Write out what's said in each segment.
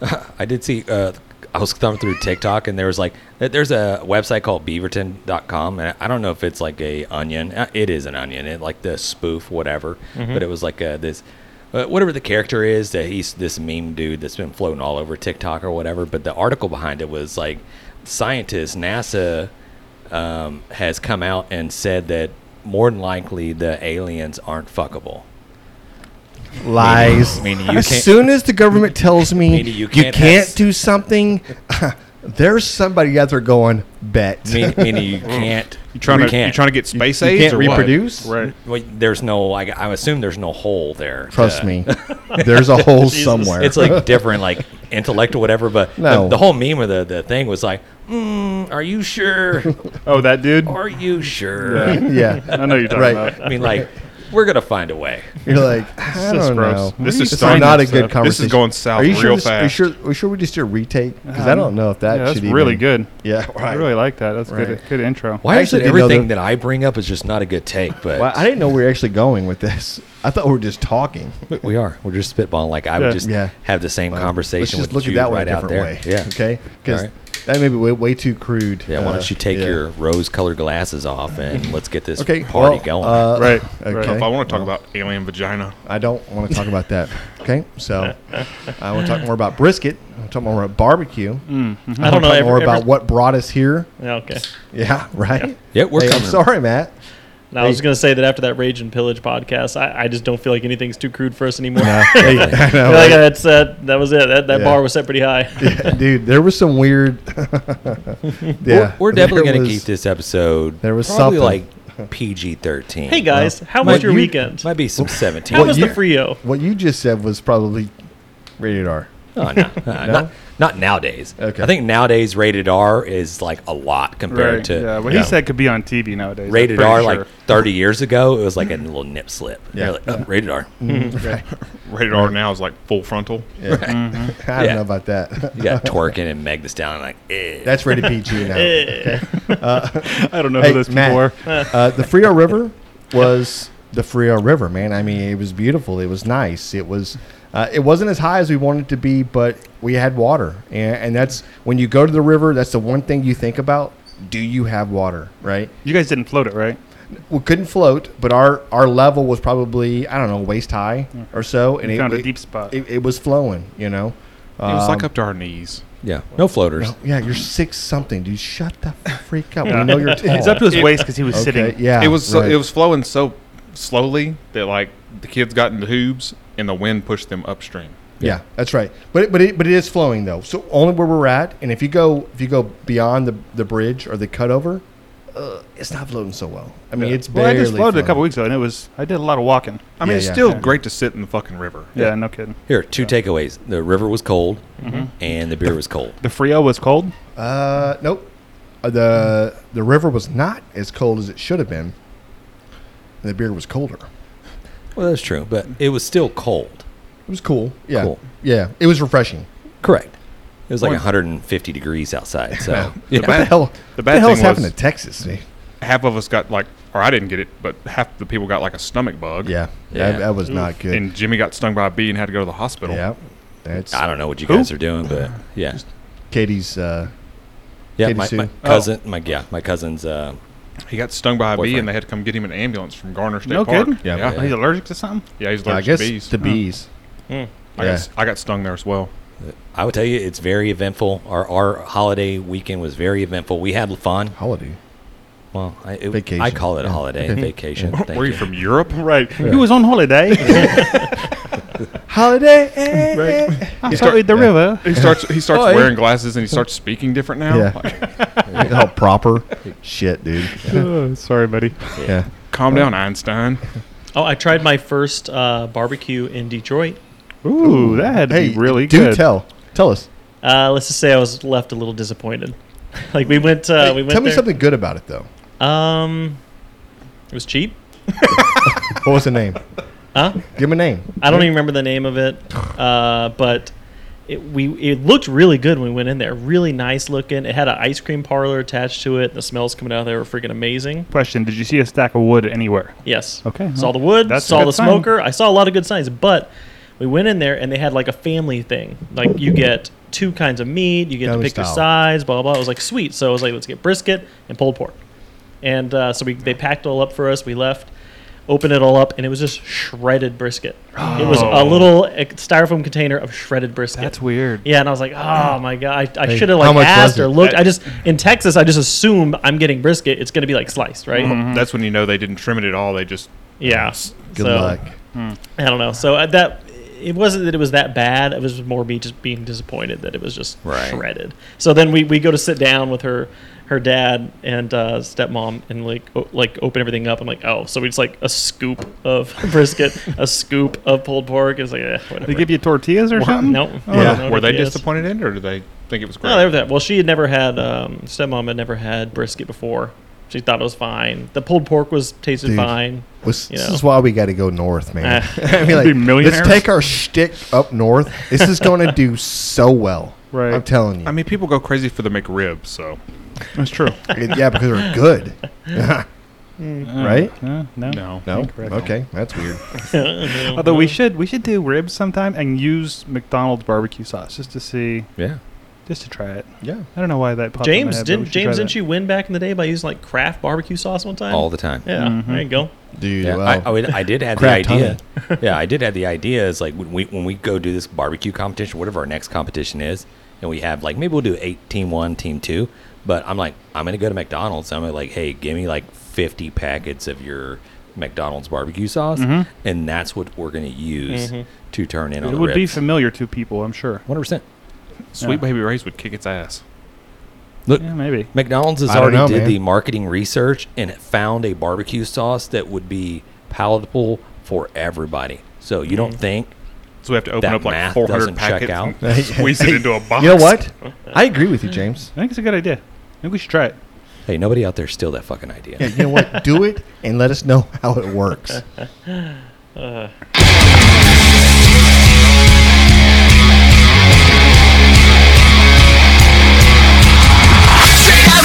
I did see. Uh, I was thumbing through TikTok and there was like there's a website called beaverton.com and I don't know if it's like a onion. Uh, It is an onion. It like the spoof whatever, but it was like uh this uh, whatever the character is that he's this meme dude that's been floating all over TikTok or whatever, but the article behind it was like scientists NASA um, has come out and said that more than likely the aliens aren't fuckable. Lies. meaning you as can't- soon as the government tells me Meaning you you can't, can't have- do something, there's somebody out there going, bet. Mean- Meaning you can't. Mm. You trying you to you can't. trying to get space you age can't or what? reproduce? Right. Well, there's no. I, I assume there's no hole there. Trust to- me, there's a hole somewhere. It's like different, like intellect or whatever. But No. the, the whole meme of the, the thing was like, mm, "Are you sure? Oh, that dude. Are you sure?" Yeah. yeah, I know you're talking Right. I about. mean, like, we're gonna find a way. you're like, I This is don't gross. know. This This is is starting not a to good suck. conversation. This is going south Are you sure real this- Are you fast. Um, sure? Are you sure we just do a retake? Because I don't know if that Yeah, that's should really even- good. Yeah, right. I really like that. That's good. Right. Good intro. Why is it actually didn't know everything that I bring up is just not a good take? But Well, I didn't know we were actually going with this. I thought we were just talking. we are. We're just spitballing. Like I Yeah. would just Yeah. have the same conversation Let's just with look you at that right one a out different there. way. Yeah. Okay. Because All right. that may be way, way too crude. Yeah. Why Uh, don't you take yeah. your rose-colored glasses off and let's get this Okay, party well, going? uh, Right. okay. Right. If I want to talk about alien vagina, I don't want to talk about that. Okay. So I want to talk more about brisket. I want to talk more about barbecue. I, Mm, mm-hmm. want I don't to know. talk Ever, more ever- about what brought us here. Yeah, Okay. Yeah. Right. Yeah, we're Hey, I'm coming. sorry, Matt. Now, I was going to say that after that Rage and Pillage podcast, I, I just don't feel like anything's too crude for us anymore. No, hey, I know, I feel like right? that's, uh, that was it. That, that Yeah. bar was set pretty high. dude, there was some weird. yeah. We're, we're definitely there going to was- keep this episode. there was probably something. like PG thirteen. hey, guys, how Well, was your you- weekend? might be some seventeen. how what was you- the Frio? What you just said was probably rated R. Oh, No, no, no, not not nowadays. Okay. I think nowadays rated R is like a lot compared Right. to yeah, what he said could be on TV nowadays. I'm rated pretty R. sure. Like thirty years ago, it was like a little nip slip. Mm-hmm. Yeah. Mm-hmm. You're like, oh, rated R. rated R now is like full frontal. Mm-hmm. Yeah. I don't Yeah. know about that. You got twerking and Meg this down. Like, eh. That's rated PG now. Eh. I don't know Hey, who those people Matt, were. uh, the Frio River was the Frio River, man. I mean, it was beautiful. It was nice. It was. Uh, it wasn't as high as we wanted it to be, but we had water, and, and that's when you go to the river. That's the one thing you think about: do you have water? Right? You guys didn't float it, right? We couldn't float, but our our level was probably I don't know waist high or so, and You it, found a it- deep spot. It, um, it was flowing, you know. It was like up to our knees. yeah, no floaters. No, yeah, you're six something, dude. Shut the freak up. Yeah. We know you're tall. He's up to his It- waist because he was Okay, sitting. Yeah, it was so, right. it was flowing so slowly that like the kids got in tubes and the wind pushed them upstream. Yeah, that's right. But it, but it, but it is flowing though. So only where we're at, and if you go if you go beyond the the bridge or the cutover, uh, it's not floating so well. I mean, it's Well, I barely. just floated a couple flowing. weeks ago, and it was. I did a lot of walking. I mean, Yeah, it's yeah. still Yeah. great to sit in the fucking river. Yeah, no kidding. Here, two takeaways: the river was cold, Mm-hmm. and the beer was cold. The Frio was cold. Uh, nope. Uh, the the river was not as cold as it should have been, and the beer was colder. Well, that's true, but it was still cold. It was cool. Yeah, Cool. yeah. It was refreshing. Correct. It was like Well- 150 degrees outside. So What the hell? The what the bad hell's thing happened was to Texas? eh? Man? half of us got like, or I didn't get it, but half the people got like a stomach bug. Yeah, Yeah. That, that was not good. And Jimmy got stung by a bee and had to go to the hospital. yeah, that's I don't know what you Who? guys are doing, but yeah, Katie's. Uh, yeah. Katie My, Sue. Oh. my cousin, my yeah, my cousin's. Uh, He got stung by a bee Boyfriend. and they had to come get him in an ambulance from Garner State No Park. kidding? Yeah. Yeah. Yeah. He's allergic to something. Hmm. Yeah, he's allergic I guess to bees. Hmm. the bees. I, yeah. got, I got stung there as well. I would tell you, it's very eventful. Our our holiday weekend was very eventful. We had fun. Holiday. Well, I, it, Vacation. I call it a holiday, vacation. Thank Were you from Europe? Right. He was on holiday. Holiday. I floated the Yeah. river. He starts he starts Oi. wearing glasses and he starts speaking different now. Yeah. How proper. Shit, dude. Oh, sorry, buddy. Yeah. Calm down, Einstein. oh, I tried my first uh, barbecue in Detroit. Ooh, that had to Hey, be really do good. tell. Tell us. Uh, let's just say I was left a little disappointed. like we went, uh, we went. tell me there- something good about it, though. Um, it was cheap. What was the name? Huh? Give him a name. I don't even remember the name of it, uh, but it, we it looked really good when we went in there. Really nice looking. It had an ice cream parlor attached to it. The smells coming out of there were freaking amazing. Question: Did you see a stack of wood anywhere? Yes. Okay, Saw well, the wood. that's a saw good the sign. smoker. I saw a lot of good signs, but we went in there and they had like a family thing. Like you get two kinds of meat. You get to Deli pick your style. sides, blah, blah, blah. I was like, sweet. So I was like, let's get brisket and pulled pork. And uh, so we, they packed it all up for us. We left, opened it all up, and it was just shredded brisket. It was a Oh. little eh, styrofoam container of shredded brisket. That's weird. Yeah, and I was like, oh my god, I, I Hey, should have how like much was asked or it? looked. I just in Texas, I just assumed I'm getting brisket. It's gonna be like sliced, right? Mm-hmm. That's when you know they didn't trim it at all. They just Yeah. Good so, hmm, luck. I don't know. So uh, that it wasn't that it was that bad. It was more me just being disappointed that it was just Right. shredded. So then we, we go to sit down with her her dad and uh, stepmom and like o- like open everything up. I'm like, oh, so we just like a scoop of brisket, a scoop of pulled pork. It's like, eh, whatever. They give you tortillas or something? Oh, no, Yeah. no were they tortillas. disappointed in it, or did they think it was great? No, they were that. Well, she had never had um, stepmom had never had brisket before. She thought it was fine. The pulled pork was tasted Dude. fine. This, You this know. is why we got to go north, man. Eh. I mean, Be like, millionaires. let's take our shtick up north. This is going to do so well. Right. I'm telling you. I mean, people go crazy for the McRib, so That's true. It- yeah, because they're good. Uh, Right? Uh, no. no. No. Incorrect. Okay, that's weird. Although we should we should do ribs sometime and use McDonald's barbecue sauce just to see Yeah. just to try it. Yeah. I don't know why that popped James in my head, but we didn't should try James that. didn't you win back in the day by using like craft barbecue sauce one time? All the time. yeah, Mm-hmm. there you go. Dude, Yeah, wow. I, I, would- I did have the Crap ton. idea. yeah, I did have the idea. Is like when we when we go do this barbecue competition, whatever our next competition is, and we have like maybe we'll do eight team one, team two. But I'm like, I'm gonna go to McDonald's. I'm like, hey, give me like 50 packets of your McDonald's barbecue sauce, and that's what we're gonna use Mm-hmm. to turn in on Mm-hmm. It the would be ribs. familiar to people, I'm sure. 100%. Sweet Yeah. Baby Ray's would kick its ass. Look, Yeah, maybe. McDonald's has I don't already know, did man. the marketing research and it found a barbecue sauce that would be palatable for everybody. So you don't think Mm. So we have to open That up like math 400 doesn't check packets, out. and squeeze it into a box. Mm. you know what? I agree with you, James. I think it's a good idea. I think we should try it. Hey, nobody out there steal that fucking idea. Yeah, you know what? Do it and let us know how it works. Uh,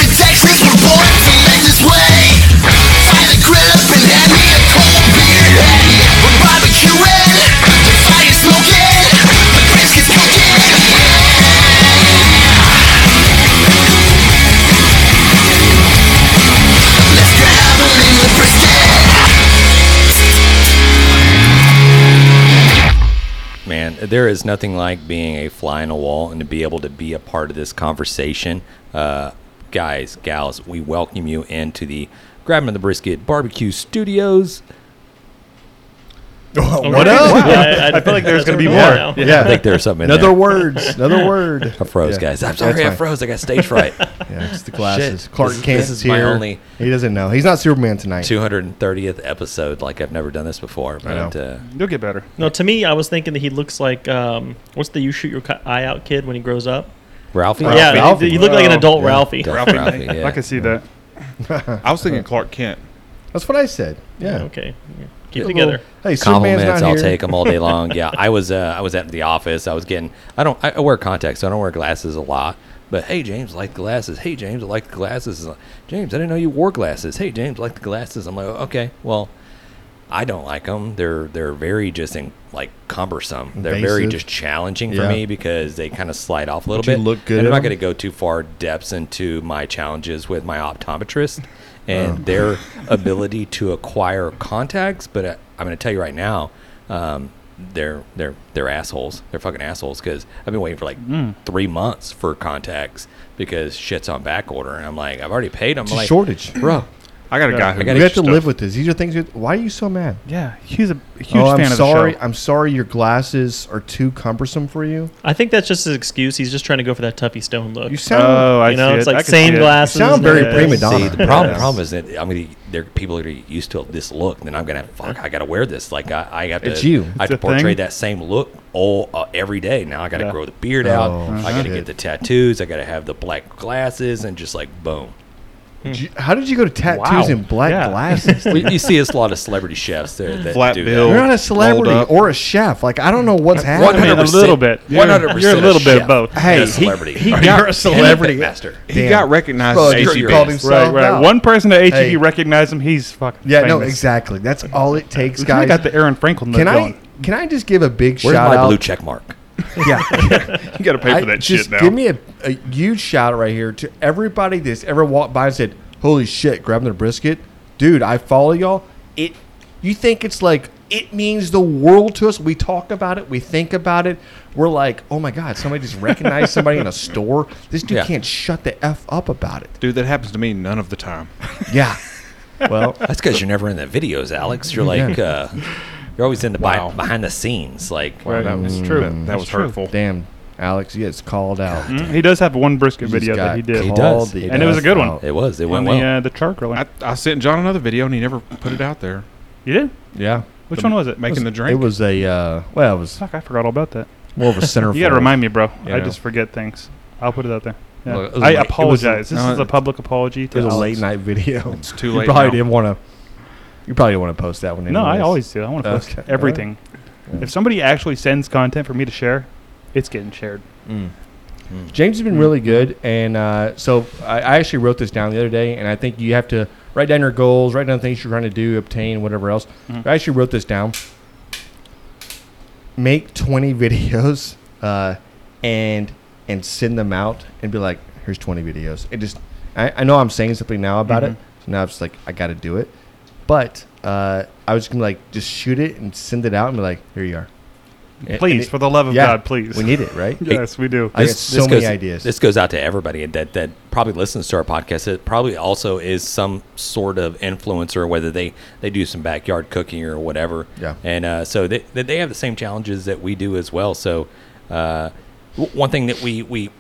It's actually important to live this way. Find a grill up and hand me a cold beer. We're barbecuing, the fire's smoking, the brisket's cooking. Let's dabble in the brisket. Man, there is nothing like being a fly on a wall and to be able to be a part of this conversation. Uh, guys, gals, we welcome you into the Grabbing the Brisket Barbecue Studios. Oh, Oh, What up? I, I feel like there's gonna be more. Now. Yeah. I think there's something in Another there. words. Another word. I froze, Yeah. guys. I'm That's sorry, I fine. froze. I got stage fright. Yeah, it's the glasses. Clark This is- Kent this is is my here. only- He doesn't know. He's not Superman tonight. 230th episode. Like I've never done this before, I know. but uh, You'll get better. No, to me, I was thinking that he looks like um, what's the you shoot your cu- eye out kid when he grows up? Ralphie. Yeah, Ralphie. he, he looked like an Wow. adult Yeah. Ralphie. Duff Ralphie, Ralphie, mate. yeah. I can see that. I was thinking Clark Kent. That's what I said. Yeah. Okay, keep A it little- together. Hey, Superman's compliments. not I'll here. take them all day long. Yeah, I was uh, I was at the office. I was getting. I don't. I I wear contacts. So I don't wear glasses a lot. But hey, James, like the glasses. Hey, James, I like the glasses. It's like, James, I didn't know you wore glasses. Hey, James, like the glasses. I'm like, okay, well, I don't like them. They're they're very just in, like cumbersome. They're very just Invasive. challenging for Yeah. me because they kind of slide off a little But you bit. look good And in I'm not 'em. going to go too far depths into my challenges with my optometrist Oh. and their ability to acquire contacts. But uh, I'm going to tell you right now, um, they're they're they're assholes. They're fucking assholes because I've been waiting for like Mm. three months for contacts because shit's on back order, and I'm like, I've already paid them. It's a like, shortage. bro. I got a guy who I You gotta- have to stuff. live with this. These are things. You, why are you so mad? Yeah, he's a huge oh, fan I'm of sorry. the show. I'm sorry. Your glasses are too cumbersome for you. I think that's just his excuse. He's just trying to go for that Tuffy Stone look. You sound. Oh, I you know, see it's it. I like can same see it. glasses. You sound very no- prima donna. See, the problem, Yes. problem is that I'm gonna there people are gonna get used to this look, then I'm gonna have, fuck. I gotta wear this. Like I, I have to. It's you. I have It's a to portray thing. that same look all uh, every day. Now I gotta Yeah. grow the beard out. Oh, I gotta shit. get the tattoos. I gotta have the black glasses and just like boom. Did you- how did you go to Hmm. Wow. tattoos and black Yeah. glasses? We- you see it's a lot of celebrity chefs there that Flat do bill. You're That. not a celebrity Rolled up. or a chef. Like I don't know what's I mean, happening. a little bit. You're- 100% You're a little bit chef. of both. Hey, You're a he- celebrity. he Are you got- a celebrity master. He Damn. got recognized Bro, at you ACB. called ACB. himself Right, right. out. One person at HEB Hey. recognized him. He's fucking. Yeah, famous. no, exactly. That's all it takes, We kinda guys. got the Aaron Franklin. Can look I going. can I just give a big Where's shout my out? blue check mark? yeah. You got to pay for I- that just shit now. Give me a, a huge shout out right here to everybody that's ever walked by and said, "Holy shit, grabbing their brisket, dude! I follow y'all." It, you think it's like it means the world to us. We talk about it, we think about it. We're like, "Oh my god, somebody just recognized somebody in a store." This dude Yeah. can't shut the f up about it. Dude, that happens to me none of the time. Yeah. Well, That's because you're never in the videos, Alex. You're like, uh, you're always in the bi- behind the scenes. Like, Right. that was- Mm, it's true. That, that It's was true. hurtful. damn, Alex, you gets called out. Mm, He does have one brisket You just video that got he did. He does. called the And it was a F good one. out. it was. It On went the, well. uh, the char griller. I, I sent John another video and he never put it out there. you did? Yeah. Which The- one was it? Making the drink. It was a uh, well, it was Fuck, I forgot all about that. more of a center. You gotta remind me, bro. I Yeah. just forget things. I'll put it out there. Yeah. Look, it was I a late- it was a- uh, apologize. this no, is a it- public apology It to was a Alex. late night video. It's too You late. probably now. didn't want to. You probably didn't want to post that one. No, I anyways. always do. I want to post Okay. everything. Yeah. If somebody actually sends content for me to share, it's getting shared. Hmm. Mm. James has been Hmm. really good, and uh, so I, I actually wrote this down the other day, and I think you have to write down your goals, write down things you're trying to do, obtain, whatever else. Mhm. I actually wrote this down. Make 20 videos, uh, and and send them out, and be like, here's 20 videos. It just, I, I know I'm saying something now about Mhm. it, so now I'm just like, I got to do it, but uh, I was gonna like just shoot it and send it out, and be like, here you are. And- and Please, it- for the love of yeah, God, please. we need it, right? yes, we do. I got so many goes, ideas. This goes out to everybody that that probably listens to our podcast. It probably also is some sort of influencer, whether they they do some backyard cooking or whatever. Yeah. And uh, so they that they have the same challenges that we do as well. So uh, w- one thing that we we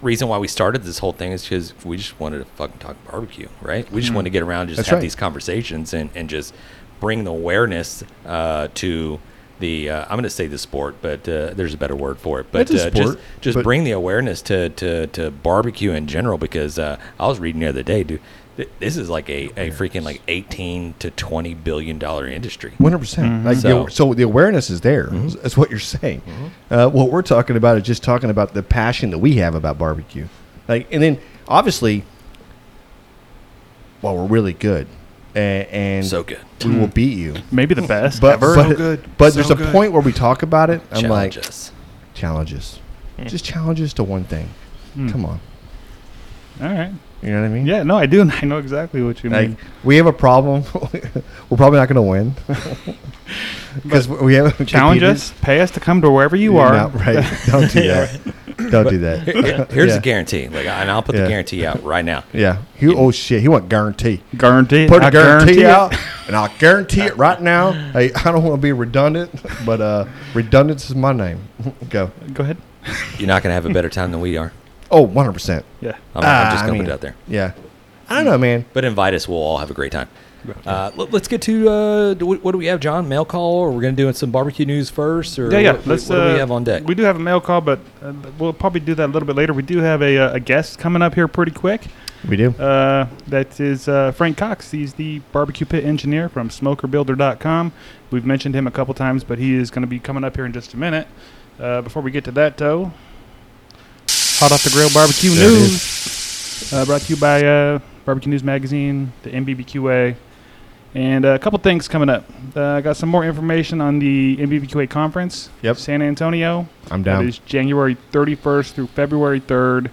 reason why we started this whole thing is because we just wanted to fucking talk barbecue, right? We just Mm-hmm. wanted to get around, and just That's have right. these conversations and and just bring the awareness uh, to. The, uh, I'm going to say the sport, but uh, there's a better word for it. But It's a uh, just- sport, just, but- bring bring the awareness to, to, to barbecue in general because uh, I was reading the other day, dude. th- This is like Oh, a, a freaking like eighteen to twenty billion dollar industry. Hundred Mm-hmm. percent. Like so, So- the, so the awareness is there. That's That's what you're saying. Uh, what we're talking about is just talking about the passion that we have about barbecue. Like, and then obviously, well, we're really good, and, and So good. we will beat you. Maybe the best But ever. but, So good. but So there's a good. point where we talk about it. I'm Challenge like us. challenges, Hmm. just challenges to one thing. Come on, All right. you know what I mean? Yeah, no, I do. I know exactly what you Like mean. we have a problem. we're probably not going to win because we have Challenge competed. us, pay us to come to wherever you You're are. not right. Don't do that. Don't do that. Here- Here's Yeah. the guarantee. Like, and I'll put Yeah. the guarantee out right now. Yeah. He, oh shit. He want guarantee. Guarantee. Put I a guarantee, guarantee it. out, and I'll guarantee it right now. Hey, I don't want to be redundant, but uh, redundance is my name. Go. Go ahead. You're not gonna have a better time than we are. Oh, 100 percent. Yeah. I'm, Ah, I'm just I gonna put mean- it out there. Yeah. I don't know, man. But invite us. We'll all have a great time. Uh, let, us get to uh, do we- what do we have, John? Mail call, or we're gonna do some barbecue news first, or Yeah, yeah. what, Let's, what do uh, we have on deck? We do have a mail call, but uh, we'll probably do that a little bit later. We do have a, uh, a guest coming up here pretty quick. We do. Uh, that is uh, Frank Cox. He's the barbecue pit engineer from smokerbuilder.com. We've mentioned him a couple times, but he is going to be coming up here in just a minute. Uh, before we get to that, though, hot off the grill barbecue There it news uh, brought to you by uh, Barbecue News Magazine, the MBBQA, and uh, a couple things coming up. Uh, I got some more information on the MBBQA conference, Yep. San Antonio. I'm That down. is January 31st through February 3rd.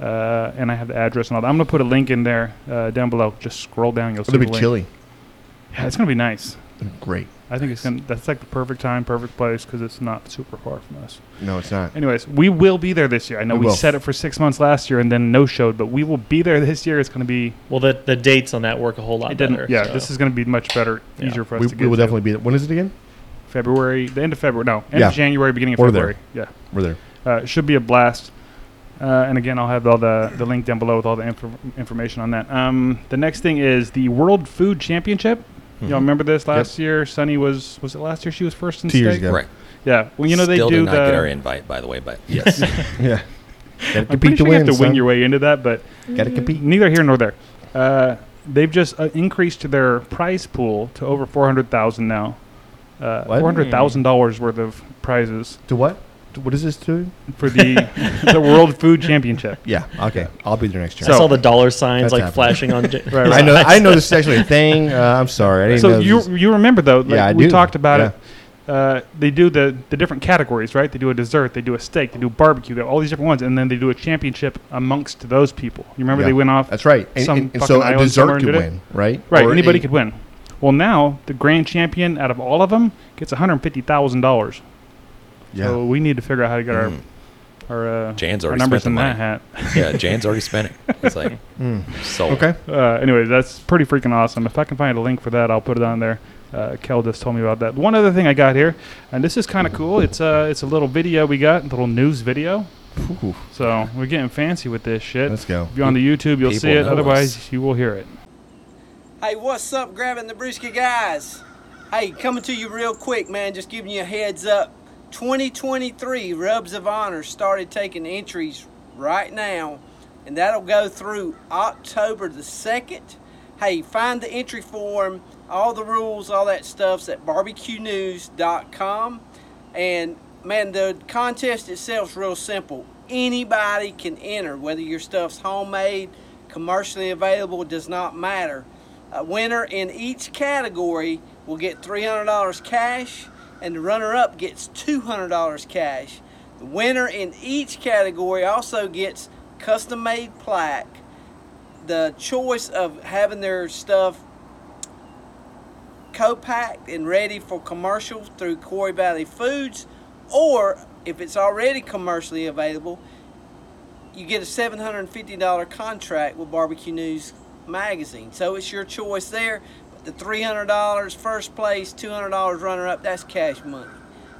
Uh, and I have the address and all that. I'm going to put a link in there uh, down below. Just scroll down. You'll see It'll be the link. chilly. Yeah, it's going to be nice. Great. I think it's going to, that's like the perfect time, perfect place because it's not super far from us. No, it's not. Anyways, we will be there this year. I know We we, will. set it for six months last year and then no showed, but we will be there this year. It's going to be, Well, the, the dates on that work a whole lot it didn't, better. yeah, so. this is going to be much better, Yeah. easier for us We, to we get will to. definitely be there. When is it again? February, the end of February, no, end Yeah. of January, beginning of We're there. February. Yeah. We're there. Uh, it should be a blast. Uh, and again, I'll have all the, the link down below with all the info- information on that. Um, the next thing is the World Food Championship. Mm-hmm. Y'all remember this last year? Sunny was was it last year? She was first in Two state. years ago. right. Yeah. Well, you know Still they do did not the. get our invite, by the way. But yes, Yeah. Gotta I'm pretty compete to sure you win. have to son. wing your way into that, but Gotta compete. neither here nor there. Uh, they've just uh, increased their prize pool to over four hundred thousand now. Uh, What? four hundred thousand dollars worth of prizes To what? To- What is this to? for the the World Food Championship. Yeah. Okay. I'll be there next year. I saw the dollar signs That's like happening. flashing on. J- Right, I know. I didn't know this is actually a thing. Uh, I'm sorry. I didn't know. So this you is- you remember though? Like Yeah, I we do. talked about Yeah. it. uh, they do the, the different categories, right? They do a dessert, they do a steak, they do barbecue, they do all these different ones, and then they do a championship amongst those people. You remember Yeah. they went off? That's right. And, some and- and so fucking a island somewhere dessert and could did it? win, right? Right, Or anybody a- could win. Well, now the grand champion out of all of them gets one hundred fifty thousand dollars. Yeah. So we need to figure out how to get our our, uh, Mm-hmm. Jan's our already numbers in spent the that hat. yeah, Jan's already spent it. It's like Mm. sold. okay. uh, anyway, that's pretty freaking awesome. If I can find a link for that, I'll put it on there. Uh, Kel just told me about that. One other thing I got here, and this is kind of cool. It's uh, it's a little video we got, a little news video. Ooh, So we're getting fancy with this shit. Let's go. If you're on the YouTube, you'll People see it. know Otherwise, us. you will hear it. Hey, what's up, grabbing the brisket guys? Hey, coming to you real quick, man. Just giving you a heads up. 2023 Rubs of Honor started taking entries right now, and that'll go through October the 2nd. Hey, find the entry form, all the rules, all that stuff's at barbecuenews.com. And man, the contest itself's real simple. Anybody can enter, whether your stuff's homemade, commercially available, does not matter. A winner in each category will get $300 cash, and the runner up gets $200 cash. The winner in each category also gets custom made plaque, the choice of having their stuff co-packed and ready for commercial through Quarry Valley Foods, or if it's already commercially available, you get a $750 contract with Barbecue News Magazine. So it's your choice there. But the $300 first place, $200 runner-up, that's cash money.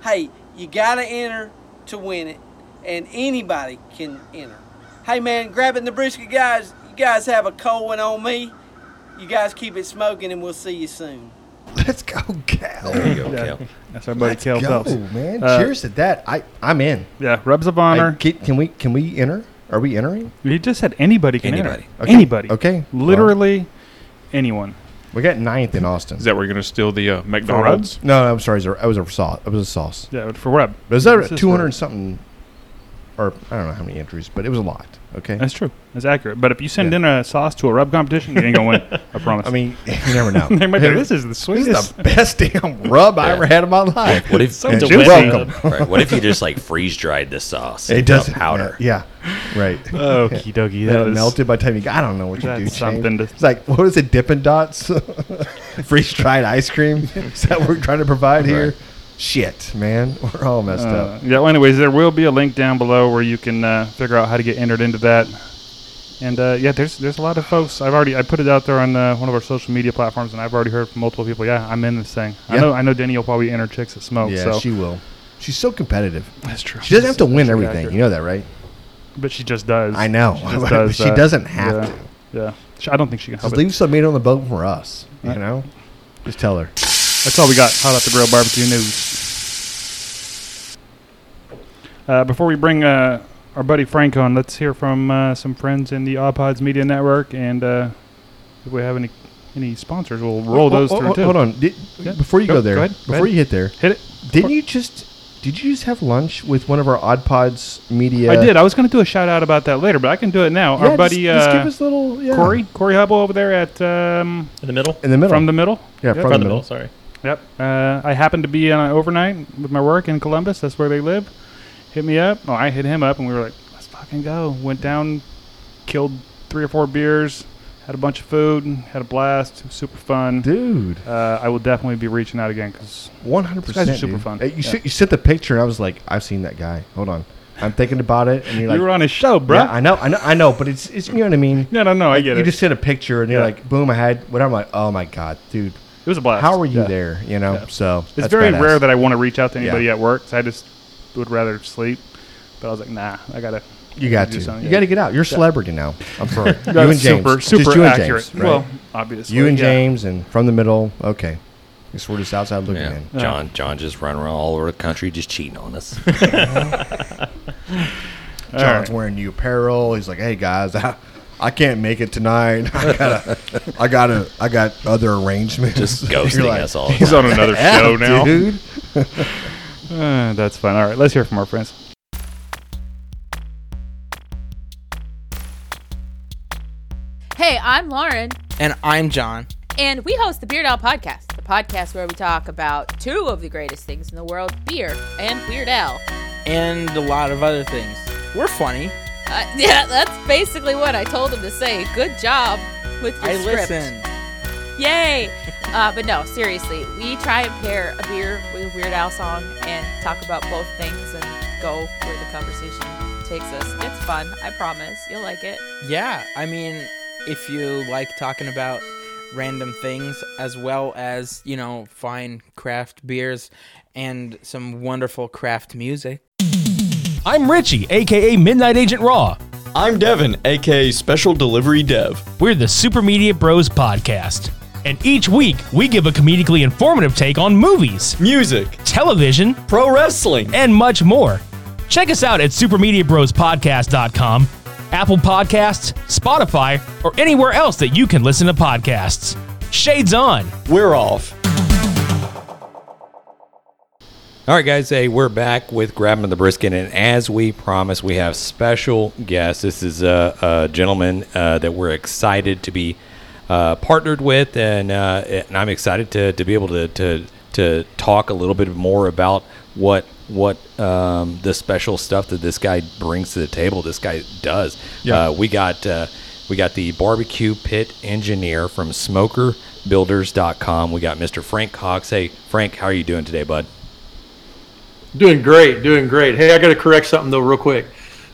Hey, you gotta enter to win it, and anybody can enter. Hey man, grabbing the brisket guys, you guys have a cold one on me. You guys keep it smoking, and we'll see you soon. Let's go, Cal. There you go, Yeah. Kel. That's our buddy Kel go, Phelps. man. Uh, Cheers to that. I I'm in. Yeah, Rubs of I- Honor. can, can we can we enter? Are we entering? He just said anybody can Anybody. enter. Okay. Anybody. Okay. Well, Literally anyone. we got ninth in Austin. Is that where you're going to steal the uh, McDonald's? no, no, I'm sorry. I was a sauce. It was a sauce. Yeah, but for Rub. But is that This is two hundred for- and something? Or I don't know how many entries, but it was a lot. Okay. That's true. That's accurate. But if you send Yeah. in a sauce to a Rub competition, you ain't gonna win. I promise. I mean, you never know. They might be, this is the This is sweetest. the best damn rub I ever had in my life. What if So And delicious. welcome. right, what if you just like freeze dried the sauce? It and dump doesn't powder. Yeah, right. Okie dokie. That That is melted by the time you. I don't know what you do. That's James. something to- It's like what is it? Dippin' Dots, freeze dried ice cream. Is that what we're trying to provide here? Right. Shit, man, we're all messed Uh, up. yeah. Well, anyways, there will be a link down below where you can uh, figure out how to get entered into that. And uh, yeah, there's there's a lot of folks. I've already I put it out there on uh, one of our social media platforms, and I've already heard from multiple people. Yeah, I'm in this thing. I Yeah. know I know Danielle probably entered chicks that smoke. Yeah, so she will. She's so competitive. that's true. She doesn't have to win That's everything. accurate. You know that, right? but she just does. I know. She, just But does she that. doesn't have Yeah. to. Yeah, She- I don't think she can help Just it. leave some meat on the bone for us. You know, just tell her. That's all we got. Hot off the grill barbecue news. Uh, before we bring uh, our buddy Frank on, let's hear from uh, some friends in the Odd Pods Media Network, and uh, if we have any any sponsors, we'll roll Oh, those oh, through oh, too. Hold on. Did, Yeah. Before you Go- go, there, go ahead. Go before ahead. you hit there, hit it. didn't you just? Did you just have lunch with one of our Odd Pods media? I did. I was going to do a shout out about that later, but I can do it now. uh, Yeah, our buddy just, just uh, give us a little yeah. Corey Corey Hubble over there at um, In the middle? in the middle from the middle. yeah, Yep. from, Front the of the middle, middle. sorry. Yep. Uh, I happened to be on an overnight with my work in Columbus. That's where they live. Hit me up. Oh, I hit him up, and we were like, let's fucking go. Went down, killed three or four beers, had a bunch of food, had a blast. It was super fun. Dude, Uh, I will definitely be reaching out again because one hundred These guys are percent. super fun. You, Yeah. sent- you sent the picture, and I was like, I've seen that guy. Hold on, I'm thinking about it, and you're like, you were on his show, bro. yeah, I know, I know, I know, but it's, it's you know what I mean. no, no, no. I Like, get you it. just sent a picture, and you're Yeah. like, boom, I had. What I'm like, oh my god, dude, it was a blast. how are you Yeah. there? You know, Yeah. so It's very rare that I want to reach out to Yeah. anybody at work. 'cause I just would rather sleep. But I was like, nah, I gotta. you got do to, something, you yeah. got to get out. You're a celebrity now. I'm sorry, you That's and James, super, Just super you and accurate. James, right? Well, obviously, you and yeah. James, and from the middle. Okay, guess we're just outside looking Yeah. in. John John just running around all over the country just cheating on us. All John's right. wearing new apparel. He's like, "Hey guys, I, I can't make it tonight. I gotta, I gotta, I got other arrangements." Just You're ghosting like, us all. the He's time. on another "Yeah, show now. dude. Uh, that's fun. All right, let's hear from our friends. Hey, I'm Lauren, And I'm John. and we host the Beard Out Podcast, the podcast where we talk about two of the greatest things in the world beer and Weird Al. and a lot of other things. We're funny. Uh, yeah, that's basically what I told him to say. Good job with your I script. listen. Yay! Uh, but no, seriously, we try and pair a beer with a Weird Al song and talk about both things and go where the conversation takes us. It's fun, I promise. You'll like it. Yeah, I mean, if you like talking about random things as well as, you know, fine craft beers and some wonderful craft music. I'm Richie, aka Midnight Agent Raw. I'm Devin, aka Special Delivery Dev. We're the Super Media Bros podcast. And each week, we give a comedically informative take on movies, Music, television, pro wrestling, and much more. Check us out at supermediabrospodcast.com, Apple Podcasts, Spotify, or anywhere else that you can listen to podcasts. Shades on. we're off. All right, guys. Hey, we're back with grabbing the brisket, and as we promised, we have special guests. This is a, a gentleman uh, that we're excited to be uh, partnered with, and uh, and I'm excited to, to be able to, to to talk a little bit more about what what um, the special stuff that this guy brings to the table. This guy does. Yeah. Uh, we got uh, we got the barbecue pit engineer from SmokerBuilders.com. We got Mr. Frank Cox. Hey, Frank, how are you doing today, bud? Doing great, doing great. Hey, I got to correct something though, real quick.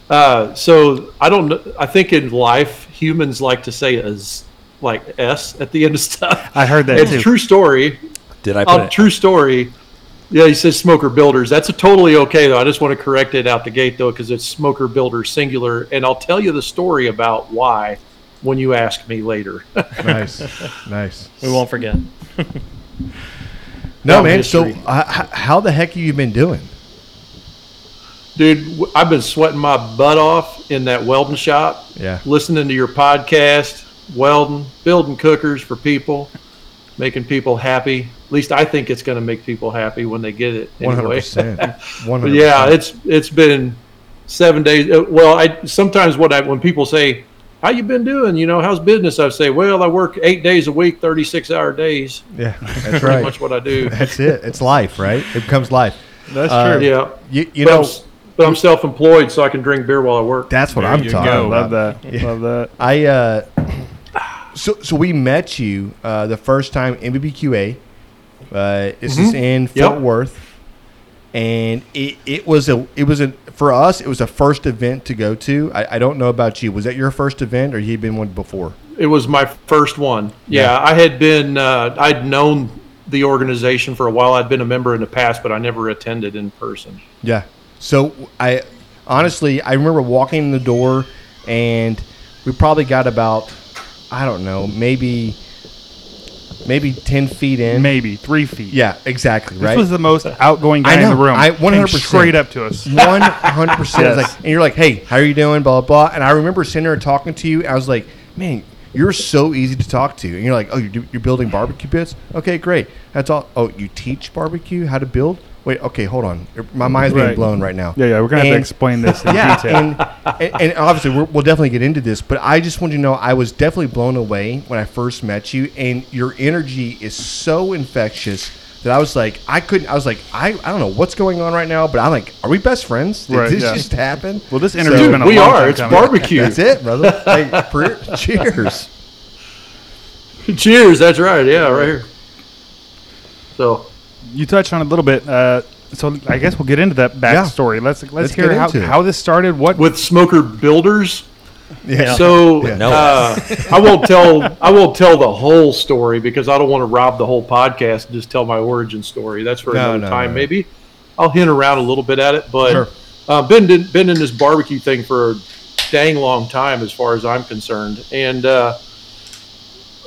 Uh, so I don't. kn- I think in life, humans like to say as like s at the end of stuff. I heard that It's too. true story. Did I put Uh, it? true story. Yeah, he says smoker builders. That's a totally okay though. I just want to correct it out the gate though, because it's smoker builder singular, and I'll tell you the story about why when you ask me later. nice, nice. We won't forget. No, Long man. So, history. uh, h- how the heck have you been doing? Dude, w- I've been sweating my butt off in that welding shop. Yeah. Listening to your podcast, welding, building cookers for people, making people happy. At least I think it's going to make people happy when they get it. One hundred Anyway. percent. One But hundred. yeah, it's it's been seven days. Uh, Well, I sometimes what I when people say, "How you been doing?" You know, how's business? I say, "Well, I work eight days a week, thirty-six hour days. yeah. That's Pretty right. much what I do." That's it. It's life, right? It becomes life. That's Uh, true. yeah. You, you but I'm, know, s- but I'm self-employed, so I can drink beer while I work. that's what There I'm you talking go. about. Love that. Love that. I uh, so so we met you uh, the first time MBBQA. Uh, this Mm-hmm. is in Fort Yep. Worth, and it, it was a it was a for us it was a first event to go to. I, I don't know about you. Was that your first event, or you had been one before? It was my first one. Yeah, I had been, uh, I'd known the organization for a while. I'd been a member in the past, but I never attended in person. Yeah. So I honestly, I remember walking in the door, and we probably got about, I don't know, maybe, maybe ten feet in. Maybe three feet. Yeah, exactly. This Right. was the most outgoing guy I know. in the room. I- Came 100%. straight up to us. One hundred percent. Yes. Like, and you're like, "Hey, how are you doing?" Blah blah. blah. And I remember sitting there talking to you. I was like, "Man, you're so easy to talk to." And you're like, "Oh, you're, do- you're building barbecue pits? Okay, great. That's all. Oh, you teach barbecue how to build? Wait, okay, hold on. My mind's being Right. blown right now. Yeah, yeah. We're gonna have to And- explain this in yeah, detail. and, and and obviously we're, we'll definitely get into this, but I just want you to know I was definitely blown away when I first met you, and your energy is so infectious that I was like, I couldn't. I was like, I, I don't know what's going on right now, but I'm like, are we best friends? Did Right, this yeah. just happen? well, this So- interview's been a we long are. time It's coming. barbecue. That's it, brother. Hey, per- cheers. Cheers. That's right. Yeah, right here. So, You touched on it a little bit. Uh, so I guess we'll get into that backstory. Let's let's, Let's hear get how, into it. how this started. What with Smoker Builders. Yeah. So No. uh, I won't tell I won't tell the whole story because I don't want to rob the whole podcast and just tell my origin story. That's for No, another no, time, no. maybe. I'll hint around a little bit at it, but Sure. uh, been did, been in this barbecue thing for a dang long time, as far as I'm concerned. And uh,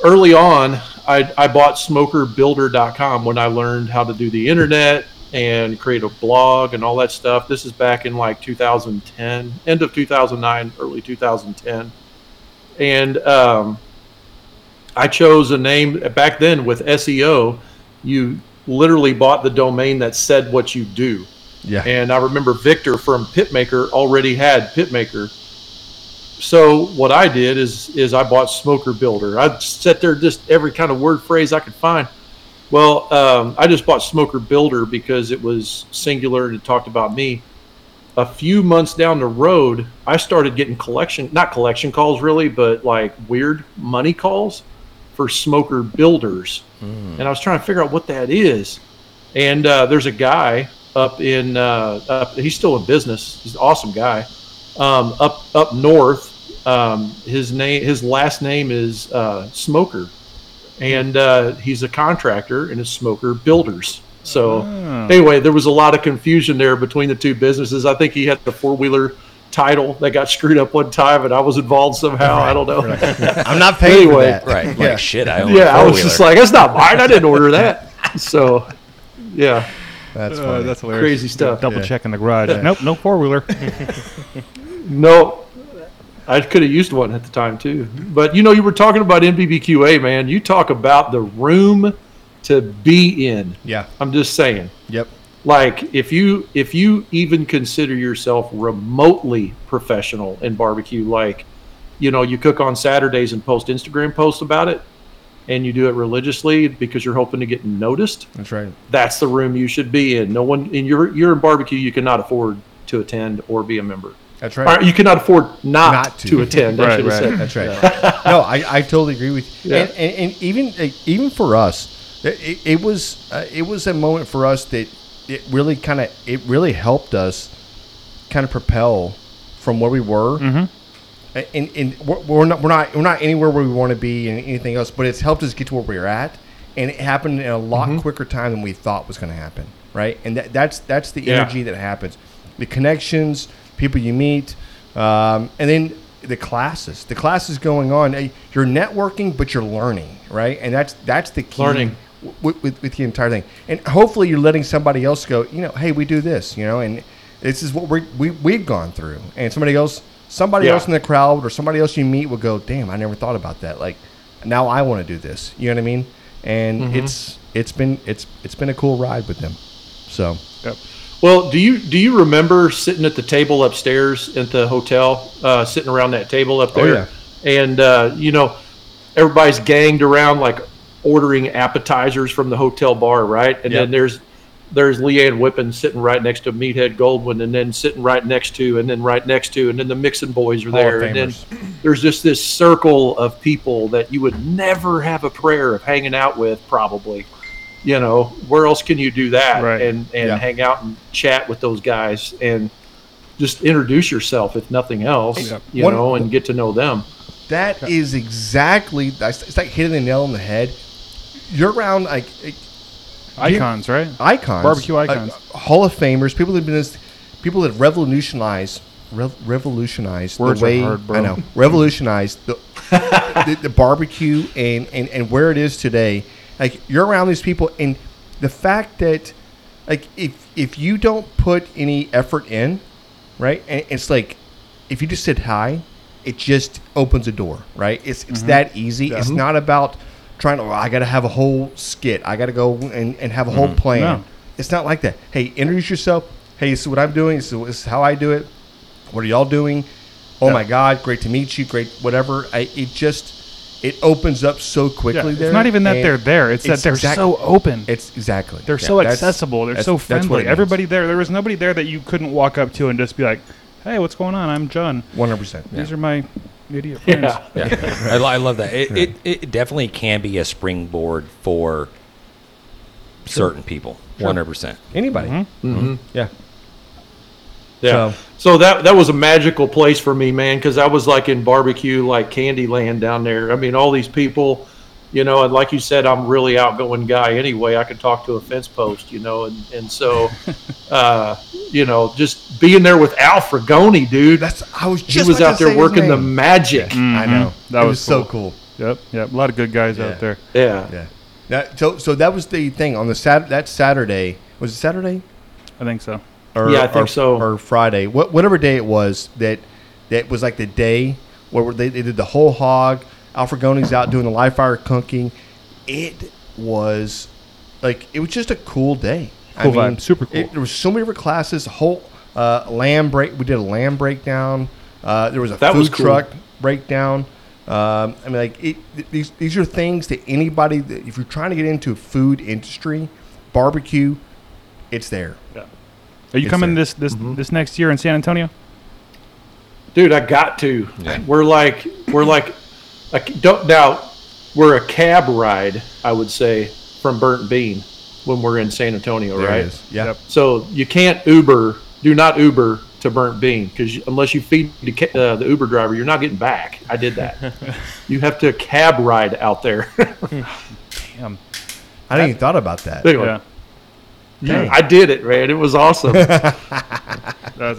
early on, I, I bought SmokerBuilder.com when I learned how to do the internet and create a blog and all that stuff. This is back in like 2010, end of 2009, early 2010 and um, I chose a name back then with E SEO. You literally bought the domain that said what you do. Yeah. And I remember Victor from Pitmaker already had Pitmaker. So what I did is is I bought Smoker Builder. I sat there just every kind of word phrase I could find. Well, um, I just bought Smoker Builder because it was singular and it talked about me. A few months down the road, I started getting collection, not collection calls really, but like weird money calls for smoker builders. And I was trying to figure out what that is. And uh, there's a guy up in, uh, up, he's still in business. He's an awesome guy. Um, up up north, um, his name, his last name is uh, Smoker and uh, he's a contractor and a smoker builders. So Ah. anyway, there was a lot of confusion there between the two businesses. I think he had the four wheeler title that got screwed up one time, and I was involved somehow. I don't know. I'm not paying for that. Right. Like, Yeah. shit, I own a yeah, I was just four-wheeler. like, that's not mine. I didn't order that. So yeah, that's Uh, that's hilarious. Crazy stuff. Double Yeah. check in the garage. Yeah. Nope, no four wheeler. No, I could have used one at the time too. But you know, you were talking about MBBQA, man. You talk about the room to be in. Yeah. I'm just saying. Yep. Like if you if you even consider yourself remotely professional in barbecue, like you know, you cook on Saturdays and post Instagram posts about it, and you do it religiously because you're hoping to get noticed That's right. that's the room you should be in. No one in your you're in barbecue, you cannot afford to attend or be a member. That's right. Or you cannot afford not, to. attend. I should have said. That's right. Yeah. no, I, I totally agree with you. Yeah. And, and, and even like, even for us, it- it, it was uh, it was a moment for us that it really kind of it really helped us kind of propel from where we were. Mm-hmm. A- And, and we're, we're not we're not we're not anywhere where we want to be and anything else, but it's helped us get to where we're at, and it happened in a lot Mm-hmm. quicker time than we thought was going to happen, right? And that, that's that's the Yeah. energy that happens, the connections, people you meet, um, and then the classes. The classes going on. eh, You're networking, but you're learning, right? And that's that's the key Learning. with, with, with the entire thing. And hopefully, you're letting somebody else go. You know, hey, we do this. You know, and this is what we we we've gone through. And somebody else, somebody Yeah. else in the crowd, or somebody else you meet will go, "Damn, I never thought about that." Like, now I want to do this. You know what I mean? And Mm-hmm. it's it's been it's it's been a cool ride with them. So Well, do you do you remember sitting at the table upstairs at the hotel, uh, sitting around that table up Oh, there, and uh, you know, everybody's ganged around like ordering appetizers from the hotel bar, right? And then Yep. there's there's Leanne Whippen sitting right next to Meathead Goldwyn, and then sitting right next to, and then right next to, and then the Mixon boys are Hall of there, and then there's just this circle of people that you would never have a prayer of hanging out with, probably you know where else can you do that Right. and and Yeah. hang out and chat with those guys and just introduce yourself if nothing else Yep. you One- know and get to know them That is exactly. that's- It's like hitting the nail on the head. You're around like Icons, right? icons, Barbecue like, icons. Hall of Famers, people that've been this, people that revolutionized, rev, revolutionized Words the are way hard, bro. I know, revolutionized the, the, the barbecue and, and and where it is today. Like you're around these people, and the fact that like if if you don't put any effort in, right? And it's like if you just sit high, it just opens a door, right? It's it's that easy. It's not about trying to. "Well, I got to have a whole skit. I got to go and, and have a whole plan. No. It's not like that. Hey, introduce yourself. Hey, this is what I'm doing. This is, this is how I do it. What are y'all doing? Oh my God, great to meet you. Great, whatever. I, it just it opens up so Yeah, quickly. it's there, not even that and they're there. It's, that they're exact- so open. It's exactly They're Yeah, so that's- accessible. They're that's- so that's what it friendly. means. Everybody there. There was nobody there that you couldn't walk up to and just be like, "Hey, what's going on? I'm John. 100%. These are my idiot friends." Yeah. Yeah, I, lo- I love that. It, it, it definitely can be a springboard for certain people. Sure. One hundred percent. Anybody. Mm-hmm. Yeah. yeah So- Mm-hmm. so, that that was a magical place for me man because i was like in barbecue like candy land down there i mean all these people you know and like you said i'm really outgoing guy anyway i could talk to a fence post you know and and so uh you know just being there with al fragoni dude That's I was he just was about out to say there his working the name. magic I know That it was Mm-hmm. so cool. Yep, yep. A lot of good guys Yeah. out there. yeah Yeah. That so so that was the thing on the sat that Saturday was it Saturday I think so. or Yeah, I think or- so. or Friday what whatever day it was that that was like the day where they, they did the whole hog. Alfragoni's out doing the live fire cooking. It was like it was just a cool day. Cool vibe. Super cool. it- there was so many different classes. Whole uh, lamb break. We did a lamb breakdown. Uh, there was a That food was cool. truck breakdown. Um, I mean, like it, th- these these are things that anybody that if you're trying to get into food industry, barbecue, it's there. Yeah. Are you It's Mm-hmm. coming there. this this this next year in San Antonio? dude, I got to. We're like, we're like, like don't now, we're a cab ride, I would say, from Burnt Bean when we're in San Antonio, There it right? is. Yeah. Yep. So you can't Uber. Do not Uber to Burnt Bean because unless you feed the, ca- uh, the Uber driver, you're not getting back. I did that. you have to cab ride out there. Damn. I didn't even thought about that. Anyway. Dang. I did it, man. It was awesome. That's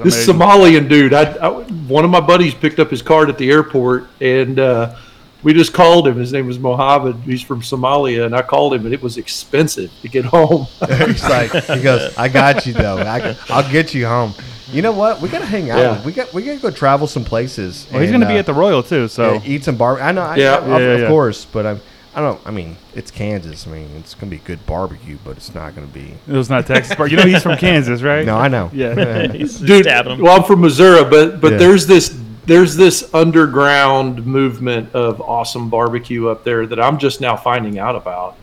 this amazing. Somalian dude, I, I- one of my buddies picked up his card at the airport, and uh, we just called him. His name was Mohammed. He's from Somalia, and I called him, and it was expensive to get home. He's like, he goes, I got you though. I, will get you home. You know what? We gotta hang out. Yeah. We got we gotta go travel some places. Well, he's going to be at the Royal too, so yeah, eat some bar. I know. I, Yeah. of, Yeah, of yeah. course. But I'm. I don't. I mean, it's Kansas. I mean, it's gonna be good barbecue, but it's not gonna be. it was not Texas. But you know he's from Kansas, right? No, I know. Yeah. He's dude. stabbing him. Well, I'm from Missouri, but but Yeah. there's this there's this underground movement of awesome barbecue up there that I'm just now finding out about.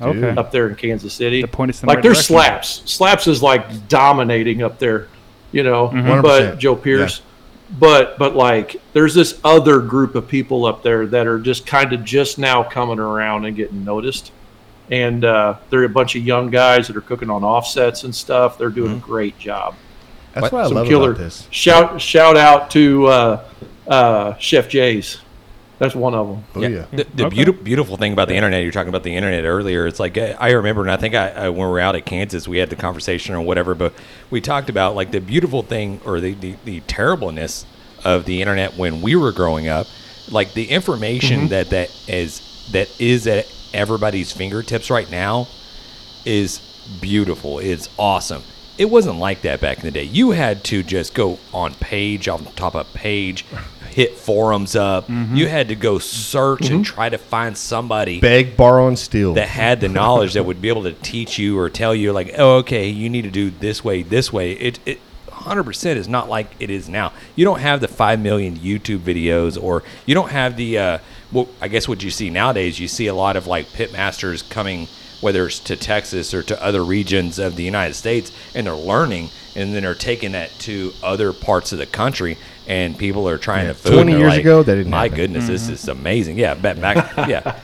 okay. up there in Kansas City. The point is in the like right there's direction. slaps. Slaps is like dominating up there, you know. Mm-hmm. 100%. But Joe Pierce, but but like there's this other group of people up there that are just kind of just now coming around and getting noticed, and uh, they're a bunch of young guys that are cooking on offsets and stuff. They're doing a great job. Mm-hmm. That's what, I Some love killer. about this. Shout shout out to uh, uh, Chef Jay's. That's one of them. Oh yeah. The, the beautiful, beautiful thing about the internet, you were talking about the internet earlier. It's like eh, I remember, and I think I, I when we were out at Kansas, we had the conversation or whatever, but we talked about like the beautiful thing or the the, the terribleness of the internet when we were growing up, like the information that that is that is at everybody's fingertips right now is beautiful. It's awesome. It wasn't like that back in the day. You had to just go on page on top of page, hit forums up. You had to go search and try to find somebody Beg, borrow, and steal. that had the knowledge that would be able to teach you or tell you like, oh, okay, you need to do this way, this way. It it. 100% is not like it is now. You don't have the 5 million YouTube videos or you don't have the uh well I guess what you see nowadays you see a lot of like pit masters coming whether it's to Texas or to other regions of the United States and they're learning and then they're taking that to other parts of the country and people are trying to food 20 they're years like, ago, that didn't My happen." goodness goodness, this is amazing. Yeah, back, back yeah.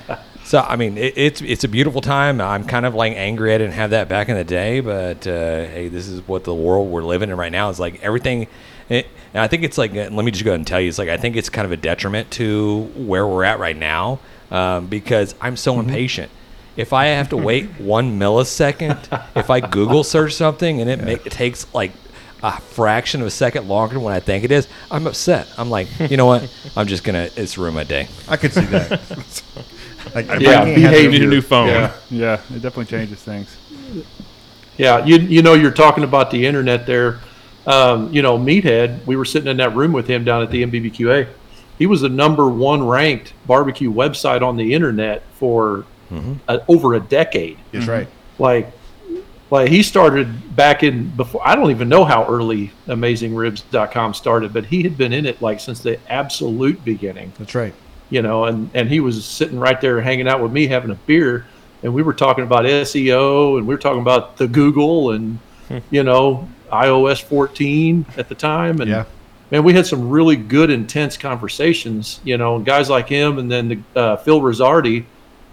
So I mean, it, it's it's a beautiful time. I'm kind of like angry I didn't have that back in the day, but uh, hey, this is what the world we're living in right now. Is like everything. It, and I think it's like uh, let me just go ahead and tell you, it's like I think it's kind of a detriment to where we're at right now um, because I'm so impatient. If I have to wait one millisecond, if I Google search something and it, ma- it takes like a fraction of a second longer than what I think it is, I'm upset. I'm like, you know what? I'm just gonna it's ruin my day. I could see that. like, if I Yeah, can't have behavior. You need a new phone. Yeah. yeah, it definitely changes things. Yeah, you you know you're talking about the internet there. Um, you know, Meathead, we were sitting in that room with him down at the MBBQA. He was the number one ranked barbecue website on the internet for uh, over a decade. Mm-hmm. That's right. Like, like he started back in before. I don't even know how early AmazingRibs.com started, but he had been in it like since the absolute beginning That's right. you know, and, and he was sitting right there hanging out with me having a beer. And we were talking about SEO and we were talking about the Google and, you know, iOS 14 at the time. And Yeah. man, we had some really good, intense conversations, you know, and guys like him and then the, uh, Phil Rosardi,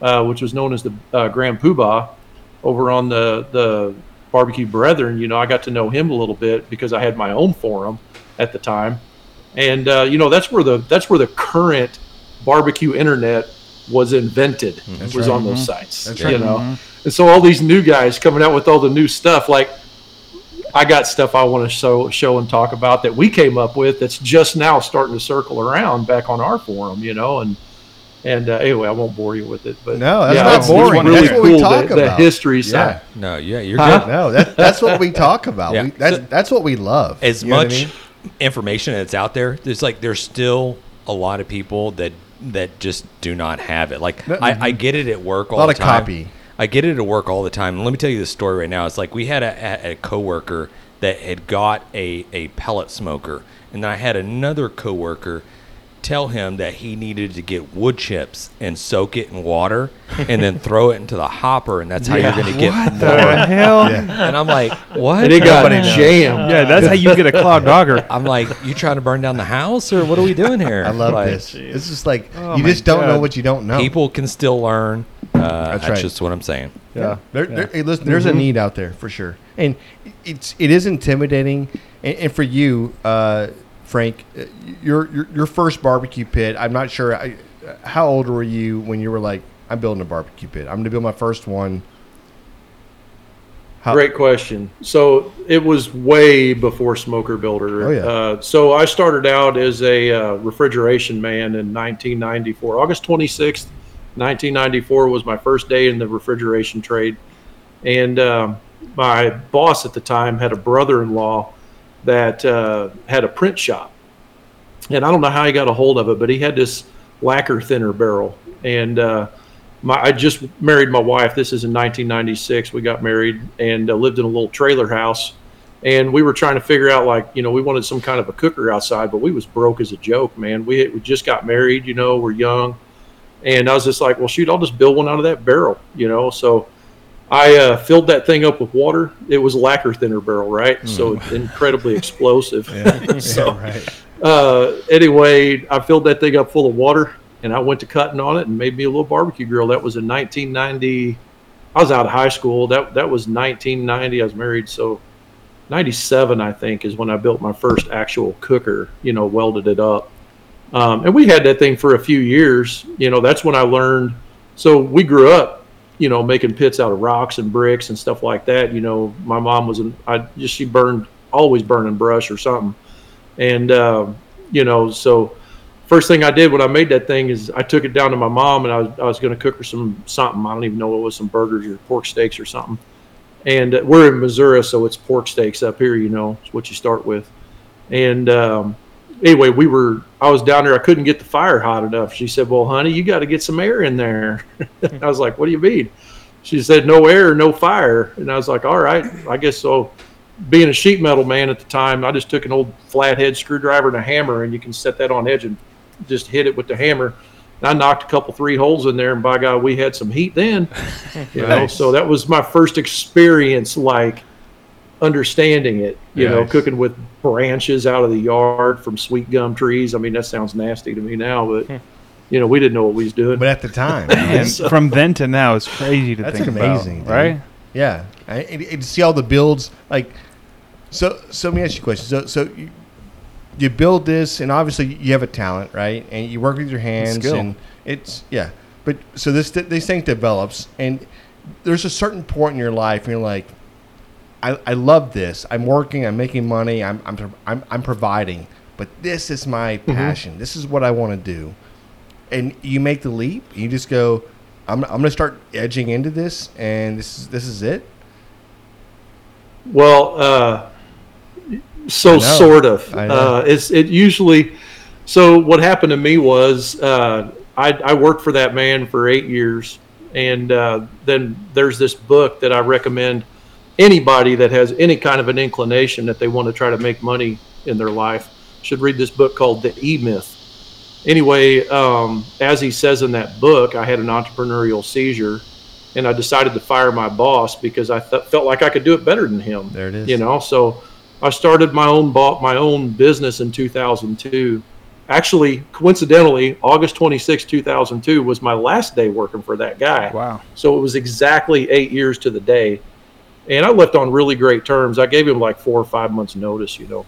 uh, which was known as the uh, Grand Poobah over on the, the Barbecue Brethren. You know, I got to know him a little bit because I had my own forum at the time and uh, you know that's where the that's where the current barbecue internet was invented Mhm. was on those sites That's you right. Mhm. know and so all these new guys coming out with all the new stuff like i got stuff i want to show show and talk about that we came up with that's just now starting to circle around back on our forum you know and and uh, anyway i won't bore you with it but No, Oh, that's yeah, not it's- it's boring. really that's what we cool, talk the, about. the history side Yeah. No, yeah, you're good. No, that, that's what we talk about. Yeah. We, that's, that's what we love. as You know what I much mean? information that's out there, there's like there's still a lot of people that that just do not have it. Like I, I get it at work all Mm-hmm. lot the of time. copy. I get it at work all the time. And let me tell you this story right now. It's like we had a, a, a coworker that had got a, a pellet smoker, and then I had another coworker tell him that he needed to get wood chips and soak it in water and then throw it into the hopper, and that's how Yeah. you're going to get What the more. hell? Yeah. And I'm like, what? And it got Nobody knows. jammed. Yeah, that's how you get a clogged auger. I'm like, you trying to burn down the house, or what are we doing here? I love Like, this. It's just like Oh you just don't know what you don't know. People can still learn. Uh, that's right. just what I'm saying. Yeah. There, there- hey, listen, Mhm. there's Mm-hmm. a need out there for sure, and it's it is intimidating. And, and for you, uh, Frank, uh, your, your your first barbecue pit. I'm not sure. I, how old were you when you were like, I'm building a barbecue pit. I'm going to build my first one. How- Great question. So it was way before Smoker Builder. Oh, yeah. uh, so I started out as a uh, refrigeration man in 1994. August 26th, 1994 was my first day in the refrigeration trade. And um, my boss at the time had a brother in law that uh, had a print shop. And I don't know how he got a hold of it, but he had this lacquer thinner barrel. And uh, my I just married my wife. This is in 1996. We got married and uh, lived in a little trailer house, and we were trying to figure out like you know we wanted some kind of a cooker outside, but we was broke as a joke, man. We we just got married, you know, we're young, and I was just like, well, shoot, I'll just build one out of that barrel, you know. So I uh, filled that thing up with water. It was a lacquer thinner barrel, right? So incredibly explosive. so uh, anyway, I filled that thing up full of water and I went to cutting on it and made me a little barbecue grill. That was in 1990. I was out of high school. That that was 1990. I was married, so 97 I think is when I built my first actual cooker. You know, welded it up, um, and we had that thing for a few years. You know, that's when I learned. So we grew up, you know, making pits out of rocks and bricks and stuff like that. You know, my mom was an I just she burned always burning brush or something, and um, you know so first thing I did when I made that thing is I took it down to my mom and I was, I was going to cook her some something. I don't even know what it was, some burgers or pork steaks or something. And uh, we're in Missouri, so it's pork steaks up here, you know, it's what you start with. And um, anyway, we were, I was down there, I couldn't get the fire hot enough. She said, Well, honey, you got to get some air in there. I was like, What do you mean? She said, No air, no fire. And I was like, All right, I guess so being a sheet metal man at the time, I just took an old flathead screwdriver and a hammer, and you can set that on edge and just hit it with the hammer. And I knocked a couple three holes in there, and by God, we had some heat then. You know, Nice. so that was my first experience, like understanding it. You know, Nice. cooking with branches out of the yard from sweet gum trees. I mean, that sounds nasty to me now, but you know, we didn't know what we was doing. But at the time, Man, from then to now is crazy to That's think amazing, about, dude. right? Yeah, I, and, and see all the builds. Like, so so let me ask you a question. So so you, you build this, and obviously you have a talent, right? And you work with your hands, skill. and it's yeah. But so this this thing develops, and there's a certain point in your life, and you're like, I, I love this. I'm working. I'm making money. I'm I'm I'm, I'm providing. But this is my passion. This is what I want to do. And you make the leap. You just go. I'm, I'm going to start edging into this, and this is this is it. Well, uh, I so know. sort of. I know. Uh, it's it usually. So what happened to me was uh, I, I worked for that man for eight years, and uh, then there's this book that I recommend anybody that has any kind of an inclination that they want to try to make money in their life should read this book called The E Myth. Anyway, um, as he says in that book, I had an entrepreneurial seizure, and I decided to fire my boss because I th- felt like I could do it better than him. There it is. You know, so I started my own bought my own business in 2002. Actually, coincidentally, August 26, 2002 was my last day working for that guy. Wow. So it was exactly 8 years to the day. And I left on really great terms. I gave him like 4 or 5 months notice, you know.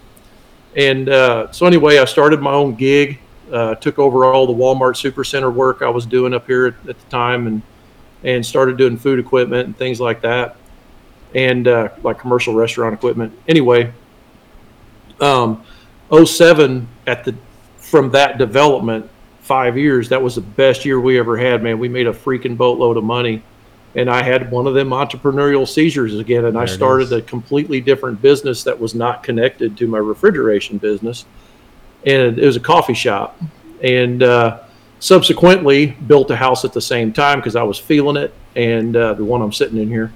And uh, so anyway, I started my own gig, uh, took over all the Walmart Supercenter work I was doing up here at, at the time and and started doing food equipment and things like that and uh, like commercial restaurant equipment. Anyway, um, 07 at the from that development five years that was the best year we ever had man we made a freaking boatload of money and i had one of them entrepreneurial seizures again and i There it started a completely different business that was not connected to my refrigeration business and it was a coffee shop and uh, subsequently built a house at the same time because i was feeling it and uh, the one i'm sitting in here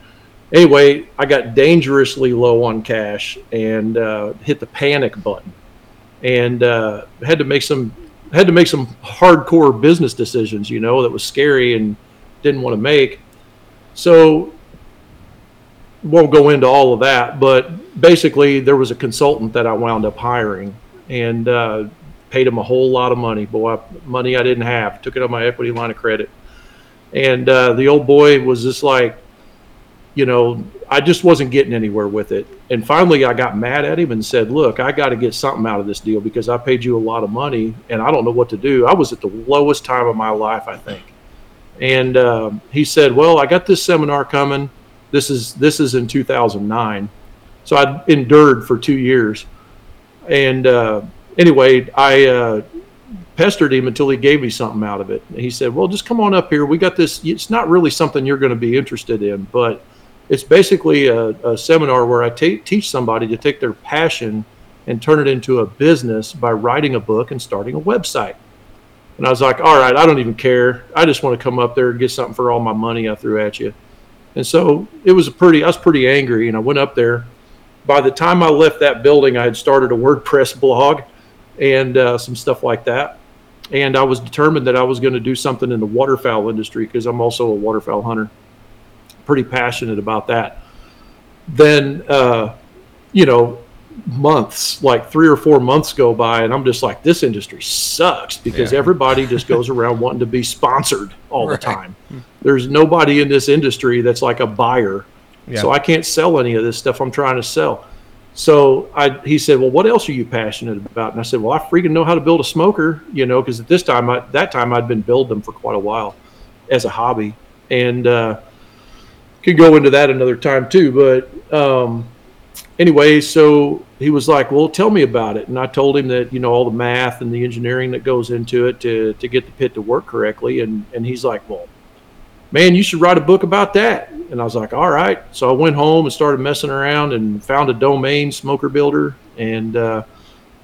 anyway i got dangerously low on cash and uh, hit the panic button and uh, had to make some had to make some hardcore business decisions, you know, that was scary and didn't want to make. So won't go into all of that, but basically there was a consultant that I wound up hiring and uh, paid him a whole lot of money, boy, money I didn't have. Took it on my equity line of credit, and uh, the old boy was just like, you know, I just wasn't getting anywhere with it. And finally, I got mad at him and said, "Look, I got to get something out of this deal because I paid you a lot of money, and I don't know what to do. I was at the lowest time of my life, I think." and um, he said, "Well, I got this seminar coming. This is this is in 2009, so I endured for two years. And uh, anyway, I uh, pestered him until he gave me something out of it. And he said, "Well, just come on up here. We got this. It's not really something you're going to be interested in, but it's basically a, a seminar where I ta- teach somebody to take their passion and turn it into a business by writing a book and starting a website." And I was like, all right, I don't even care. I just want to come up there and get something for all my money I threw at you. And so it was a pretty, I was pretty angry. And I went up there. By the time I left that building, I had started a WordPress blog and uh, some stuff like that. And I was determined that I was going to do something in the waterfowl industry because I'm also a waterfowl hunter, pretty passionate about that. Then, uh, you know, months, like three or four months go by, and I'm just like, this industry sucks because Yeah. everybody just goes around wanting to be sponsored all the time. There's nobody in this industry that's like a buyer. Yeah. So I can't sell any of this stuff I'm trying to sell. So I, he said, well, what else are you passionate about? And I said, well, I freaking know how to build a smoker, you know, because at this time, I, that time I'd been building them for quite a while as a hobby. And, uh, could go into that another time too. But um, anyway, so he was like, "Well, tell me about it." And I told him that you know all the math and the engineering that goes into it to to get the pit to work correctly. And and he's like, "Well, man, you should write a book about that." And I was like, "All right." So I went home and started messing around and found a domain smoker builder. And uh,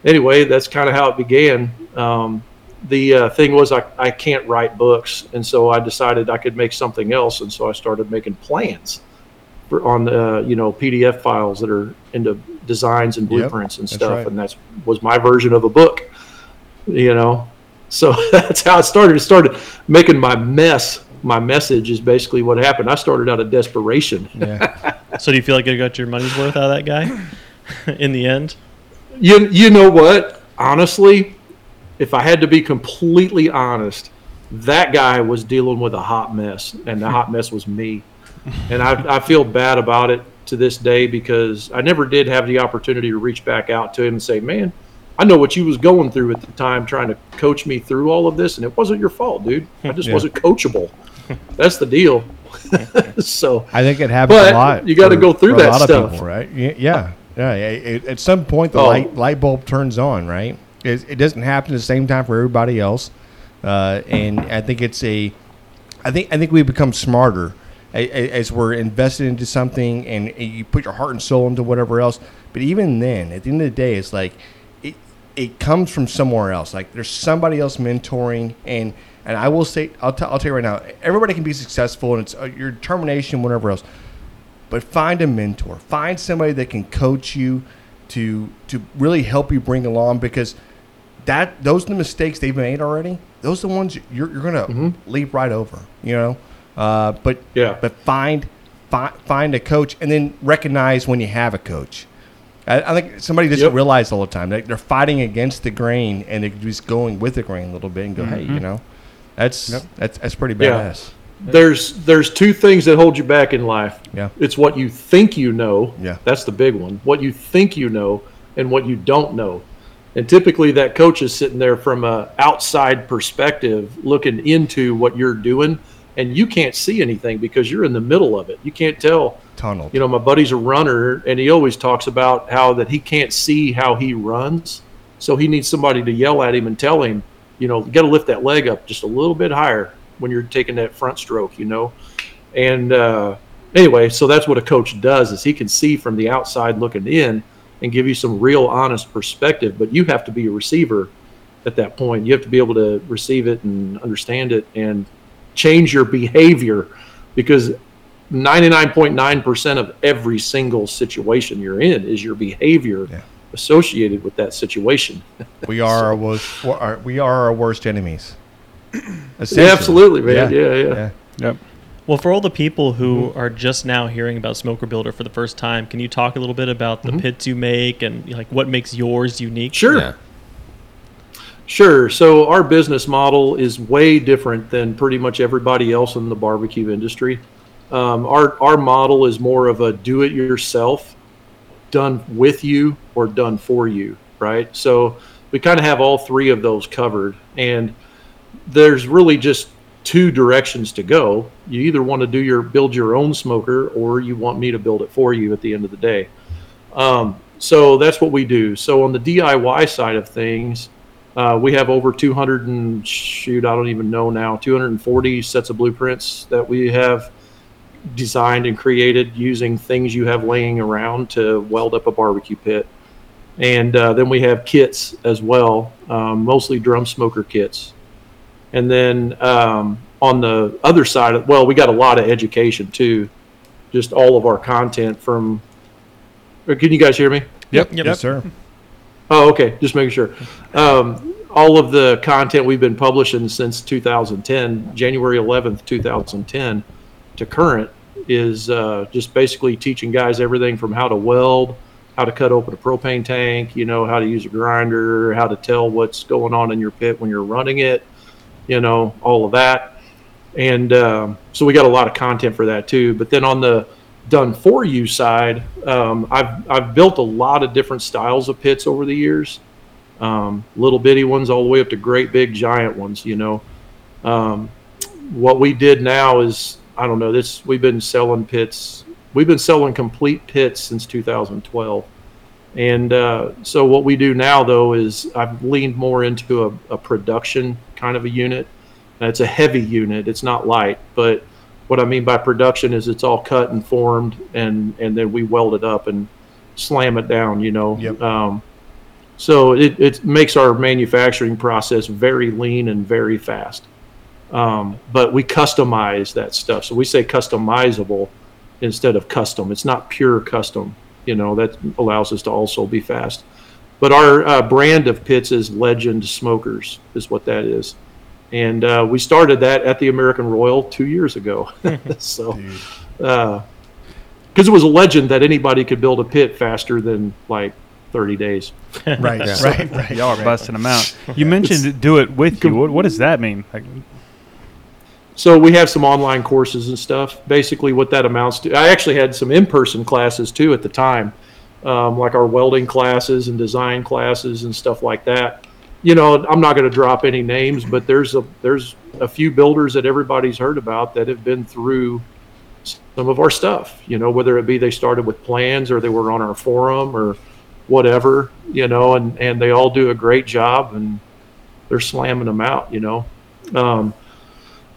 anyway, that's kind of how it began. Um, the uh, thing was, I, I can't write books, and so I decided I could make something else, and so I started making plans for on the uh, you know PDF files that are into designs and Yep, blueprints and that's stuff, right. and that's was my version of a book, you know. So that's how it started. It started making my mess. My message is basically what happened. I started out of desperation. So do you feel like you got your money's worth out of that guy in the end? You you know what? Honestly, if I had to be completely honest, that guy was dealing with a hot mess, and the hot mess was me. And I, I feel bad about it to this day because I never did have the opportunity to reach back out to him and say, "Man, I know what you was going through at the time, trying to coach me through all of this, and it wasn't your fault, dude. I just Yeah. wasn't coachable. That's the deal." so I think it happens But a lot. you gotta for- go through for a that lot of stuff. people, right? Y- Yeah, yeah. yeah. It- at some point, the Oh. light light bulb turns on, right? It, it doesn't happen at the same time for everybody else, uh, and I think it's a, I think I think we become smarter a- a- as we're invested into something, and you put your heart and soul into whatever else. But even then, at the end of the day, it's like it it comes from somewhere else. Like there's somebody else mentoring, and and I will say, I'll, t- I'll tell you right now, everybody can be successful, and it's uh, your determination, whatever else. But find a mentor, find somebody that can coach you to to really help you bring along because that those are the mistakes they've made already. Those are the ones you're, you're gonna leap right over, you know. Uh, but Mm-hmm. yeah, but find find find a coach and then recognize when you have a coach. I, I think somebody doesn't realize all the time that they're fighting against the grain and they're just going with the grain a little bit and go, hey, you Mhm. know, that's Yep. that's that's pretty Yeah. badass. There's there's two things that hold you back in life. Yeah. It's what you think you know. Yeah. That's the big one. What you think you know and what you don't know. And typically that coach is sitting there from a outside perspective looking into what you're doing and you can't see anything because you're in the middle of it. You can't tell Tunnel. you know, my buddy's a runner, and he always talks about how that he can't see how he runs, so he needs somebody to yell at him and tell him, you know, got to lift that leg up just a little bit higher when you're taking that front stroke, you know. And uh, anyway, so that's what a coach does is he can see from the outside looking in and give you some real honest perspective, but you have to be a receiver at that point. You have to be able to receive it and understand it and change your behavior because 99.9% of every single situation you're in is your behavior associated with that situation. We are our worst. we are- We are our worst enemies. Essentially. Yeah, absolutely, man. Yeah, yeah. Yep. Well, for all the people who Mm-hmm. are just now hearing about Smoker Builder for the first time, can you talk a little bit about the pits you make and like what makes yours unique? Mm-hmm. Sure. Sure. So our business model is way different than pretty much everybody else in the barbecue industry. Um, our our model is more of a do-it-yourself, done with you or done for you, right? So we kind of have all three of those covered, and there's really just two directions to go. You either want to do your build your own smoker, or you want me to build it for you at the end of the day. Um, so that's what we do. So on the DIY side of things, uh, we have over 200 and shoot, I don't even know now, 240 sets of blueprints that we have designed and created using things you have laying around to weld up a barbecue pit. And uh, then we have kits as well, um, mostly drum smoker kits. And then um, on the other side, of, well, we got a lot of education too, just all of our content from. or Can you guys hear me? Yep. Yes, sir. Oh, okay. Just making sure. Um, all of the content we've been publishing since 2010, January 11th, 2010, to current is uh, just basically teaching guys everything from how to weld, how to cut open a propane tank, you know, how to use a grinder, how to tell what's going on in your pit when you're running it, you know, all of that. And um, so we got a lot of content for that too. But then on the done for you side, um, I've I've built a lot of different styles of pits over the years, um, little bitty ones all the way up to great big giant ones. You know, um, what we did now is I don't know this. We've been selling pits. We've been selling complete pits since 2012. And uh, so what we do now though is I've leaned more into a, a production kind of a unit. And it's a heavy unit. It's not light, but what I mean by production is it's all cut and formed, and and then we weld it up and slam it down. You know. Um, so it, it makes our manufacturing process very lean and very fast. Um, but we customize that stuff. So we say customizable instead of custom. It's not pure custom. You know, that allows us to also be fast. But our uh, brand of pits is Legend Smokers, is what that is. And uh, we started that at the American Royal two years ago. so, because Uh, it was a legend that anybody could build a pit faster than like 30 days. Right, So- Y'all are busting them out. You mentioned do it with you. What, what does that mean? Like, So we have some online courses and stuff. Basically, what that amounts to, I actually had some in-person classes too at the time, um, like our welding classes and design classes and stuff like that. You know, I'm not going to drop any names, but there's a there's a few builders that everybody's heard about that have been through some of our stuff. You know, whether it be they started with plans or they were on our forum or whatever. You know, and and they all do a great job and they're slamming them out. You know. Um,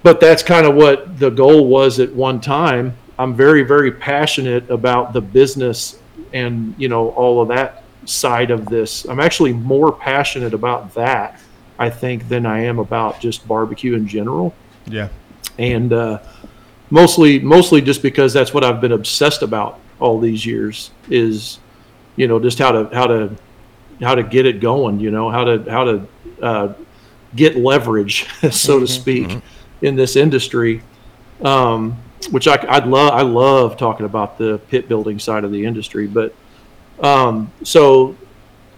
but that's kind of what the goal was at one time. I'm very, very passionate about the business and you know all of that side of this. I'm actually more passionate about that, I think, than I am about just barbecue in general Yeah. and uh, mostly mostly just because that's what I've been obsessed about all these years is you know just how to how to how to get it going you know how to how to uh, get leverage so to speak in this industry um, which I, I'd love I love talking about the pit building side of the industry but um, so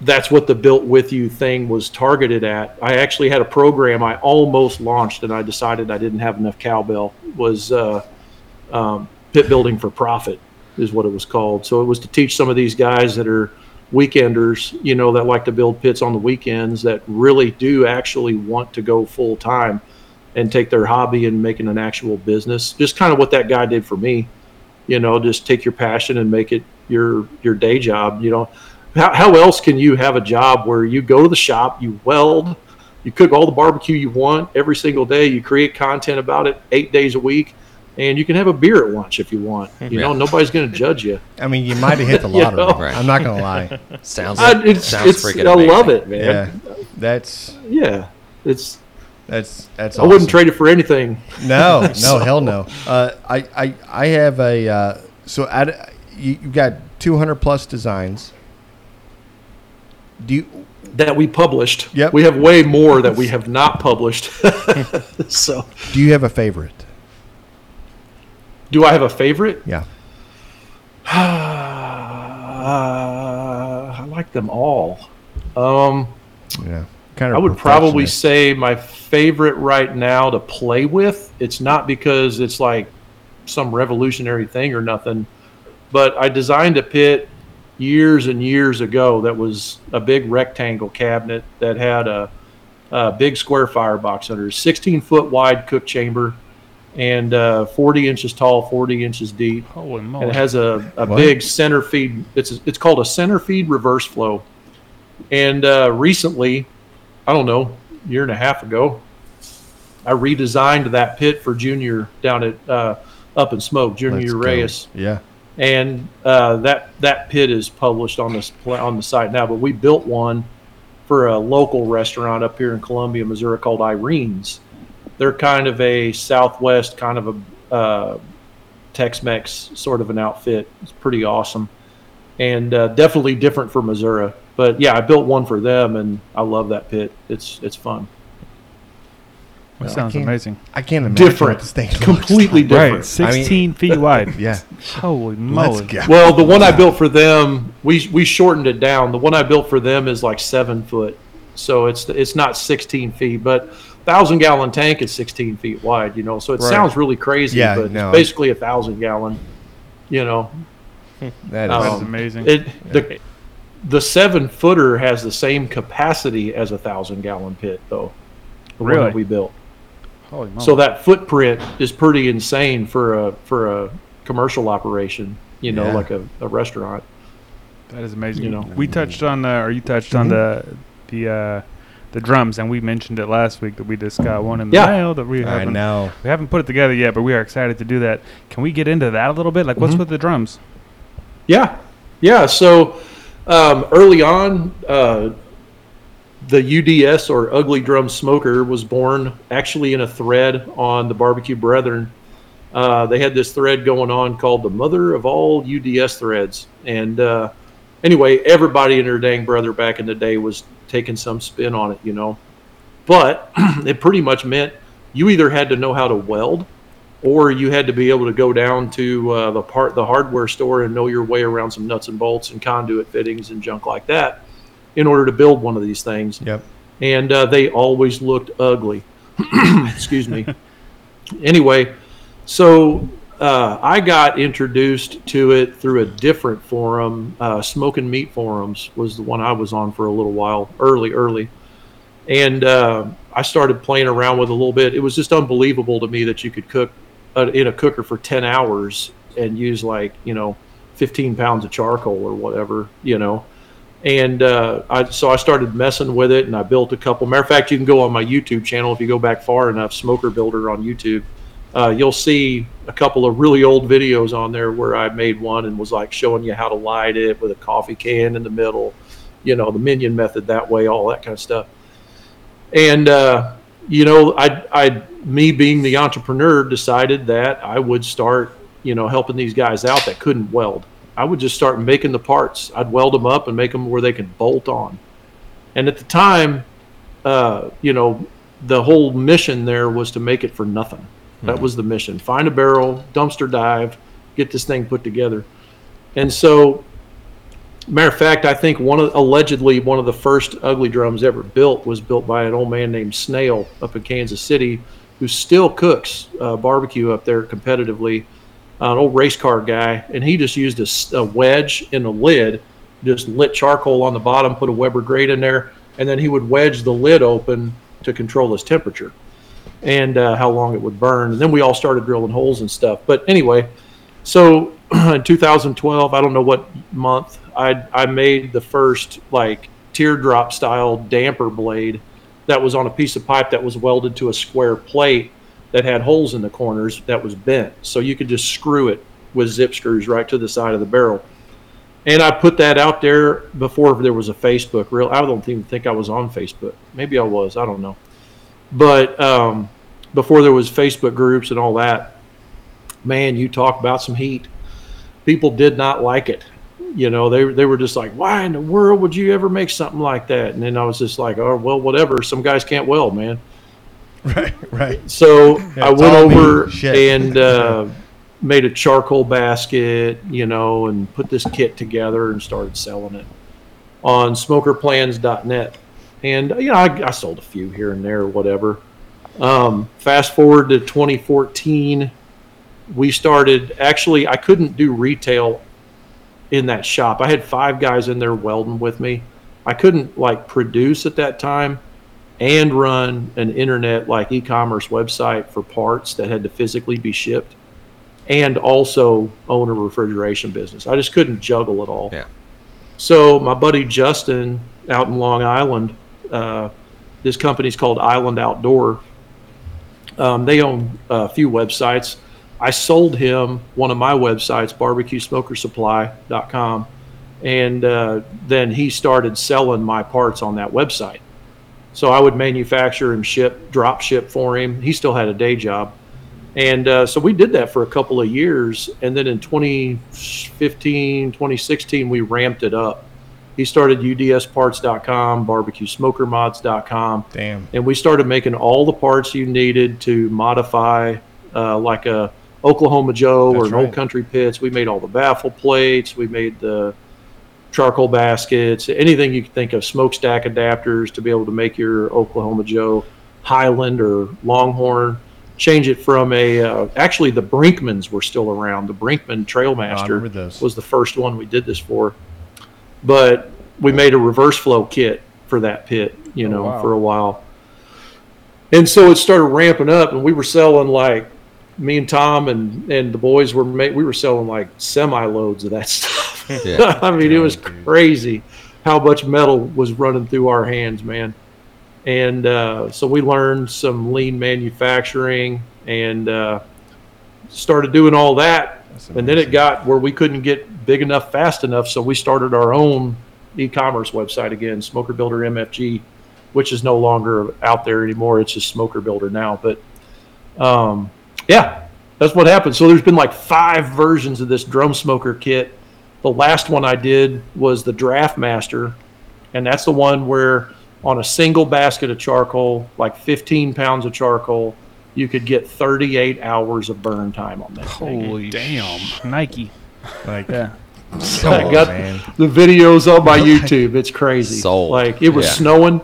that's what the built with you thing was targeted at. I actually had a program I almost launched, and I decided I didn't have enough cowbell. Was uh, um, pit building for profit is what it was called. So it was to teach some of these guys that are weekenders, you know, that like to build pits on the weekends that really do actually want to go full time and take their hobby and make it an actual business. Just kind of what that guy did for me you know just take your passion and make it your your day job you know how, how else can you have a job where you go to the shop you weld you cook all the barbecue you want every single day you create content about it eight days a week and you can have a beer at lunch if you want you know Yeah. nobody's going to judge you I mean, you might have hit the You lottery. know? I'm not gonna lie. Sounds I- it's, it's, I love it Yeah. man That's yeah, it's that's that's. i wouldn't awesome. trade it for anything No, no, So- hell no. Uh, I, I, I have a uh, so I, you, you've got 200 plus designs. Do you, that we published. Yep. We have way more that we have not published. so, do you have a favorite? do I have a favorite? Yeah. Uh, I like them all. Um, yeah. Kind I would probably say my favorite right now to play with. It's not because it's like some revolutionary thing or nothing, but I designed a pit years and years ago that was a big rectangle cabinet that had a, a big square firebox under it, 16 foot wide cook chamber and uh, 40 inches tall, 40 inches deep. Holy and moly. it has a, a What? big center feed. It's, it's called a center feed reverse flow. And uh, recently, I don't know, year and a half ago, I redesigned that pit for Junior down at uh, Up in Smoke, Junior Reyes Yeah. and uh, that that pit is published on this pla- on the site now. But we built one for a local restaurant up here in Columbia, Missouri, called Irene's. They're kind of a Southwest kind of a uh, Tex-Mex sort of an outfit. It's pretty awesome, and uh, definitely different for Missouri. But yeah, I built one for them, and I love that pit. It's it's fun. That I sounds can't- amazing. I can't imagine what Different. this thing looks Completely like. different. Right, 16 feet wide. Yeah. Holy moly. Well, the one I built for them, we we shortened it down. The one I built for them is like seven foot, so it's it's not sixteen feet, but thousand gallon tank is sixteen feet wide. You know, so it Right. sounds really crazy, Yeah, but no. it's basically a thousand gallon. You know, Um, That is- That's amazing. It, the the seven footer has the same capacity as a thousand gallon pit, though. The one Really? that we built. Holy moly. So that footprint is pretty insane for a for a commercial operation, you know, Yeah. like a, a restaurant. That is amazing. You know. we touched on, uh, or you touched on the Mm-hmm. the uh, the drums, and we mentioned it last week that we just got one in the Yeah. mail that we I haven't. know. We haven't put it together yet, but we are excited to do that. Can we get into that a little bit? Like, Mm-hmm. what's with the drums? Yeah, yeah. So um, early on, uh, the UDS or Ugly Drum Smoker was born actually in a thread on the Barbecue Brethren. Uh, they had this thread going on called the Mother of All UDS Threads, and uh, anyway, everybody and their dang brother back in the day was taking some spin on it, you know. But it pretty much meant you either had to know how to weld or you had to be able to go down to uh, the part the hardware store and know your way around some nuts and bolts and conduit fittings and junk like that in order to build one of these things. Yep. And uh, they always looked ugly. Excuse me. anyway, so uh, I got introduced to it through a different forum. Uh, Smoking Meat Forums was the one I was on for a little while, early, early and uh, I started playing around with it a little bit. It was just unbelievable to me that you could cook uh, in a cooker for ten hours and use like you know fifteen pounds of charcoal or whatever, you know. And uh, I so I started messing with it, and I built a couple. Matter of fact, you can go on my YouTube channel if you go back far enough. Smoker Builder on YouTube, uh, you'll see a couple of really old videos on there where I made one and was like showing you how to light it with a coffee can in the middle, you know, the minion method that way, all that kind of stuff and uh, you know I, I me being the entrepreneur decided that i would start you know helping these guys out that couldn't weld i would just start making the parts i'd weld them up and make them where they could bolt on and at the time uh, you know the whole mission there was to make it for nothing that was the mission find a barrel dumpster dive get this thing put together and so Matter of fact, I think one of allegedly one of the first ugly drums ever built was built by an old man named Snail up in Kansas City, who still cooks uh, barbecue up there competitively. an old race car guy, and he just used a s a a wedge in a lid, just lit charcoal on the bottom, put a Weber grate in there, and then he would wedge the lid open to control his temperature and uh, how long it would burn. And then we all started drilling holes and stuff. But anyway, so in 2012, I don't know what month, I I made the first like teardrop style damper blade that was on a piece of pipe that was welded to a square plate that had holes in the corners that was bent. So you could just screw it with zip screws right to the side of the barrel. And I put that out there before there was a Facebook real. I don't even think I was on Facebook. Maybe I was. I don't know but um, before there was Facebook groups and all that, man, you talk about some heat. People did not like it. you know they they were just like why in the world would you ever make something like that and then i was just like oh well whatever some guys can't weld man right so Yeah, i it's went all me. over Shit. and uh, made a charcoal basket you know and put this kit together and started selling it on smokerplans.net and you know i, I sold a few here and there or whatever um, fast forward to 2014 we started actually i couldn't do retail in that shop. I had five guys in there welding with me. I couldn't like produce at that time and run an internet like e-commerce website for parts that had to physically be shipped and also own a refrigeration business. I just couldn't juggle it all. Yeah. So my buddy Justin out in Long Island, uh, this company's called Island Outdoor. Um, they own a few websites. I sold him one of my websites, barbecuesmokersupply.com, and uh, then he started selling my parts on that website. So I would manufacture and ship, drop ship for him. He still had a day job. And uh, so we did that for a couple of years. And then in 2015, 2016, we ramped it up. He started UDSparts.com, barbecuesmokermods.com. Damn. And we started making all the parts you needed to modify, uh, like a Oklahoma Joe or That's an right. old country pits. We made all the baffle plates. We made the charcoal baskets, anything you can think of, smokestack adapters to be able to make your Oklahoma Joe Highland or Longhorn. Change it from a uh, actually the Brinkmans were still around. The Brinkman Trailmaster Oh, remember those. was the first one we did this for, but we made a reverse flow kit for that pit, you know, Oh, wow. for a while. And so it started ramping up, and we were selling like me and Tom and and the boys were ma- we were selling like semi loads of that stuff. Yeah. I mean, it was crazy how much metal was running through our hands, man. And uh, so we learned some lean manufacturing and uh, started doing all that. And then it got where we couldn't get big enough fast enough, so we started our own e-commerce website again, Smoker Builder MFG, which is no longer out there anymore. It's just Smoker Builder now, but um, yeah, that's what happened. So there's been like five versions of this drum smoker kit. The last one I did was the Draft Master, and that's the one where on a single basket of charcoal, like 15 pounds of charcoal, you could get 38 hours of burn time on that. Holy Damn, Nike. Like, yeah. I got the videos on my YouTube. It's crazy. Sold. Like it was Yeah. snowing,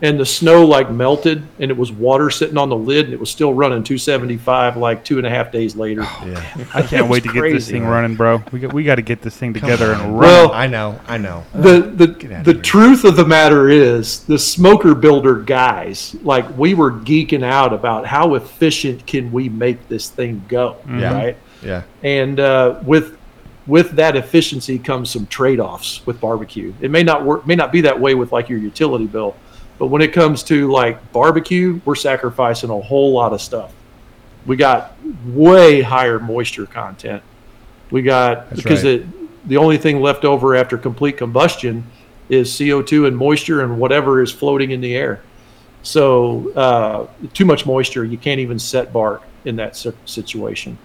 and the snow like melted, and it was water sitting on the lid, and it was still running 275 like two and a half days later. Oh, I can't It wait to get was this crazy. thing running, bro. We got, we got to get this thing together and run. Well, I know, I know. the the, the truth of the matter is the smoker builder guys like we were geeking out about how efficient can we make this thing go Yeah. right Yeah. and uh, with with that efficiency comes some trade-offs with barbecue it may not work may not be that way with like your utility bill but when it comes to like barbecue we're sacrificing a whole lot of stuff we got way higher moisture content we got That's because right. it the only thing left over after complete combustion is CO2 and moisture and whatever is floating in the air. So uh, too much moisture, you can't even set bark in that si- situation.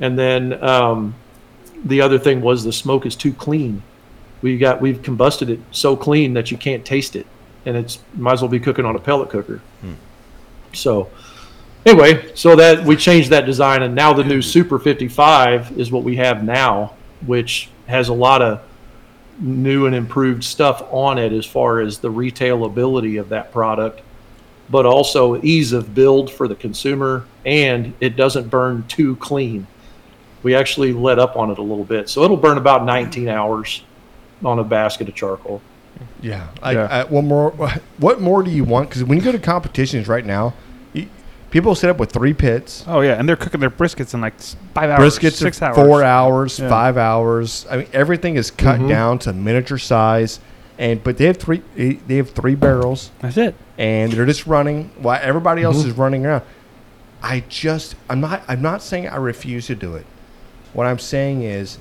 And then um, the other thing was the smoke is too clean. We got we've combusted it so clean that you can't taste it, and it's might as well be cooking on a pellet cooker. Hmm. So anyway, so that we changed that design, and now the new Super 55 is what we have now, which has a lot of new and improved stuff on it as far as the retailability of that product, but also ease of build for the consumer, and it doesn't burn too clean. We actually let up on it a little bit, so it'll burn about 19 hours on a basket of charcoal. Yeah. I, I, what more? What more do you want? Because when you go to competitions right now, you, people set up with three pits, Oh yeah, and they're cooking their briskets in like s- five hours, briskets, six are hours, four hours, Yeah. five hours. I mean, everything is cut Mhm. down to miniature size, and but they have three. They they have three barrels, That's it. Mm-hmm. and they're just running while everybody else is running around. I just, I'm not, I'm not saying I refuse to do it. What I'm saying is,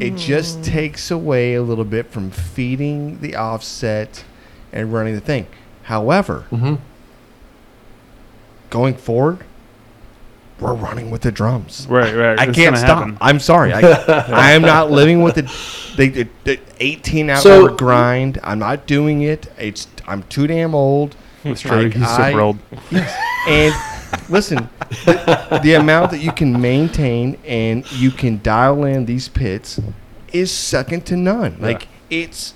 it Mm. just takes away a little bit from feeding the offset and running the thing. However, going forward, we're running with the drums. Right, right. I It's can't gonna stop. happen. I'm sorry. I, I am not living with the They, they, they- 18 hour So- grind. I'm not doing it. It's I'm too damn old. That's true. He's super old. Yes. And listen, the, the amount that you can maintain and you can dial in these pits is second to none. Like it's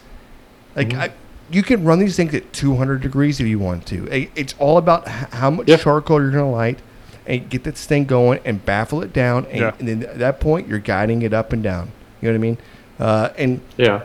like Mm-hmm. I, you can run these things at 200 degrees if you want to. I- It's all about h- how much charcoal you're going to light and get this thing going and baffle it down. And, Yeah. and then at that point, you're guiding it up and down. You know what I mean? Uh, and Yeah.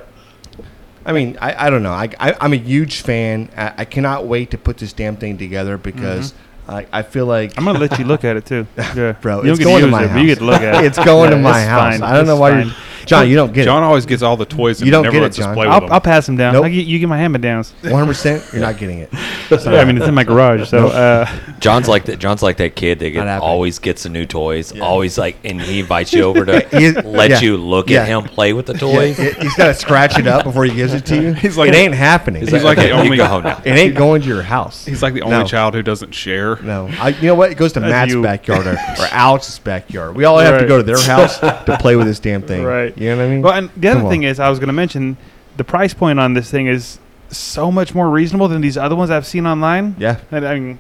I mean, I, I don't know. I, I, I'm a huge fan. I, I cannot wait to put this damn thing together because Mm-hmm. I, I feel like I'm gonna let you look at it too, yeah, bro. You don't get it's to going to use my it, house. but you get to look at it. It's going to Yeah, my it's house. fine. I don't know It's why fine. you're John. You don't get John it. always gets all the toys. And You don't never get lets it, us John. Play with I'll, them. I'll pass them down. Nope. I, you, you get my hand me downs. 100. percent You're not getting it. Yeah, I mean, it's in my garage, so uh, John's like that. John's like that kid that get, happening. always gets the new toys. Always like, and he invites you over to He- let yeah. you look Yeah. at him play with the Yeah, toys. it- he's got to scratch it up before he gives it to you. He's like- it ain't happening. He's like the "Okay, you only. go home now." it ain't going to your house. He's like the only No. child who doesn't share. No, I, you know what? It goes to That's Matt's you. backyard or, or Alex's backyard. We all have to Right. go to their house to play with this damn thing. Right. You know what I mean? Well, and the Come other on. thing is, I was going to mention the price point on this thing is so much more reasonable than these other ones I've seen online. Yeah. And, I mean,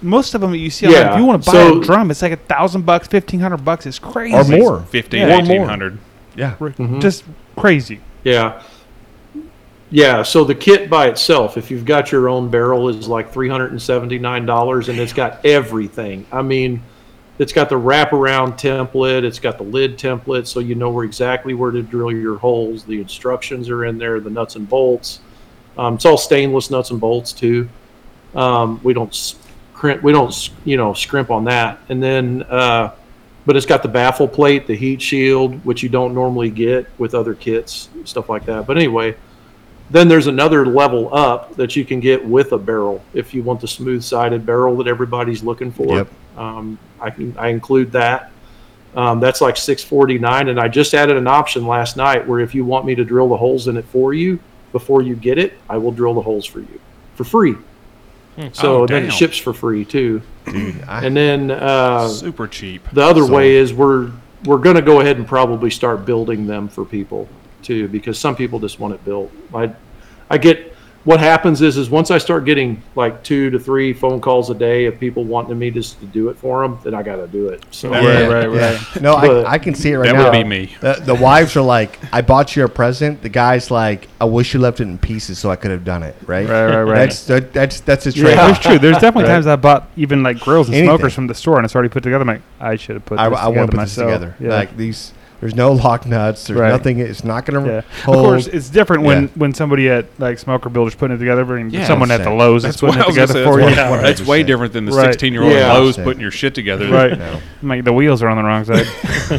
most of them that you see, Yeah, online, if you want to buy so- a drum, it's like a thousand bucks, fifteen hundred bucks. It's crazy. or more. Fifteen, Yeah. Or more. eighteen hundred. Yeah. R- Just crazy. Yeah. Yeah, so the kit by itself, if you've got your own barrel, is like three hundred and seventy nine dollars and it's got everything. I mean, it's got the wraparound template, it's got the lid template, so you know where exactly where to drill your holes. The instructions are in there, the nuts and bolts. Um, it's all stainless nuts and bolts too. Um, we don't scrimp, we don't you know scrimp on that. And then, uh, but it's got the baffle plate, the heat shield, which you don't normally get with other kits, stuff like that. But anyway, then there's another level up that you can get with a barrel if you want the smooth sided barrel that everybody's looking for. Yep. Um, I can I include that. Um, that's like 649 and I just added an option last night where if you want me to drill the holes in it for you before you get it, I will drill the holes for you for free. So Oh, then damn. it ships for free too. I- and then uh, Super cheap. the other So- way is we're we're going to go ahead and probably start building them for people too, because some people just want it built. I I get what happens is is once I start getting like two to three phone calls a day of people wanting me just to do it for them, then I got to do it. So Right, right, yeah. No, But- I, I can see it right That now. would be me. The, the wives are like, "I bought you a present." The guy's like, "I wish you left it in pieces so I could have done it." Right. Right, right, right. That's that, that's that's a trade. Yeah, it's true. There's definitely times I bought even like grills and Anything. smokers from the store, and it's already put together. I'm like, I should have put. This I, I together want to put this myself. together. Yeah. Like these, there's no lock nuts. There's Right. nothing. It's not going to yeah. hold. Of course, it's different when, Yeah. when somebody at like Smoker Builders putting it together, and Yeah. someone at the Lowe's is That's putting what I it was gonna together say. for you. That's, Yeah. way- that's way 100%. different than the Right. sixteen-year-old Yeah. Lowe's putting your shit together. Right. No. Like the wheels are on the wrong side.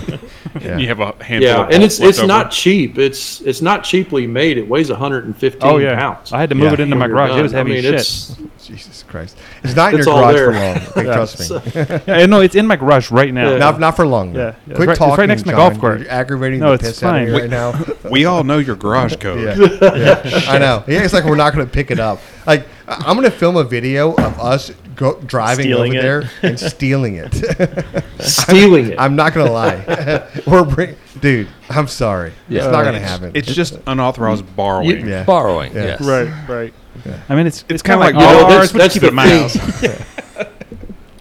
Yeah. You have a handful. yeah, of and it's left it's over. not cheap. It's it's not cheaply made. It weighs 115 oh yeah, pounds. I had to move Yeah. it into my When you're garage. It done. was I heavy mean, as shit. it's- Jesus Christ. It's not in It's your all garage for there. long. Okay, Yeah. Trust me. Yeah, no, it's in my garage right now. Yeah. Not, not for long. though. Yeah, yeah. It's Quit right- it's right talking. next to my John. golf cart. You're aggravating No, the it's piss out of me fine. right now. We all know your garage code. Yeah. Yeah. I know. Yeah, it's like we're not going to pick it up. Like I- I'm going to film a video of us go, driving Stealing over it. there and stealing it. stealing it. I'm not going to lie. we're bring- dude. I'm sorry. It's not going to happen. It's just unauthorized borrowing. yeah. Borrowing. Yeah. Yes. Right, right. I mean, it's it's kinda kind of like like, you know, all that's- ours, but that's keep the it in my thing. house.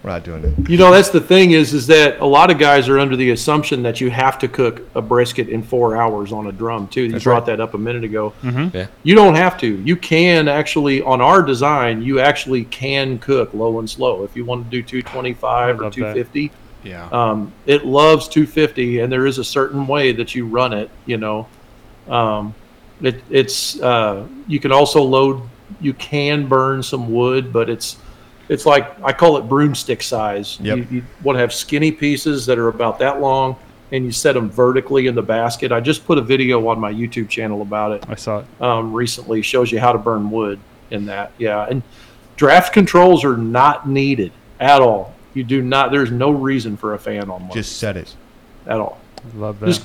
We're not doing it. You know, that's the thing is, is that a lot of guys are under the assumption that you have to cook a brisket in four hours on a drum too. You brought that up a minute ago. Mm-hmm. Yeah. You don't have to. You can actually on our design, you actually can cook low and slow. If you want to do 225 love or that. 250, Yeah. Uh, um, it loves 250, and there is a certain way that you run it. You know, um, it, it's uh, you can also load. You can burn some wood, but it's it's like I call it broomstick size. Yep. You, you want to have skinny pieces that are about that long, and you set them vertically in the basket. I just put a video on my YouTube channel about it I saw it. um, recently shows you how to burn wood in that. Yeah, and draft controls are not needed at all. You do not. There's no reason for a fan on one Just set it. at all. Love that. Just-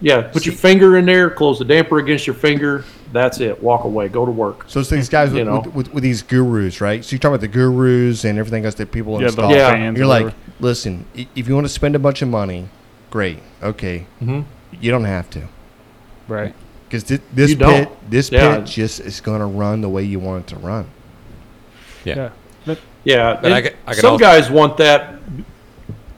Yeah, put your finger in there, close the damper against your finger. That's it. Walk away. Go to work. So it's these guys You with, know. with, with, with these gurus, right? So you're talking about the gurus and everything else that people Yeah, the install. Yeah. fans or You're like, whatever. listen, Mm-hmm. i- if you want to spend a bunch of money, great, okay. You don't have to. Right. Because thi- this You don't. pit, this Yeah. pit just is going to run the way you want it to run. Yeah. But- Yeah. But I it- could- I could some also- guys want that.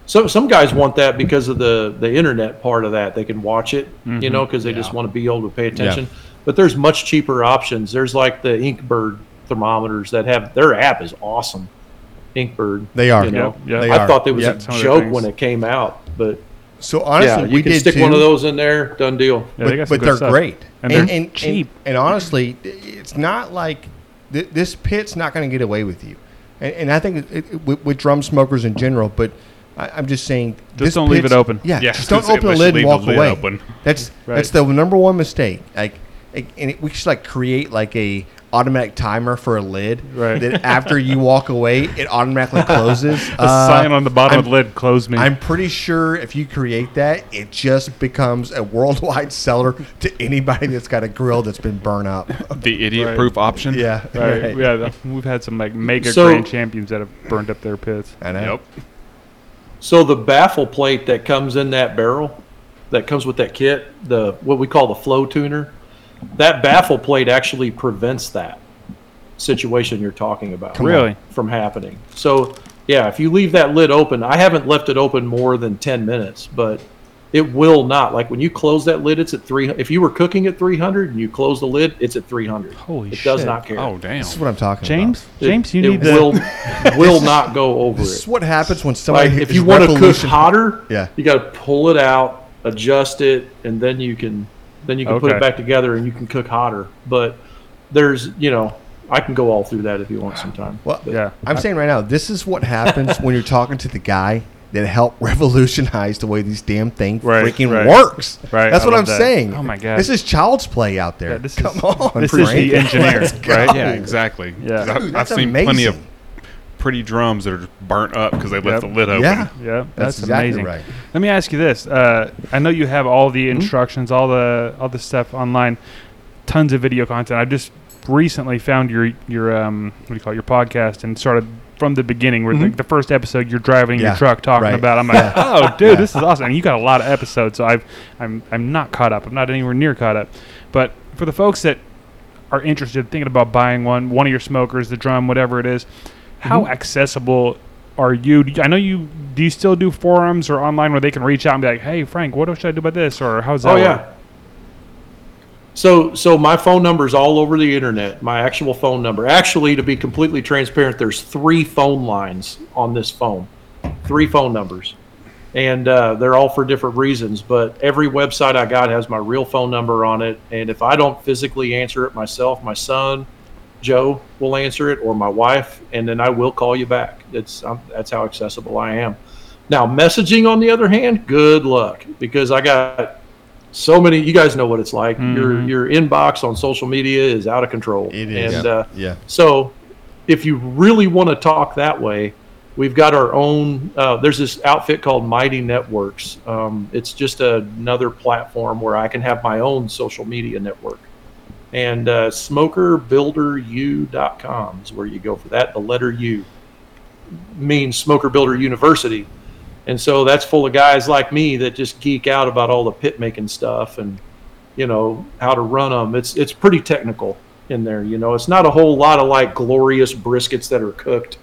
Some some guys want that because of the the internet part of that. They can watch it, you Mhm. know, because they just want to be able to pay attention. Yeah. But there's much cheaper options. There's like the Inkbird thermometers that have their app is awesome. Inkbird. They are. You know, Yep, yep. They I are. thought there was Yep. a Some of their joke things. when it came out, but So honestly, yeah, you we can did stick one too. of those in there, done deal. but, but they're great and, and, and- And, honestly, it's not like th- this pit's not going to get away with you. And, and I think it, it, with, with drum smokers in general, but I, I'm just saying, Just don't leave pit's- it open. Yeah, Yeah, just I don't was gonna open the say, lid leave and the walk lid away. open. That's Right. that's the number one mistake. Like, like and it, we should like create like a automatic timer for a lid Right. that after you walk away, it automatically closes. Uh, A sign on the bottom of the lid, "Close me." I'm pretty sure if you create that, it just becomes a worldwide seller to anybody that's got a grill that's been burnt up. The idiot-proof option. Yeah, Right. right. Yeah. the- We've had some like mega So- grand champions that have burned up their pits. I know. Yep. So the baffle plate that comes in that barrel, that comes with that kit, the what we call the flow tuner, that baffle plate actually prevents that situation you're talking about Come on. Really? from happening. So yeah, if you leave that lid open, I haven't left it open more than ten minutes, but it will not. Like when you close that lid, it's at three. If you were cooking at three hundred and you close the lid, it's at three hundred. Holy it does shit. not care. Oh damn! That's what I'm talking James, It- James, you it need will to. will not go about. over This it. is what happens when somebody Like if is you want to cook revolution- hotter, Yeah. you got to pull it out, adjust it, and then you can then you can put Okay. it back together and you can cook hotter. But there's you know I can go all through that if you want sometime. Well, But- Yeah. I'm saying right now, this is what happens when you're talking to the guy that helped revolutionize the way these damn things Right, freaking right. works. Right, That's I what love I'm that. saying. Oh my God. This is child's play out there. Yeah, this Come is- on, this is Frank. the engineer, Let's go. right? Yeah, exactly. Yeah. 'Cause I've, Dude, I've that's seen plenty of amazing. pretty drums that are burnt up because they Yep. left the lid open. Yeah. Yeah, That's that's, exactly amazing. right. Mm-hmm. Let me ask you this: uh, I know you have all the instructions, all the all the stuff online, tons of video content. I just recently found your your um, what do you call it, your podcast and started from the beginning where the, the first episode you're driving in Mm-hmm. Yeah, your truck talking right. about. I'm like, Yeah. oh, dude, this is awesome. And you got a lot of episodes, so I've I'm I'm not caught up. I'm not anywhere near caught up. But for the folks that are interested, thinking about buying one, one of your smokers, the drum, whatever it is, how Mm-hmm. accessible are you? Do you- I know you. Do you still do forums or online where they can reach out and be like, "Hey, Frank, what should I do about this?" Or how's that? Oh work? yeah. So so my phone number's all over the internet. My actual phone number. Actually, to be completely transparent, there's three phone lines on this phone, three phone numbers, and uh, they're all for different reasons. But every website I got has my real phone number on it, and if I don't physically answer it myself, my son. Joe will answer it, or my wife, and then I will call you back. It's i that's how accessible I am. Now, messaging, on the other hand, good luck because I got so many you guys know what it's like your your inbox on social media is out of control Mm-hmm. It is. and Yeah. uh, Yeah. so if you really want to talk that way we've got our own uh, there's this outfit called mighty networks um, it's just another platform where i can have my own social media network and uh, smokerbuilderu.com is where you go for that the letter u means smoker builder university and so that's full of guys like me that just geek out about all the pit making stuff and you know how to run them. It's it's pretty technical in there. You know, it's not a whole lot of like glorious briskets that are cooked.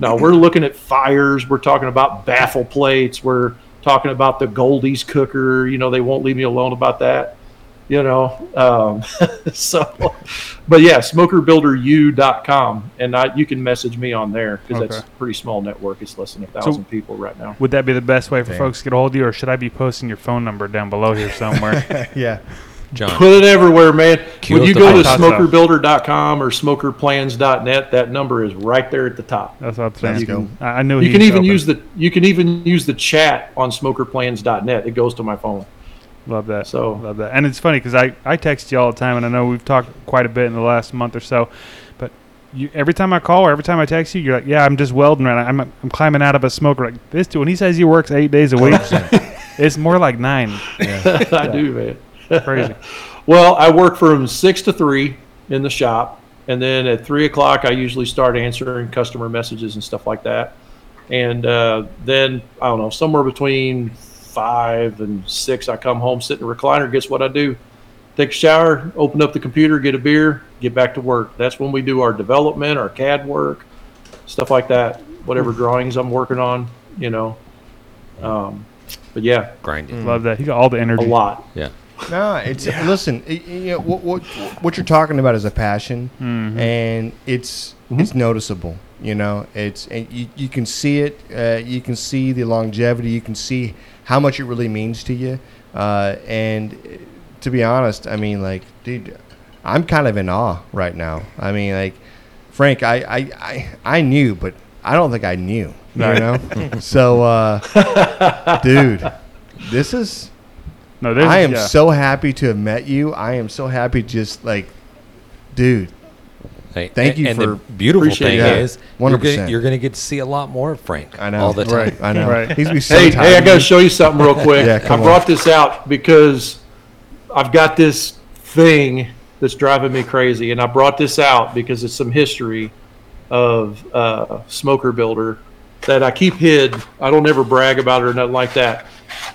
No, we're looking at fires. We're talking about baffle plates. We're talking about the Goldie's cooker. You know, they won't leave me alone about that. You know, um, so, but yeah, smokerbuilderu.com. And I, you can message me on there because that's Okay. a pretty small network. It's less than a thousand people right now. Would that be the best way for folks to get a hold of you, or should I be posting your phone number down below here somewhere? Yeah. John. Put it everywhere, man. Cue When up you the go to hot sauce. smokerbuilder.com or smokerplans.net, that number is right there at the top. That's what I'm saying. Let's You can- go. I I knew You he can was even open. use the you can even use the chat on smokerplans.net. It goes to my phone. Love that. So- love that. And it's funny because I I text you all the time, and I know we've talked quite a bit in the last month or so, but. You, every time I call or every time I text you, you're like, "Yeah, I'm just welding right now. I'm, I'm climbing out of a smoker." Like this dude, when he says he works eight days a week, it's more like nine. I do, man. Crazy. Well, I work from six to three in the shop, and then at three o'clock, I usually start answering customer messages and stuff like that. And uh, then I don't know, somewhere between five and six, I come home, sit in the recliner. Guess what I do? take a shower, open up the computer, get a beer, get back to work. That's when we do our development, our CAD work, stuff like that. Whatever Hmm. drawings I'm working on, you know. Um, but yeah, grinding. Mm. Love that. He got all the energy. A lot. Yeah. No, it's listen. y- y- You know, what, what what you're talking about is a passion, Mhm. and it's it's noticeable. You know, it's and you, you can see it. Uh, you can see the longevity. You can see how much it really means to you. Uh, and uh, to be honest, I mean, like, dude, I'm kind of in awe right now. I mean, like, Frank, I I I, I knew, but I don't think I knew. You Right. know, so uh, dude, this is No, there's- I am yeah. so happy to have met you. I am so happy, just like, dude. Hey, thank and- you and for the beautiful thing is one you're hundred gonna, percent. you're gonna get to see a lot more of Frank. I know, all the time. right, I know. Right. He's gonna be so hey, tired. hey, I got to show you something real quick. Yeah, I come on. brought this out because I've got this thing that's driving me crazy, and I brought this out because it's some history of uh, Smoker Builder that I keep hid. I don't ever brag about it or nothing like that,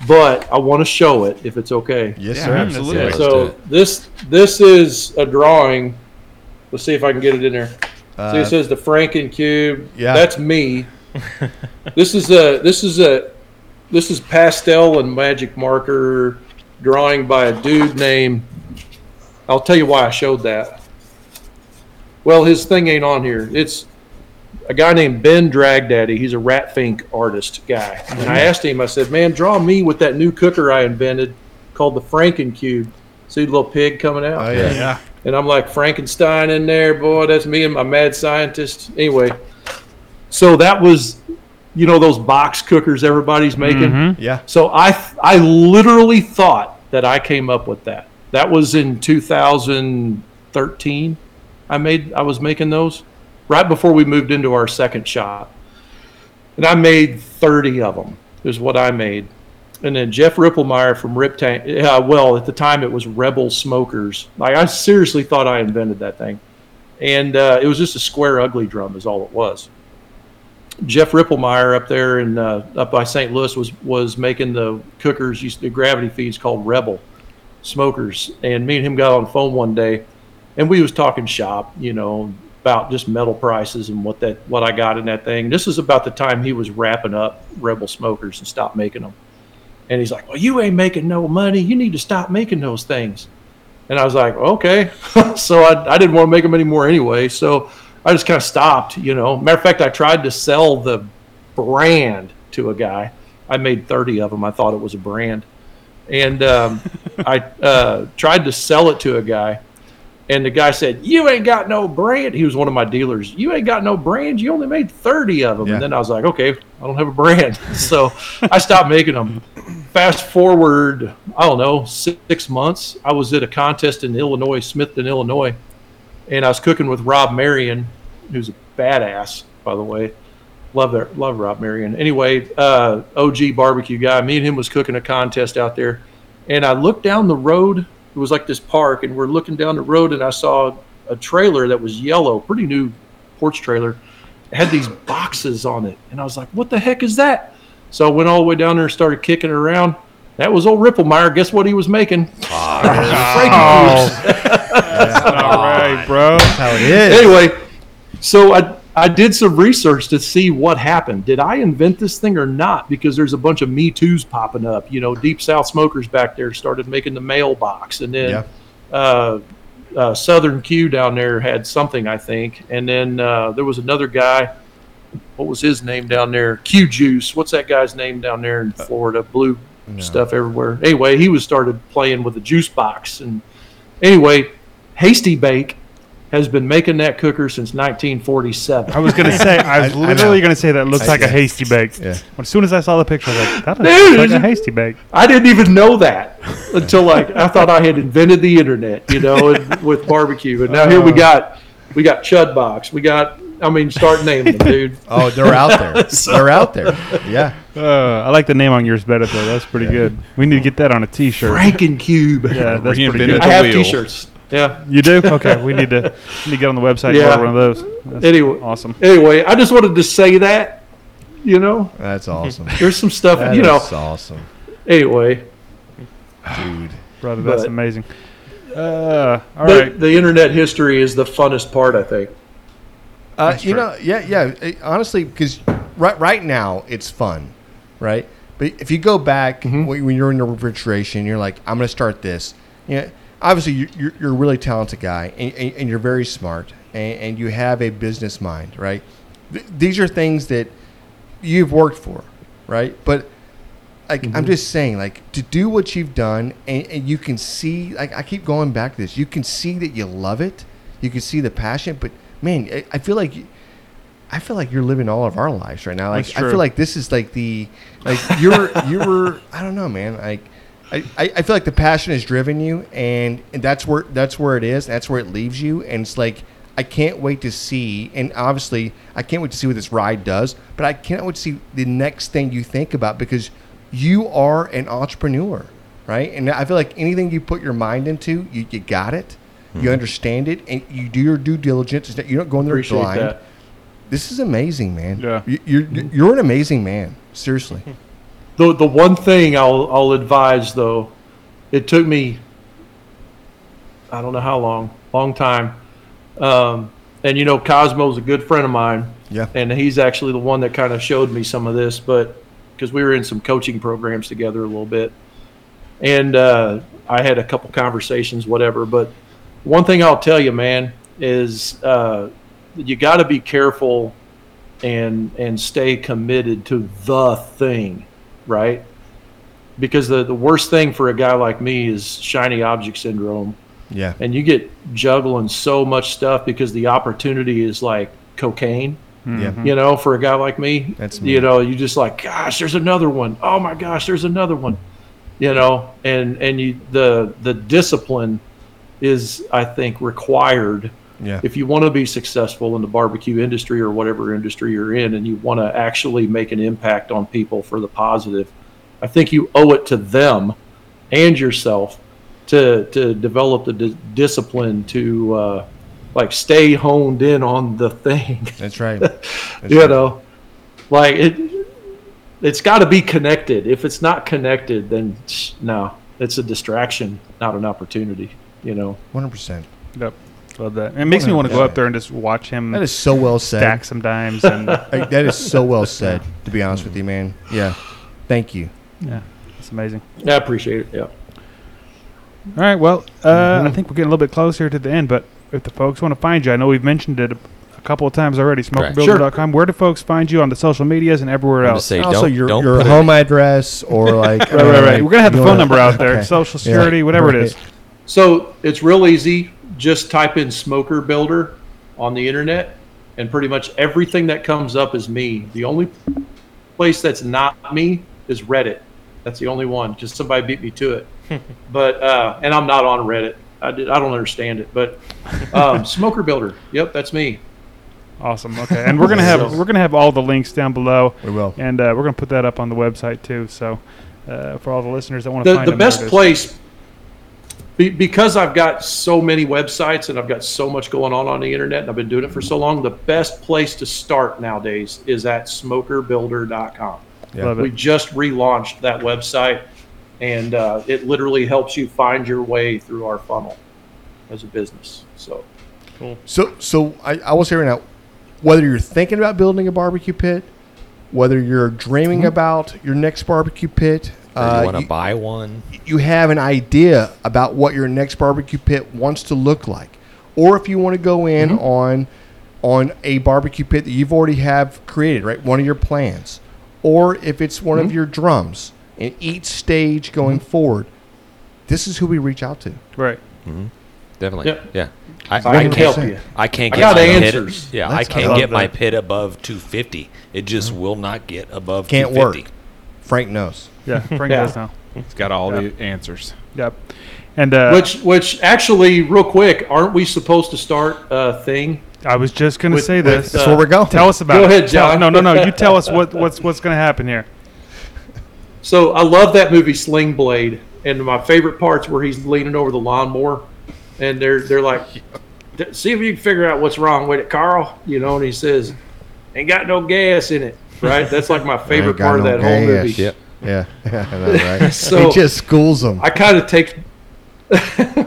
but I want to show it if it's okay. Yes, Yeah, sir. absolutely. Yeah, let's do So this this is a drawing. Let's see if I can get it in there. Uh, See, it says the Franken cube. Yeah. that's me. this is a this is a this is pastel and magic marker drawing by a dude named. I'll tell you why I showed that. Well, his thing ain't on here. It's a guy named Ben Dragdaddy. He's a rat fink artist guy. And Mm-hmm. I asked him, I said, man, draw me with that new cooker I invented called the Franken Cube. See the little pig coming out? Oh, yeah. Yeah. And I'm like, Frankenstein in there, boy, that's me and my mad scientist. Anyway, so that was, you know, those box cookers everybody's making. Mhm. Yeah. So I, I literally thought that I came up with that. That was in 2013. I made, I was making those right before we moved into our second shop. And I made 30 of them, is what I made. And then Jeff Rippelmeyer from Rip Tank, uh, well, at the time it was Rebel Smokers. Like, I seriously thought I invented that thing. And uh, it was just a square, ugly drum, is all it was. Jeff Rippelmeyer up there in uh, up by St. Louis was was making the cookers, used the gravity feeds called Rebel smokers and me and him got on the phone one day and we was talking shop you know about just metal prices and what that what i got in that thing this is about the time he was wrapping up rebel smokers and stopped making them and he's like well you ain't making no money you need to stop making those things and i was like okay so I, I didn't want to make them anymore anyway so i just kind of stopped you know matter of fact i tried to sell the brand to a guy i made 30 of them i thought it was a brand and um, I uh, tried to sell it to a guy, and the guy said, "You ain't got no brand." He was one of my dealers. You ain't got no brand. You only made thirty of them. Yeah. And then I was like, "Okay, I don't have a brand," so I stopped making them. Fast forward, I don't know, six, six months. I was at a contest in Illinois, Smithton, Illinois, and I was cooking with Rob Marion, who's a badass, by the way. Love that, love Rob Marion. Anyway, uh, OG barbecue guy. Me and him was cooking a contest out there, and I looked down the road. It was like this park, and we're looking down the road, and I saw a trailer that was yellow, pretty new porch trailer. It had these boxes on it, and I was like, "What the heck is that?" So I went all the way down there and started kicking it around. That was old Ripplemeyer. Guess what he was making? Frankie cubes. That's not right, bro. That's how it Anyway, so I I did some research to see what happened. Did I invent this thing or not? Because there's a bunch of Me Too's popping up. You know, Deep South smokers back there started making the mailbox, and then uh, uh, Southern Q down there had something, I think, and then uh, there was another guy. What was his name down there? Q Juice. What's that guy's name down there Uh, in Florida? Blue stuff everywhere. Anyway, he was started playing with a juice box, and anyway, Hasty Bake has been making that cooker since 1947. I was gonna say, I was literally gonna say that looks like a hasty bake. As soon as I saw the picture, I was like, that looks Dude, like a it's- hasty bake. I didn't even know that until like I thought I had invented the internet, you know, and, with barbecue. And now here Uh. we got we got Chud Box, we got I mean, start naming them, dude. Oh, they're out there. So- They're out there. Yeah. Uh, I like the name on yours better though. That's pretty good. We need to get that on a T-shirt. Franken Cube. Yeah, that's pretty Reinvented good. the I have wheel. T-shirts. Yeah. You do? Okay, we need to we need to get on the website Yeah. and order one of those. That's Anyway, awesome. Anyway, I just wanted to say that, you know. That's awesome. There's some stuff, That you know. is awesome. Anyway, dude. Brother, that's But- amazing. Uh, all the, right. the internet history is the funnest part, I think. Uh, That's you true. know, yeah, yeah. eh, honestly, because right right now it's fun, right? But if you go back when, when you're in the refrigeration, you're like, I'm going to start this. You know, obviously, you- you're, you're a really talented guy, and, and, and you're very smart, and, and you have a business mind, right? Th- these are things that you've worked for, right? But like I'm just saying, like to do what you've done, and, and you can see, like I keep going back to this, you can see that you love it, you can see the passion, but man, I, I feel like, you- I feel like you're living all of our lives right now. Like That's I true. feel like this is like the, like you're you were I don't know, man. Like I, I I feel like the passion has driven you, and, and that's where that's where it is, that's where it leaves you, and it's like. I can't wait to see, and obviously, I can't wait to see what this ride does. But I can't wait to see the next thing you think about because you are an entrepreneur, right? And I feel like anything you put your mind into, you, you got it, Hmm. you understand it, and you do your due diligence. It's not- You don't go in there Appreciate blind. that. This is amazing, man. Yeah. You, you're you're an amazing man. Seriously. The the one thing I'll I'll advise though, it took me I don't know how long, long time. Um, and you know Cosmo's a good friend of mine. Yeah. And he's actually the one that kind of showed me some of this, but because we were in some coaching programs together a little bit. And uh, I had a couple conversations, whatever. But one thing I'll tell you, man, is uh, you got to be careful and and stay committed to the thing, right? Because the, the worst thing for a guy like me is shiny object syndrome. Yeah. And you get juggling so much stuff because the opportunity is like cocaine. Yeah. You know, for a guy like me, Mm-hmm. That's me. you know, you just like, gosh, there's another one. Oh my gosh, there's another one. You know, and and you the the discipline is I think required Yeah. if you want to be successful in the barbecue industry or whatever industry you're in and you want to actually make an impact on people for the positive i think you owe it to them and yourself to to develop the d- discipline to uh, like stay honed in on the thing That's right. you know like it it's got to be connected if it's not connected then tch, no it's a distraction not an opportunity you know Hundred percent. Yep. Love that. And it makes me want to go up there and just watch him That is so well said. stack some dimes and Like, that is so well said. To be honest with you, man. Yeah. Thank you. yeah, it's amazing. i appreciate it yeah All right. Well, uh, Mm-hmm. I think we're getting a little bit closer to the end, but if the folks want to find you, I know we've mentioned it a, a couple of times already. Correct. Smokerbuilder.com. Where do folks find you on the social medias and everywhere I'm else? just saying, also, don't- your don't your put it- home address or like Right, right, right. We're gonna have the you phone wanna- number out there, okay. Social Yeah. Security, whatever it is. So it's real easy. Just type in smoker builder on the internet, and pretty much everything that comes up is me. The only place that's not me is Reddit. That's the only one because somebody beat me to it. but uh, and I'm not on Reddit. I, did, I don't understand it. But um, smoker builder. Yep, that's me. Awesome. Okay, and we're gonna have So- we're gonna have all the links down below, We will. and uh, we're gonna put that up on the website too. So uh, for all the listeners that want to the, find the them, there best it is. place be, because I've got so many websites and I've got so much going on on the internet and I've been doing it for so long. The best place to start nowadays is at smokerbuilder.com. Yeah. Love We it. just relaunched that website and uh, it literally helps you find your way through our funnel as a business. So, So, so I, I will say right now, whether you're thinking about building a barbecue pit, whether you're dreaming about your next barbecue pit, Mm-hmm. you uh, want to you, buy one? you have an idea about what your next barbecue pit wants to look like, or if you want to go in on on a barbecue pit that you've already have created, right? One of your plans, or if it's one of your drums in each stage going forward, this is who we reach out to. Right. Hmm? Definitely. Yep. Yeah. I, I can help you. I can't I get got my pit- answers. yeah, That's- I I can't love get my that. pit above 250. It just will not get above Can't work. 250. Frank knows. Yeah. Frank Yeah. does now. It's got all the answers. Yep. And uh, which, which actually, real quick, aren't we supposed to start a thing? I was just gonna with- say with, this. uh, That's where we're going. Tell us about Go it. ahead, Tell- John. no, no, no. You tell us what, what's what's going to happen here. So I love that movie Sling Blade, and my favorite parts where he's leaning over the lawnmower, and they're they're like, "See if you can figure out what's wrong with it, Carl." You know, and he says, "Ain't got no gas in it." Right? That's like my favorite Ain't got part no of that whole gas. movie. Yep. Yeah, I know, right? So- he just schools them. I kind of take.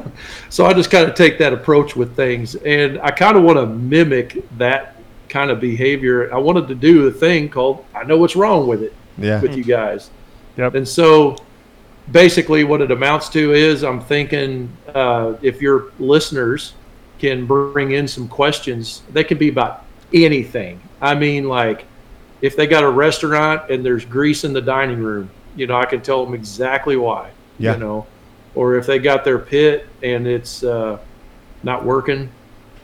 So I just kind of take that approach with things, and I kind of want to mimic that kind of behavior. I wanted to do a thing called "I know what's wrong with it" Yeah. with you guys. Yep. And so basically, what it amounts to is I'm thinking uh, if your listeners can bring in some questions, they can be about anything. I mean, like if they got a restaurant and there's grease in the dining room, you know, I can tell them exactly why. Yeah. You know, or if they got their pit and it's uh, not working,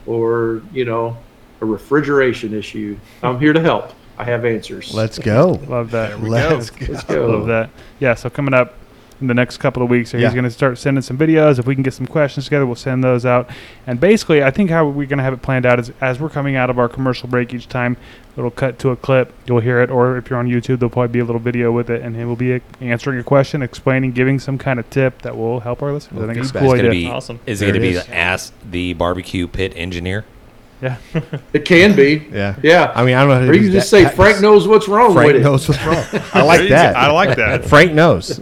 or you know, a refrigeration issue, I'm here to help. I have answers. Let's go. Love that. Let's go. Let's go. Love that. Yeah. So coming up in the next couple of weeks, he's Yeah. going to start sending some videos. If we can get some questions together, we'll send those out. And basically, I think how we're going to have it planned out is as we're coming out of our commercial break each time, it'll cut to a clip. You'll hear it, or if you're on YouTube, there'll probably be a little video with it, and he will be uh, answering a question, explaining, giving some kind of tip that will help our listeners. I think it's a cool It's gonna idea. be Awesome. Is it There going to it be is. the ask the barbecue pit engineer? Yeah. It can be. Yeah. Yeah. I mean, I don't know how to Or you do can just that. say That- Frank knows what's wrong Frank with it. knows what's wrong. I There you like go. that. I like that. Frank knows.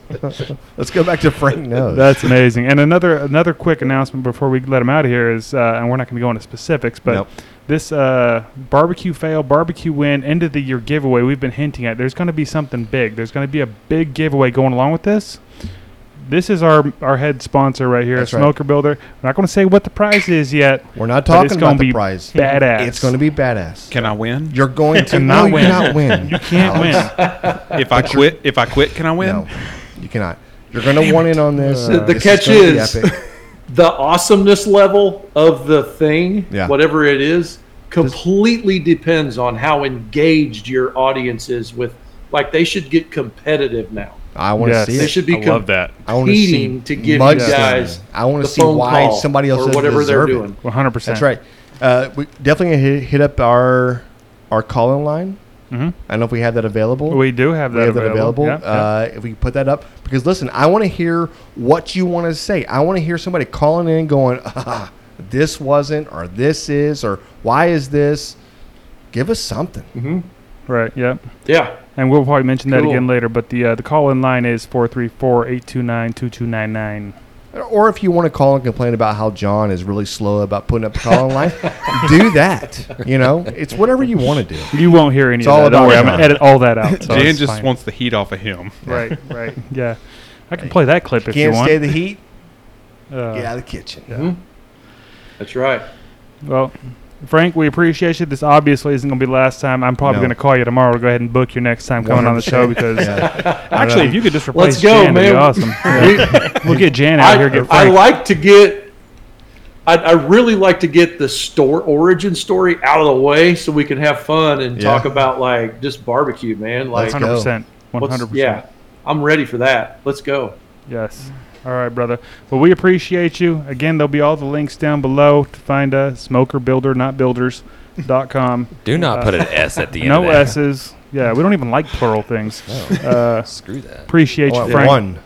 Let's go back to Frank knows. That's amazing. And another another quick announcement before we let him out of here is, uh, and we're not going to go into specifics, but Nope. this uh, barbecue fail, barbecue win, end of the year giveaway we've been hinting at. There's going to be something big. There's going to be a big giveaway going along with this. This is our our head sponsor right here, That's right. Smoker Builder. We're not going to say what the prize is yet. We're not But it's talking gonna about the be prize. badass. It's going to be badass. Can I win? You're going to Cannot no, win. You cannot win. You can't win. If I quit, if I quit, can I win? No, you cannot. You're going to want in on this. The- the This catch gonna be is- epic. the awesomeness level of the thing, Yeah. whatever it is, completely depends on how engaged your audience is with. Like they should get competitive now. I want to Yes. see They it. should be I love that. I want to see competing to give mud you stain. guys I want the to see phone why call somebody else or doesn't whatever they're deserve it. doing. 100%. That's right. Uh, we definitely gonna hit, hit up our our call in line. Mhm. I don't know if we have that available. We do have that we have that available. available. Yeah, yeah. Uh, If we can put that up, because listen, I want to hear what you want to say. I want to hear somebody calling in, going, ah, "This wasn't," or "This is," or "Why is this?" Give us something. Mm-hmm. Right. Yep. Yeah, And we'll probably mention that Cool. again later. But the uh, the call in line is 434 829 2299. Or if you want to call and complain about how John is really slow about putting up the call in line, do that. You know, it's whatever you want to do. You won't hear any It's of all that. Don't about worry, I'm John. gonna edit all that out. So Jan it's just fine. wants the heat off of him. right, right, yeah. I can play that clip if you Can't want. stay the heat. Uh, Get out of the kitchen. Mm-hmm. that's right. Well, Frank, we appreciate you. This obviously isn't going to be last time. I'm probably No. going to call you tomorrow to go ahead and book your next time coming on the show 100%. because uh, Yeah. actually, if you could just replace Let's go, Jan, that'd be man. awesome. Yeah. we'll get Jan out here. I, Get I Frank. like to get. I, I really like to get the store origin story out of the way so we can have fun and Yeah. talk about like just barbecue, man. Like Let's go. 100%. Let's- 100%. Yeah, I'm ready for that. Let's go. Yes. All right, brother. Well, we appreciate you. Again, there'll be all the links down below to find uh, smokerbuildernotbuilders.com. Do not put an S at the end. Uh, no of that. S's. Yeah, we don't even like plural things. Uh, Screw that. appreciate I you, want Frank. Oh, one.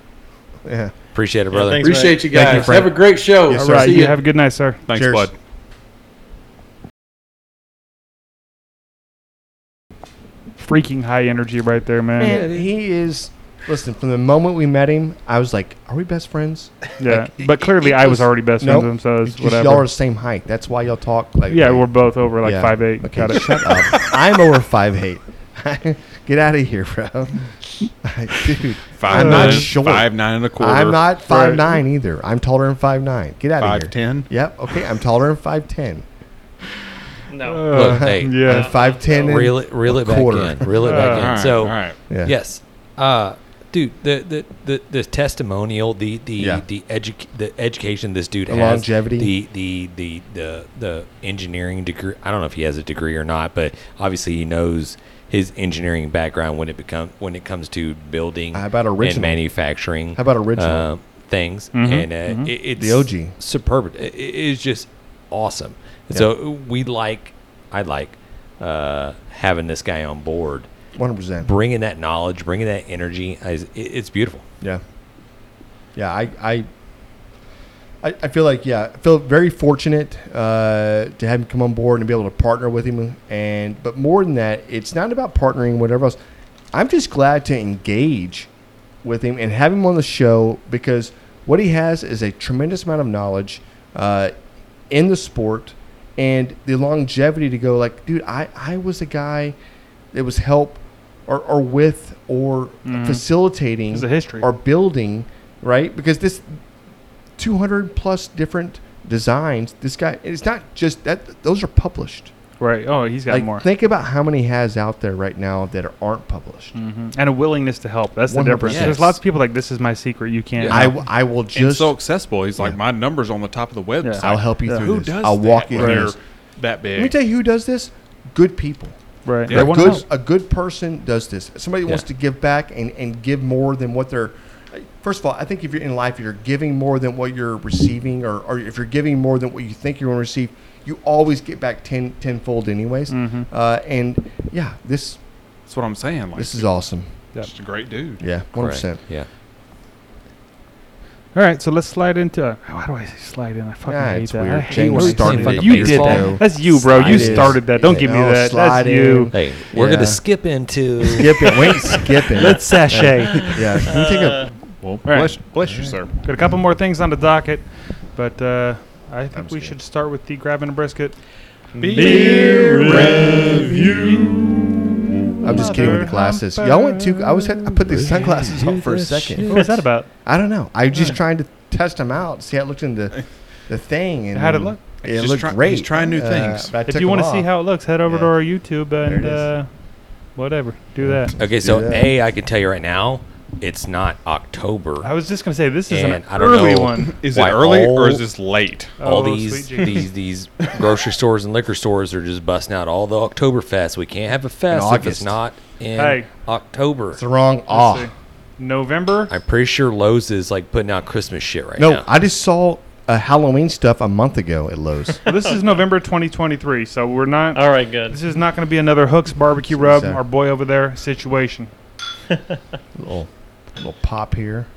Yeah. Appreciate it, brother. thanks. That's Appreciate you Thank you, guys. Frank. have a great show. Yes, All sir. right, See you ya. have a good night, sir. Thanks, Cheers. bud. Freaking high energy right there, man. Man, he is. Listen, from the moment we met him, I was like, "Are we best friends?" yeah, like, but clearly it- it I was was- already best Nope. friends with him, so It's it's just y'all are whatever. the same height. That's why y'all talk like. Yeah, that. we're both over like Yeah. five eight. Okay, Got it. shut up. I'm over five eight. Get out of here, bro. Dude, Five I'm nine, not short. five nine and a quarter. I'm not five nine either. I'm taller than five nine. Get out five of here. ten. Yep. Okay. I'm taller than five ten. No. Look, hey, I'm yeah. five ten. Uh, Reel it, reel it back quarter. in. Reel it Uh, back All in. right, so, all right. Yeah. yes, uh, dude, the the, the the testimonial, the the Yeah. the, edu- the education this dude The has, longevity. the the the the the engineering degree. I don't know if he has a degree or not, but obviously he knows his engineering background when it become when it comes to building How about and original? manufacturing. How about original? uh, things, Mm-hmm, and uh, it, it's The OG. superb. It, it is just awesome. And So we like, I like uh, having this guy on board, One hundred percent. bringing that knowledge, bringing that energy. I, it, it's beautiful. Yeah. Yeah, I I I, I feel like yeah, I feel very fortunate uh, to have him come on board and be able to partner with him. And but more than that, it's not about partnering whatever else. I'm just glad to engage with him and have him on the show because what he has is a tremendous amount of knowledge uh, in the sport and the longevity to go like, dude, I, I was a guy that was help or, or with or Mhm. facilitating There's a history. or building, right? Because this 200 plus different designs, this guy, it's not just that, those are published. Right. Oh, he's got like, more. Think about how many he has out there right now that are, aren't published. Mhm. And a willingness to help. That's the 100%. difference. There's lots of people like, this is my secret. You can't. I, w- I will and just so accessible. He's like, my number's on the top of the website. I'll help you Yeah. through Who this. Does I'll walk that you when through you're this. That big. Let me tell you who does this. Good people. Right. Yeah. They A wanna good, help. a good person does this. Somebody wants Yeah. to give back and, and give more than what they're. First of all, I think if you're in life, you're giving more than what you're receiving, or, or if you're giving more than what you think you're going to receive, you always get back ten tenfold, anyways. Mhm. Uh, and yeah, this That's what I'm saying. Like, this is awesome. Just a great dude. Yeah, one percent. Yeah. All right, so let's slide into. oh, How do I say slide in? I fucking Ah, hate it's that. I weird. hate James when I say started fucking- it You years did ago. that. That's you, bro. you Slide in. started that. Don't give me Oh, that. slide That's in. you. Hey, we're Yeah. gonna skip into Skip it. Wait, skip it. Let's sashay. Yeah, can you take a Well, Uh, All right. bless, bless you, sir. Got a couple more things on the docket, but uh, I think we scared. should start with the grabbing a brisket. I'm just kidding with the glasses. Y'all went too. I was. I put these sunglasses on for a second. What was that about? I don't know. I was just trying to test them out, see how it looked in the, the thing. And How'd it look? It He's just looked try- great. he's trying new things. but I If took you 'em want to see off. how it looks, head over to Yeah. our YouTube it and is. uh, whatever. Do that. Okay, so Yeah. A, I can tell you right now, it's not October. I was just gonna say this is an And I don't early know- one. Is it Why, early or all- is this late? all Oh, these sweet Jesus. these these grocery stores and liquor stores are just busting out all the Oktoberfest. We can't have a fest if August. it's not in Hey. October. It's the wrong Let's off. see. November. I'm pretty sure Lowe's is like putting out Christmas shit right No, now. I just saw a Halloween stuff a month ago at Lowe's. this is November 2023, so we're not. All right, good. This is not going to be another Hooks barbecue rub. Exactly. Our boy over there situation. little, little pop here.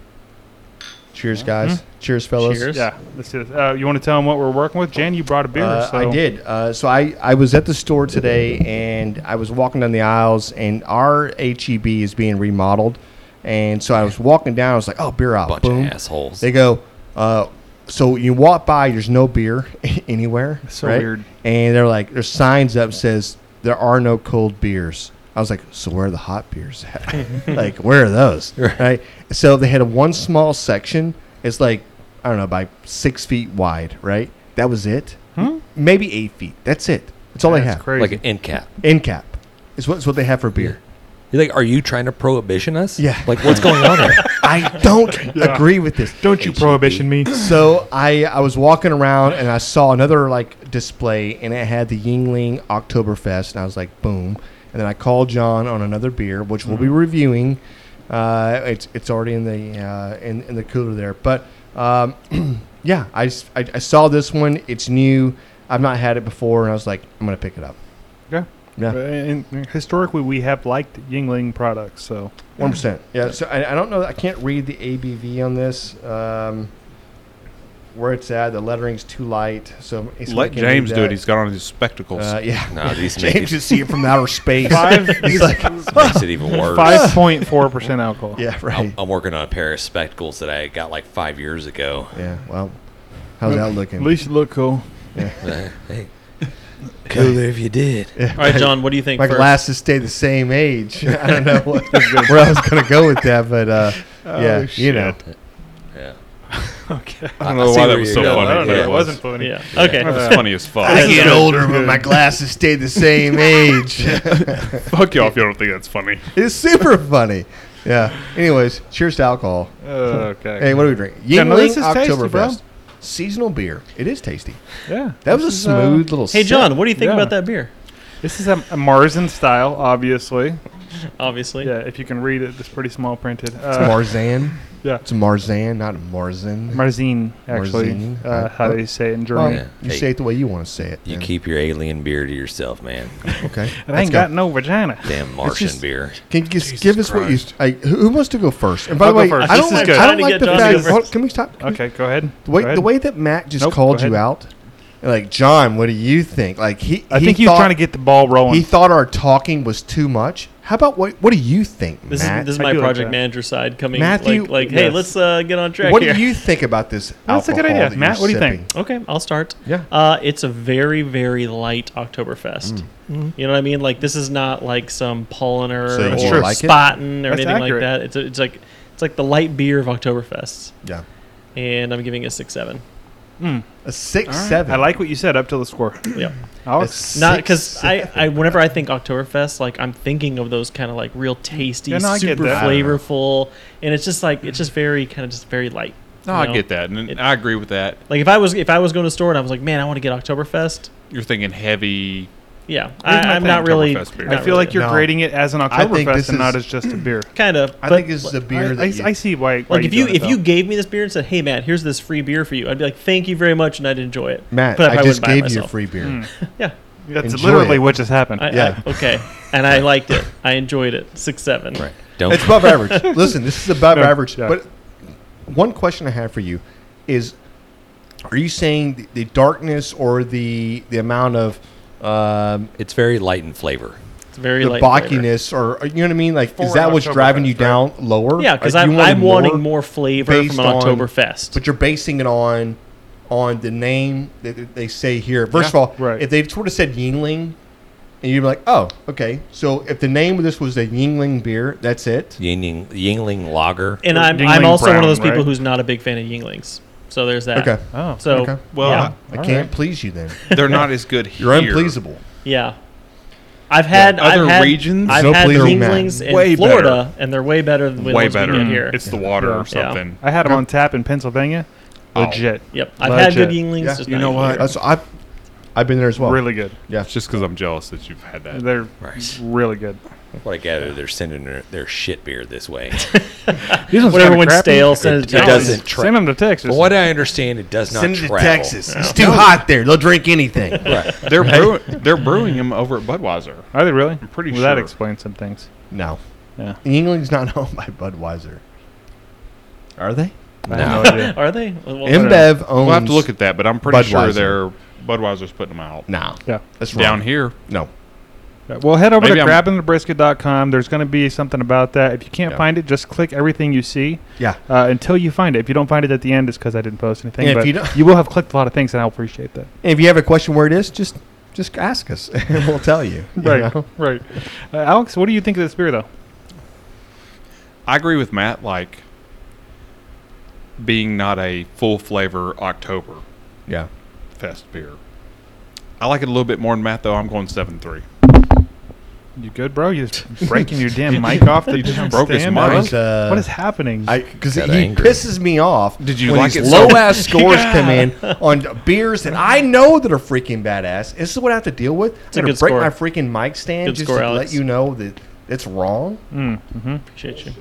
Cheers, guys. Cheers, fellas. Cheers. Mm-hmm. Yeah, let's do this. Uh, you want to tell him what we're working with? Jan, you brought a beer. Uh, so I did. Uh, so I, I was at the store today and I was walking down the aisles and our HEB is being remodeled. And so I was walking down. I was like, oh, beer out. Bunch Boom. of assholes. They go, uh, so you walk by, there's no beer anywhere. So right? weird. And they're like, there's signs up says there are no cold beers. I was like, so where are the hot beers at? like, where are those? Right. So they had a one small section. It's like, I don't know, by six feet wide, right? That was it. Maybe eight feet. That's it. That's all they Hmm? That's have. crazy. like an end cap. End cap is what, is what they have for beer. You're like, are you trying to prohibition us? Yeah. Like, what's going on here? E I don't agree with this. Don't you prohibition me? so I, I was walking around and I saw another like display and it had the Yingling Oktoberfest and I was like boom and then I called John on another beer which we'll be Mm-hmm. reviewing uh, it's it's already in the uh, in, in the cooler there but um, yeah I, s- I- I saw this one it's new I've not had it before and I was like I'm gonna pick it up Okay. Yeah. Uh, And and historically, we have liked Yingling products, so one percent yeah so I, I don't know I can't read the ABV on this. Um, where it's at, the lettering's too light. So Let somebody can read James do that. it. He's got on his spectacles. Uh, yeah. No, these make James it, just see it from outer space. Five- He's like, makes it even worse. five point four percent alcohol. yeah, right. I'm, I'm working on a pair of spectacles that I got like five years ago. Yeah. Well, how's that looking? you look cool. hey, cooler if you did. All right, John, what do you think? My first? glasses stay the same age. I don't know what, where I was gonna go with that, but uh, Oh, yeah, you know, Yeah. Okay. I don't know see why where that was you're so going. funny. I don't know. Yeah, it it wasn't funny. Yeah. Okay. That was funny as fuck. I get older, but my glasses stay the same age. fuck y'all if you don't think that's funny. it's super funny. Yeah. Anyways, cheers to alcohol. Oh, okay. Hey, what are we drinking? Yeah, no, Yingling this is tasty, bro. Oktoberfest, seasonal beer. It is tasty. yeah. That was a This is, uh, smooth little. Hey, sip. John, what do you think Yeah. about that beer? This is a, a Marzen style, obviously. Obviously. Yeah, if you can read it, it's pretty small printed. It's Uh, Marzan. yeah. It's Marzan, not Marzan. Marzen, actually, Marzen. Uh, how they say it in Well, Germany. Yeah. You Hey. say it the way you want to say it. You then. keep your alien beer to yourself, man. okay. I ain't got no vagina. Damn Martian just- beer. Can you just give us what you? I, who who wants to go first? And by I'll the way, go first. I This don't is like. good. I Trying don't to like get the John to fact. go first. hold- Can we stop? Can we- Okay, go ahead. The Go way ahead. the way that Matt just Nope, called go you ahead. out, like John, what do you think? Like he, I think he was thought, trying to get the ball rolling. He thought our talking was too much. How about what? What do you think, This Matt? is this is my project manager side coming. Matthew, like, like hey, yes. let's uh, get on track. What here. do you think about this? That's a good alcohol idea. that Matt, you're what do you sipping? think? Okay, I'll start. Yeah. Uh, it's a very, very light Oktoberfest. Mm-hmm. Mm. Mhm. You know what I mean? Like this is not like some Polliner So that's or true. Like it? Spaten or That's anything accurate. like that. It's a, it's like it's like the light beer of Oktoberfest. Yeah. And I'm giving it a six seven. A six All right. seven. Mm. I like what you said up till the score. Yeah. Alex? Not because I, I whenever I think Oktoberfest, like I'm thinking of those kind of like real tasty, Yeah, no, I get super that. flavorful, and it's just like it's just very kind of just very light. No, you I know? get that, and I agree with that. Like if I was if I was going to a store and I was like, man, I want to get Oktoberfest. You're thinking heavy. Yeah, Here's my I, I'm thing, not really. Oktoberfest beer. not I feel like really. you're grading it as an I think this Oktoberfest and not as is- just a beer. kind of. I but- think this is a beer I, that you, I, I see why. why Like if you you're doing if it, you though. gave me this beer and said, "Hey Matt, here's this free beer for you," I'd be like, "Thank you very much," and I'd enjoy it. Matt. But I, probably just wouldn't buy it gave you a myself. free beer. Yeah, Hmm. that's Enjoy literally it. what just happened. I, Yeah. I, okay, and I liked it. I enjoyed it. Six seven. Right. Don't It's above average. Listen, this is above No, average. yeah. But one question I have for you is: Are you saying the, the darkness or the the amount of um, It's very light in flavor. It's very the light flavor. bockiness, or or you know what I mean? Like, For is that an what's driving you Oktoberfest, down lower? Yeah, because Are Uh, you I'm, wanting I'm wanting more flavor based from an on- Oktoberfest. But you're basing it on on the name that that they say here. First of all, right. if they've sort of said Yingling, and you're like, oh, okay. So if the name of this was a Yingling beer, that's it. Yingling, Yingling Lager. and Or I'm, Yingling I'm also one Brown, of those people right? who's not a big fan of Yinglings. So there's that. Okay. Oh, So okay. Well, yeah, I All can't right. please you then. They're not as good here. You're unpleasable. yeah. I've had other I've had, regions, I've No had pleasing man. Yinglings in Way Florida, and they're way better than the Way ones we better. get here. It's the water Yeah. or something. I had them on tap in Pennsylvania. Oh. Legit. Yep, I've had good Legit. Yinglings. Yeah. Just You not know here. what? That's I. I've been there as well. Really good. Yeah. It's just because I'm jealous that you've had that. They're Right. really good. What I gather, they're sending their, their shit beer this way. These ones When kinda everyone's crappy. stale, send it to It Texas. doesn't tra- Send them to Texas. From what I understand, it does not Send it to travel. Texas. It's too hot there. They'll drink anything. Right. They're brewing, they're brewing them over at Budweiser. Are they really? I'm pretty well, That sure. explains some things. No. Yeah. Yingling's not owned by Budweiser. Are they? I have No. no idea. Are they? Well, well, InBev owns. We'll have to look at that, but I'm pretty Budweiser. sure they're Budweiser's putting them out Nah. Yeah. That's wrong. down here. No. Yeah, Well, head over Maybe to I'm- grabbingthebrisket.com. There's going to be something about that. If you can't Yeah. find it, just click everything you see Yeah. uh, until you find it. If you don't find it at the end, it's because I didn't post anything. And if but you you, don't- will have clicked a lot of things, and I'll appreciate that. And if you have a question where it is, just just ask us and we'll tell you. you Right. know? Right. Uh, Alex, what do you think of this beer, though? I agree with Matt. Like being not a full flavor October Yeah. fest beer. I like it a little bit more than Matt, though. I'm going seven three. You good, bro? You're just breaking your damn mic off the You just damn broke his stand, mic. bro? Mine's, uh, what is happening? I because he Got angry. pisses me off. Did you when like these it so- Low ass scores come in on beers that I know that are freaking badass. This is what I have to deal with. a I'm gonna good break score. my freaking mic stand Good just score, to Alex. let you know that it's wrong. Mm, Mm-hmm. mhm. Appreciate you.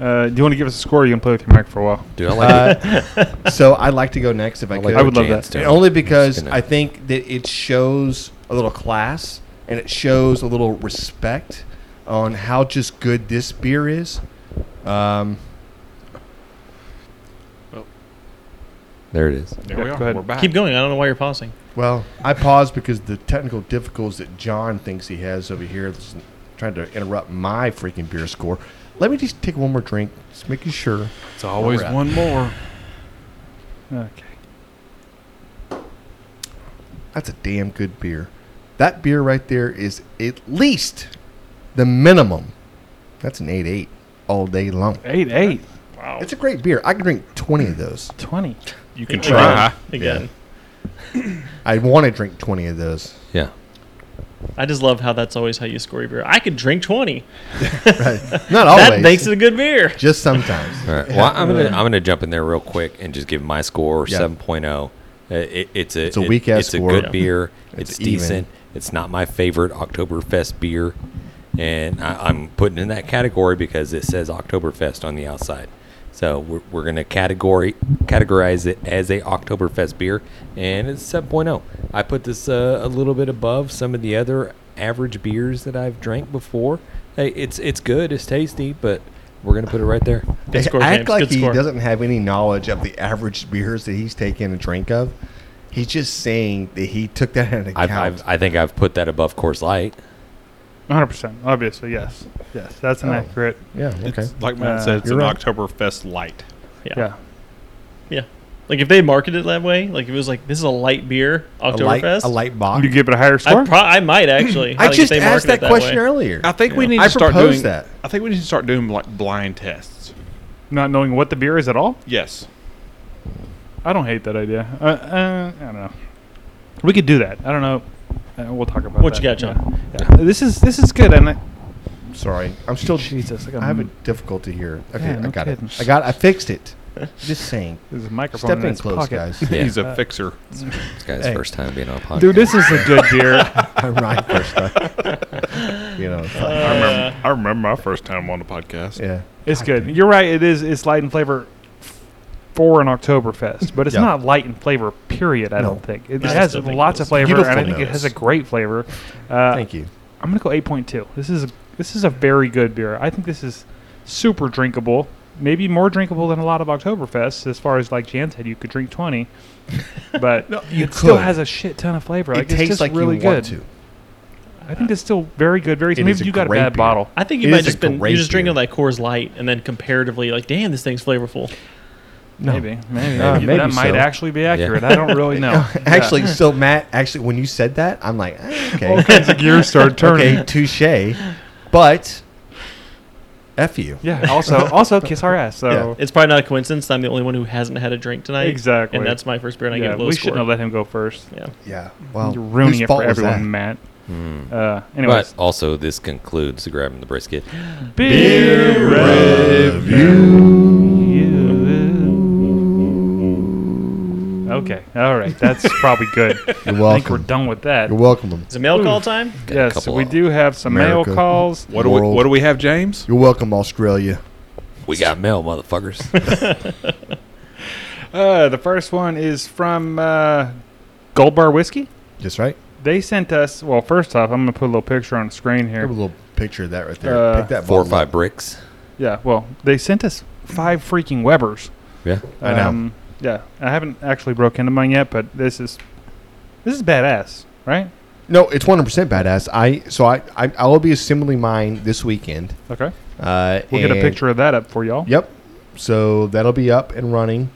Uh, do you want to give us a score? or You can play with your mic for a while. Dude, I like it. Uh, so I'd like to go next if I I could. like I would what love Jan's that. doing. Only because It's gonna- I think that it shows a little class and it shows a little respect on how just good this beer is. Um, there it is. There Yeah, we go are. ahead. We're back. Keep going. I don't know why you're pausing. well, I paused because the technical difficulties that John thinks he has over here that's trying to interrupt my freaking beer score. Let me just take one more drink, just making sure. It's always We're at- one more. Okay. That's a damn good beer. That beer right there is at least the minimum. That's an 8 8 all day long. Eight, eight, Wow. It's a great beer. I could drink 20 of those. twenty. You can Again. try. Again, I want to drink 20 of those. Yeah. I just love how that's always how you score your beer. I could drink twenty. Not always. That makes it a good beer. just sometimes. All right. Well, I'm gonna I'm gonna jump in there real quick and just give my score Yeah. 7.0. Uh, It, it's a It's a it- weak-ass It's a score. good Yeah. beer. It's It's, even. decent. It's not my favorite Oktoberfest beer, and I, I'm putting it in that category because it says Oktoberfest on the outside. So we're, we're gonna category categorize it as a Oktoberfest beer, and it's 7.0. I put this uh, a little bit above some of the other average beers that I've drank before. Hey, it's it's good. It's tasty, but we're gonna put it right there. Good score, Act James. like Good he score. doesn't have any knowledge of the average beers that he's taken and drink of. He's just saying that he took that into account. I've, I've, I think I've put that above Coors Light. 100 percent, obviously, yes, yes, that's an Oh. accurate. Yeah, okay. It's- like Matt said, it's You're an right. Oktoberfest light. Yeah. Uh, Yeah. Yeah. Like if they marketed it that way, like if it was like this is a light beer A light- Oktoberfest, a light box. You give it a higher I, pro- I might actually. I like, if just they asked marketed it that question way. earlier. I think we Yeah. need I to start proposed doing that. I think we need to start doing like blind tests. Not knowing what the beer is at all. Yes. I don't hate that idea. Uh, uh, I don't know. We could do that. I don't know. Uh, we'll talk about What that. you got, John? Yeah. Yeah. This is this is good, and I, Sorry, I'm still. Oh, Jesus, I, got I have a difficulty here. Okay, Yeah, no I got kidding. it. I got. I fixed it. Just saying. There's a microphone Step in in his close, pocket. guys. Yeah. He's a fixer. This guy's Hey. first time being on a podcast. Dude, this is a good beer. I'm right first time. you know. Uh, it's like- I remember I remember my first time on the podcast. yeah. It's good. You're right. It is. It's light in flavor f- for an Oktoberfest, but it's Yeah. not light in flavor. Period. I No. don't think it, I has still think lots it of is. flavor, and I Beautiful think it has a notes. great flavor. Uh, Thank you. I'm gonna go 8.2. This is a, this is a very good beer. I think this is super drinkable. Maybe more drinkable than a lot of Oktoberfests, as far as like Jan said, you could drink 20, but it still could. has a shit ton of flavor. It like, it's tastes just like really you good. want to. I think it's still very good. Very. It is maybe a you got a great bad beer. bottle. I think you It might is a just been great you're just drinking beer. like Coors Light, and then comparatively, like, damn, this thing's flavorful. Maybe, maybe, Uh, maybe maybe that might so. actually be accurate. I don't really know. Actually, so Matt, actually, when you said that, I'm like, ah, all okay, kinds of gears start turning. okay, touche. But f you. Yeah. Also, also kiss our ass. So It's probably not a coincidence. that I'm the only one who hasn't had a drink tonight. Exactly. And that's my first beer, and I yeah, get a low we score. shouldn't have let him go first. yeah. Yeah. Well, You're ruining whose it for fault was everyone, that? Matt. Hmm. Uh, anyways, But also, this concludes grabbing the brisket. beer review. Okay. All right. That's probably good. You're I think we're welcome. done with that. You're welcome. Is it mail call time? Got a Yes, couple we of- do have some America. mail calls. What do we World. what do we have, James? You're welcome, Australia. We got mail, motherfuckers. Uh, the first one is from uh, Gold Bar Whiskey. Just right. They sent us. Well, first off, I'm gonna put a little picture on the screen Give here. a little picture of that right there. Uh, Pick that Four or bottle Oh, up. five bricks. Yeah, well, they sent us five freaking Webers. Yeah. I know. yeah, I haven't actually broke into mine yet, but this is this is badass, right? No, it's 100% badass. I so I, I I'll be assembling mine this weekend. Okay, Uh, we'll get a and- picture of that up for y'all. Yep. So that'll be up and running.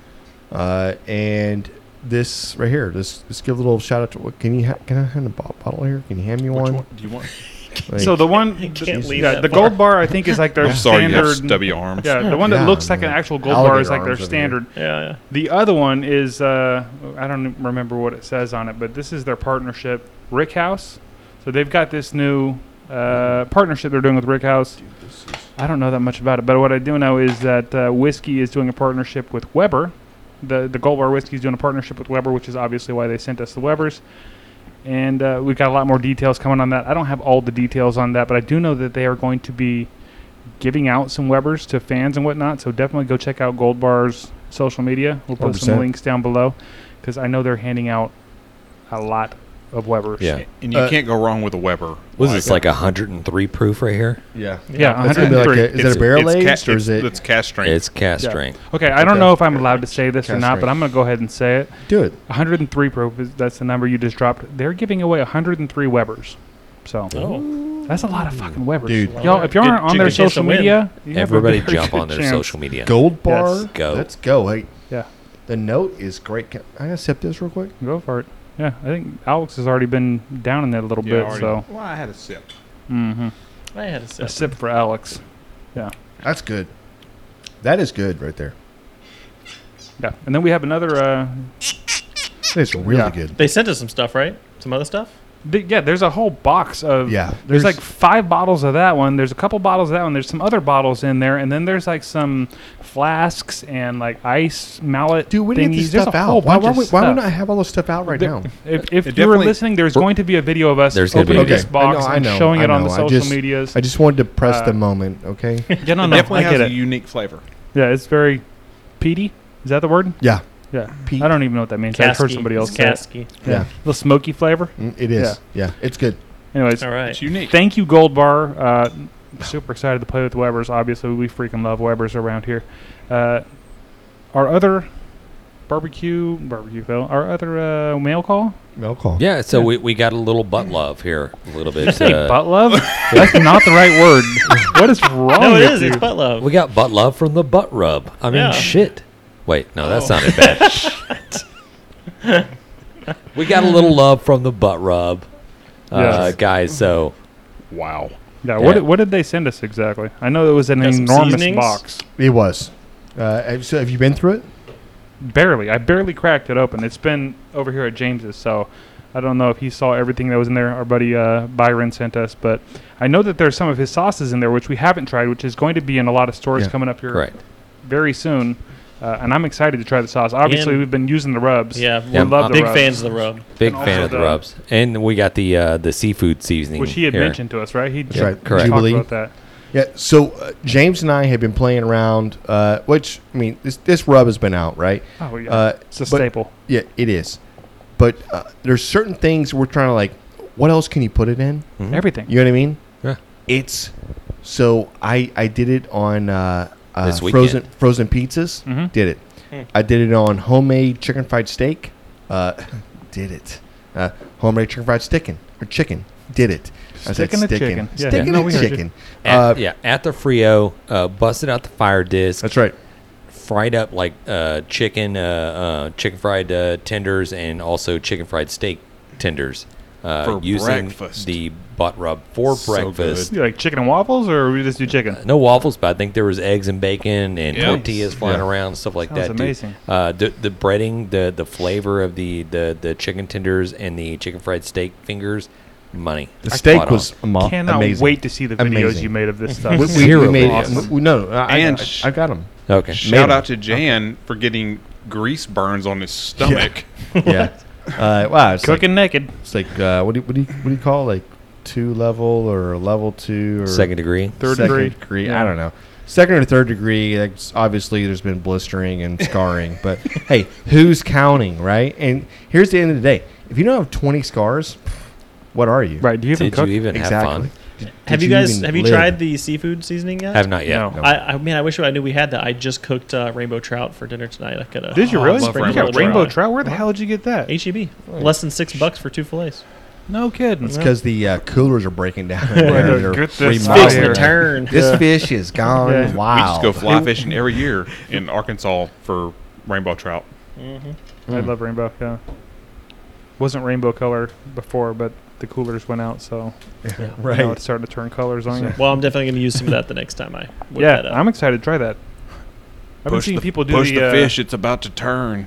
Uh, and this right here, this just give a little shout out to. what- Can you ha- can I hand a bo- bottle here? Can you hand me Which one? one do you want? Like- So the one, You the- can't leave yeah, that the far. gold bar I think is like their I'm sorry, you have standard. stubby arms. yeah, the one that Yeah, looks like an man. actual gold bar is Alligator like their arms over standard. here. Yeah, yeah. The other one is uh, I don't remember what it says on it, but this is their partnership, Rick House. So they've got this new uh, partnership they're doing with Rick House. I don't know that much about it, but what I do know is that uh, whiskey is doing a partnership with Weber. The the Gold Bar whiskey is doing a partnership with Weber, which is obviously why they sent us the Webers. And uh, we've got a lot more details coming on that. I don't have all the details on that, but I do know that they are going to be giving out some Webers to fans and whatnot. So definitely go check out Gold Bar's social media. We'll put some 100%. links down below because I know they're handing out a lot of Webers. Yeah. And you Uh, can't go wrong with a Weber. Was this like 103 proof right here? yeah. Yeah, That's gonna be like 103. a, is it a barrel it's aged ca- or is it's- it? It's cash strength. It's cast Yeah. strength. Okay, I don't Okay. know if I'm allowed to say this or Cast not, but strength. I'm going to go ahead and say it. do it. 103 proof is that's the number you just dropped. They're giving away 103 Webers. So Oh. that's a lot of fucking Webers. Dude. Y'all, if you Good- aren't on good their chance to social win. media, you have a Everybody very jump good on their chance. social media. Gold bar. Yes. Go. Let's go. Hey. Yeah. The note is great. Can I gotta sip this real quick? Go for it. Yeah, I think Alex has already been down in that a little Yeah, bit. already- So Well, I had a sip. mm-hmm. I had a a sip. sip for Alex. That's good. That is good right there. Yeah, and then we have another. Uh, It's really Yeah. good. They sent us some stuff, right? Some other stuff? th- yeah, there's a whole box of. Yeah, There's, there's- like five bottles of that one. There's a couple bottles of that one. There's some other bottles in there, and then there's like some flasks and like ice mallet. Dude, we didn't get thingies. this There's stuff a whole out. Why, why, bunch we, of why would stuff. I have all this stuff out right now? If, if It you were definitely- listening, there's going to be a video of us There's gonna be opening a video. this box I and know, showing I it on the know. I social just- medias. I just wanted to press Uh, the moment, okay? yeah, no, It no, definitely I has get a it. unique flavor. Yeah, it's very peaty. Is that the word? yeah, Yeah, Peat. I don't even know what that means. I've heard Casky. somebody else It's say it. Casky. yeah, little smoky flavor. Mm, it is. Yeah. it's good. Anyways, All right. It's unique. thank you, Gold Bar. Uh, super excited to play with Weber's. Obviously, we freaking love Weber's around here. Uh, our other barbecue, barbecue fell. Our other uh, mail call. Mail call. Yeah, so We, we got a little butt love here, a little bit. uh, That ain't butt love. That's not the right word. What is wrong? No, it with is. You? It's butt love. We got butt love from the butt rub. I mean, Yeah. Oh. shit. Wait, no, that sounded bad. we got a little love from the butt rub, uh, Yes. guys. So, wow. Yeah, What did, what did they send us exactly? I know it was an Got some enormous seasonings? box. It was. Uh, have- so have you been through it? Barely. I barely cracked it open. It's been over here at James's, so I don't know if he saw everything that was in there. Our buddy uh, Byron sent us, but I know that there's some of his sauces in there which we haven't tried, which is going to be in a lot of stores Yeah, coming up here correct. very soon. Uh, and I'm excited to try the sauce. Obviously, And- we've been using the rubs. Yeah, we Yeah, love I'm the big rubs. fans of the rub. Big And fan also of the, the- rubs, and we got the uh, the seafood seasoning, which he had here. mentioned to us, right? He That's right. Correct. talked Jubilee. about that. Yeah. So uh, James and I have been playing around. Uh, which I mean, this this rub has been out, right? Oh, yeah. Uh, It's a but- staple. Yeah, it is. But uh, there's certain things we're trying to like. What else can you put it in? Everything. You know what I mean? Mm-hmm. Yeah. It's so I I did it on uh, uh, This frozen weekend. Hmm. frozen pizzas. Mhm. Did it? I did it on homemade chicken fried steak. Uh, did it? Uh, homemade chicken fried chicken or chicken. Did it? I said Stickin' to stickin'. chicken. Yeah. Stickin' No, to we heard you. chicken. At, Uh, yeah, at the Frio, uh, busted out the fire disc. That's right. Fried up like uh, chicken, uh, uh, chicken fried uh, tenders, and also chicken fried steak tenders. Uh, For using breakfast. the butt rub for So breakfast. You like chicken and waffles, or we just do chicken? uh, No waffles, but I think there was eggs and bacon and Yeah. tortillas flying Yeah. around, stuff like Sounds that. dude. amazing. Uh, the the breading, the the flavor of the, the the chicken tenders and the chicken fried steak fingers, money. The Spot steak on. was ama- Cannot amazing. wait to see the videos Amazing. you made of this stuff. We, we, we Zero made videos. we- no, no, I, And I, sh- I got them. okay. Shout Made out to Jan for getting grease burns on his stomach. Yeah. Uh, wow. It's like, Cooking naked. it's like uh, what do you, what do you, what do you call like two level or level two or Second degree. Third second degree. I don't know. Second or third degree. That's obviously, there's been blistering and scarring, but hey, who's counting, right? And here's the end of the day: if you don't have 20 scars, what are you? Right? Do you even Did cook? you even have Exactly. fun? Have Did you guys even have you live? tried the seafood seasoning yet? Have not yet. No. I, I mean, I wish I knew we had that. I just cooked uh, rainbow trout for dinner tonight. I Oh, could have. Did you really? love You rainbow got rainbow trout. Where the hell did you get that? HEB. Less than six bucks for two fillets. No kidding. It's because the uh, coolers are breaking down. no, They're get this remodeling. Fix the Right. turn. This Yeah. fish is gone Yeah. We just We wild. used to go fly fishing every year in Arkansas for rainbow trout. I love rainbow. Yeah. Wasn't rainbow color before, but the coolers went out, so right. now it's starting to turn colors on you. Well, I'm definitely going to use some of that the next time I. whip Yeah, that up. I'm excited to try that. I've been Push seeing the- people do push the uh, fish. It's about to turn.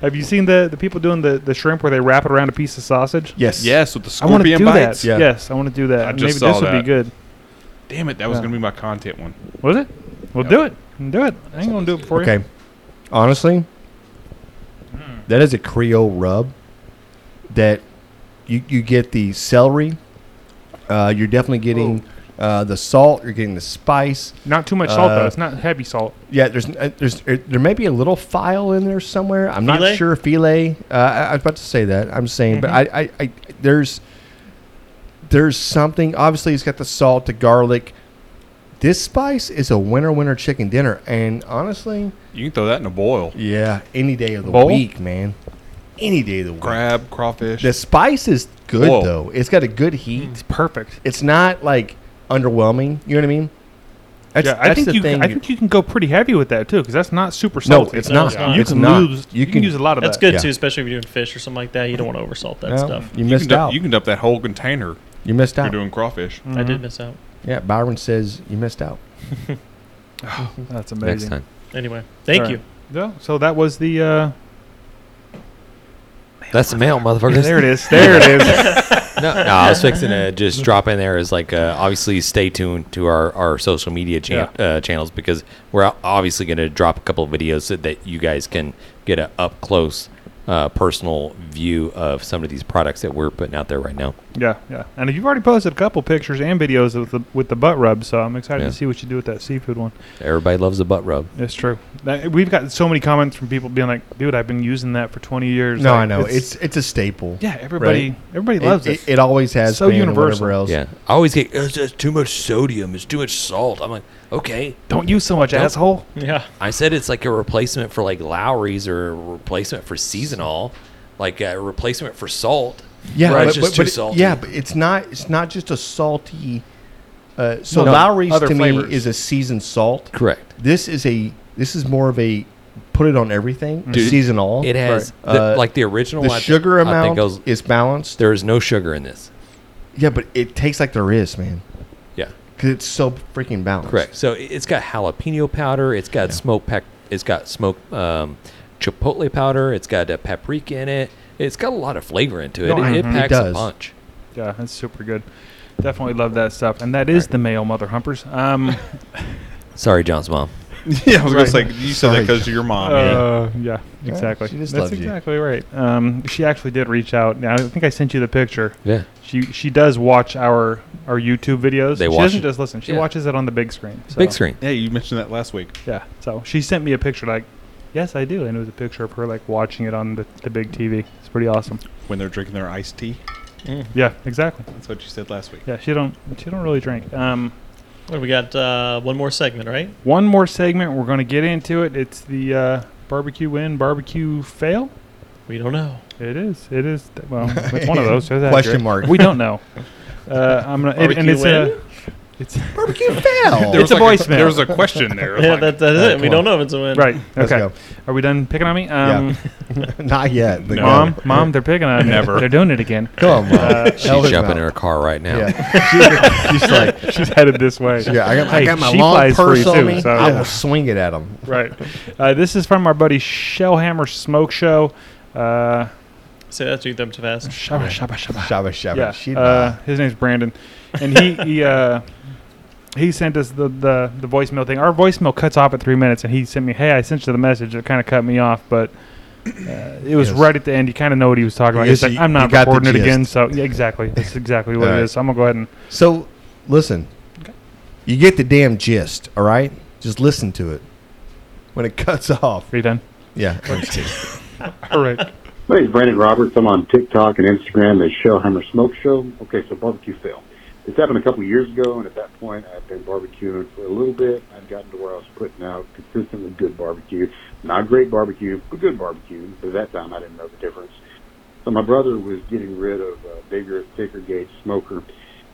Have you seen the, the people doing the, the shrimp where they wrap it around a piece of sausage? Yes. yes, with I the want to scorpion do bites. that. Yeah. Yes, I want to do that. I Maybe this just saw would be that. good. Damn it, that was Yeah. gonna be my content one. Was it? Well, do it. Do it. I ain't gonna do it for you. Hmm. Okay. Honestly, that is a Creole rub that you, you get the celery. Uh, you're definitely getting uh, the salt. You're getting the spice. Not too much salt Uh, though. It's not heavy salt. Yeah, there's uh, there's er, there may be a little file in there somewhere. I'm not Filet? sure filet. Uh, I, I was about to say that. I'm saying, but I, I, I there's there's something. Obviously, it's got the salt, the garlic. This spice is a winner winner chicken dinner, and honestly, You can throw that in a boil. yeah, any day of the Bowl? week, man. Any day of the week. Crab, crawfish. The spice is good Whoa. though. It's got a good heat. Mm, It's perfect. It's not like underwhelming. You know what I mean? That's, yeah, I that's think the you. thing. I think you can go pretty heavy with that too, because that's not super no, salty. it's No, not. it's not. You You it's can not. lose. You, can, use a lot of That's that. good yeah. too, especially if you're doing fish or something like that. You don't want to oversalt that No, stuff. you, You can missed du- out. you can dump that whole container. You missed You're out. doing crawfish. Mm-hmm. I did miss out. Yeah, Byron says you missed out. That's Next amazing. time. Anyway, thank Alright. you. Yeah, so that was the. Uh, That's the mail, motherfuckers. there it is. There it is. no, no, I was fixing to just drop in there as like uh, obviously stay tuned to our, our social media chan- uh, channels because we're obviously going to drop a couple of videos so that you guys can get a up close uh, personal view of some of these products that we're putting out there right now. Yeah, yeah. And you've already posted a couple pictures and videos with the with the butt rub, so I'm excited Yeah. to see what you do with that seafood one. Everybody loves a butt rub. It's true. That- We've got so many comments from people being like, "Dude, I've been using that for 20 years." No, Like, I know it's it's, a staple. Yeah, everybody- everybody It- loves it. it. It, always has So been. and universal. Whatever else. Yeah, I always get "Oh, it's just too much sodium, it's too much salt. I'm like, okay, don't use so much, Don't- asshole. Yeah. I said it's like a replacement for like Lowry's or a replacement for seasonal, like a replacement for salt. Yeah, Right, but, it's just but- too but it- salty. yeah, but it's not. It's not just a salty. Uh, so No, Lowry's other to flavors. me is a seasoned salt. Correct. This is a. This is more of a. Put it on everything. Dude, seasonal. Mm-hmm. It has Right. the- Uh, like the original. The I thi- sugar I think amount goes- is balanced. There is no sugar in this. Yeah, but it tastes like there is, man. Yeah. Because it's so freaking balanced. Correct. So i- it's got jalapeno powder. It's got smoked pack. It's got smoked um, chipotle powder. It's got a paprika in it. It's got a lot of flavor into it. No, it, it mhm. It packs a does. punch. Yeah, that's super good. Definitely love that stuff. And that is the male mother humpers. Um, Sorry, John's mom. yeah, I Right. was gonna say you said that Sorry. because your mom. Uh, yeah, Yeah, exactly. she just That's loves you. exactly right. Um, she actually did reach out. Now I think I sent you the picture. Yeah. She she does watch our our YouTube videos. They she watch doesn't it. just listen. She Yeah. watches it on the big screen. So. Big screen. Yeah, you mentioned that last week. Yeah. So she sent me a picture like, yes, I do, and it was a picture of her like watching it on the, the big TV. It's pretty awesome. When they're drinking their iced tea. Mm. Yeah, exactly. That's what you said last week. Yeah, she don't she don't really drink. Um, What, do we got uh, one more segment, right? one more segment. We're gonna get into it. It's the uh, barbecue win, barbecue fail. We don't know. It is. It is. th- Well, it's one of those. so that's Question accurate. mark. We don't know. Uh, I'm gonna. and- and Barbecue it's win? a. It's Barbecue fail. There It's was a like voicemail. There was a question there. yeah, like- that, that is Alright, it. We uh, come don't know if it's a win. right. Let's Okay. go. Are we done picking on me? Um, Not yet. but Mom, go. mom, they're picking on me. Never. They're doing it again. Come on, mom. Uh, She's Help him jumping in out. her car right now. Yeah. She- she's like, She's headed this way. yeah, I got, I Hey, got my she long flies purse free on too, me. so- I Yeah. will swing it at him. Right. Uh, this is from our buddy Shellhammer Smoke Show. Uh, Say that to them too fast. shabba, shabba, shabba. Shabba shabba. Yeah. She Uh, his name's Brandon, and he he uh, he sent us the, the the voicemail thing. Our voicemail cuts off at three minutes, and he sent me, "Hey, I sent you the message." It kind of cut me off, but uh, it was Yes. right at the end. You kind of know what he was talking about. Yes, He's like, you- "I'm you not got the recording it again." gist. So yeah, exactly. That's exactly what Alright. it is. So I'm gonna go ahead and So, listen. You get the damn gist, all right? Just listen to it. When it cuts off. are you done? Yeah. All right. Hey, it's Brandon Roberts. I'm on TikTok and Instagram as Shellhammer Smoke Show. Okay, so barbecue fail. This happened a couple years ago, and at that point, I've been barbecuing for a little bit. I've gotten to where I was putting out consistently good barbecue. Not great barbecue, but good barbecue. But at that time, I didn't know the difference. So my brother was getting rid of a bigger, thicker gauge smoker,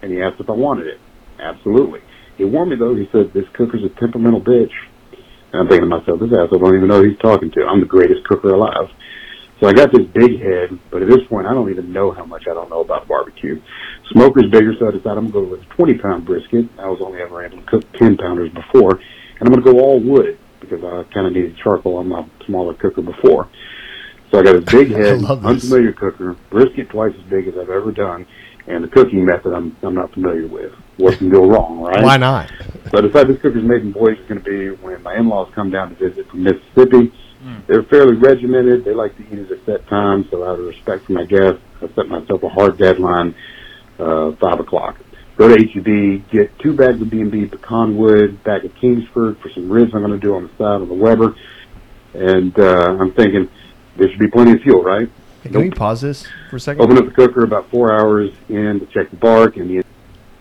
and he asked if I wanted it. Absolutely. He warned me, though. He said, this cooker's a temperamental bitch. And I'm thinking to myself, this asshole don't even know who he's talking to. I'm the greatest cooker alive. So I got this big head, but at this point, I don't even know how much I don't know about barbecue. Smoker's bigger, so I decided I'm going to go with a 20 pound brisket. I was only ever able to cook 10 pounders before, and I'm going to go all wood because I kind of needed charcoal on my smaller cooker before. So I got a big I head, love this. unfamiliar cooker, brisket twice as big as I've ever done, and the cooking method I'm, I'm not familiar with. What can go wrong, right? Why not? So I decided this cooker's maiden voyage is going to be when my in-laws come down to visit from Mississippi. They're fairly regimented. They like to eat at a set time, so out of respect for my guests, I set myself a hard deadline, uh, 5 o'clock. Go to HEB, get two bags of B&B pecan wood, bag of Kingsford for some ribs I'm going to do on the side of the Weber. And uh, I'm thinking, there should be plenty of fuel, right? Hey, can we pause this for a second? Open up the cooker about four hours in to check the bark and the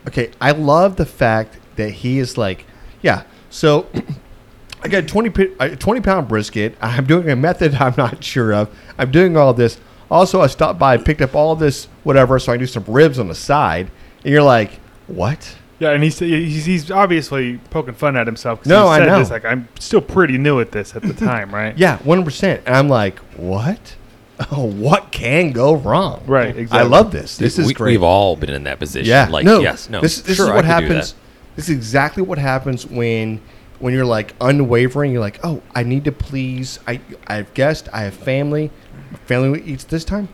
Okay, I love the fact that he is like, yeah. So I got a 20, pi- a 20 pound brisket. I'm doing a method I'm not sure of. I'm doing all this. Also, I stopped by, picked up all this, whatever, so I can do some ribs on the side. And you're like, what? Yeah, and he's he's, he's obviously poking fun at himself. 'cause No, he I said know. This, like I'm still pretty new at this at the time, right? Yeah, 100%. And I'm like, what? Oh, what can go wrong? Right, I exactly. love this. This is we, great. We've all been in that position. Yeah. Like, no. yes, no. This, this sure, is I what could do happens. This is exactly what happens when when you're like unwavering. You're like, oh, I need to please. I I have guests. I have family. My family eats this time.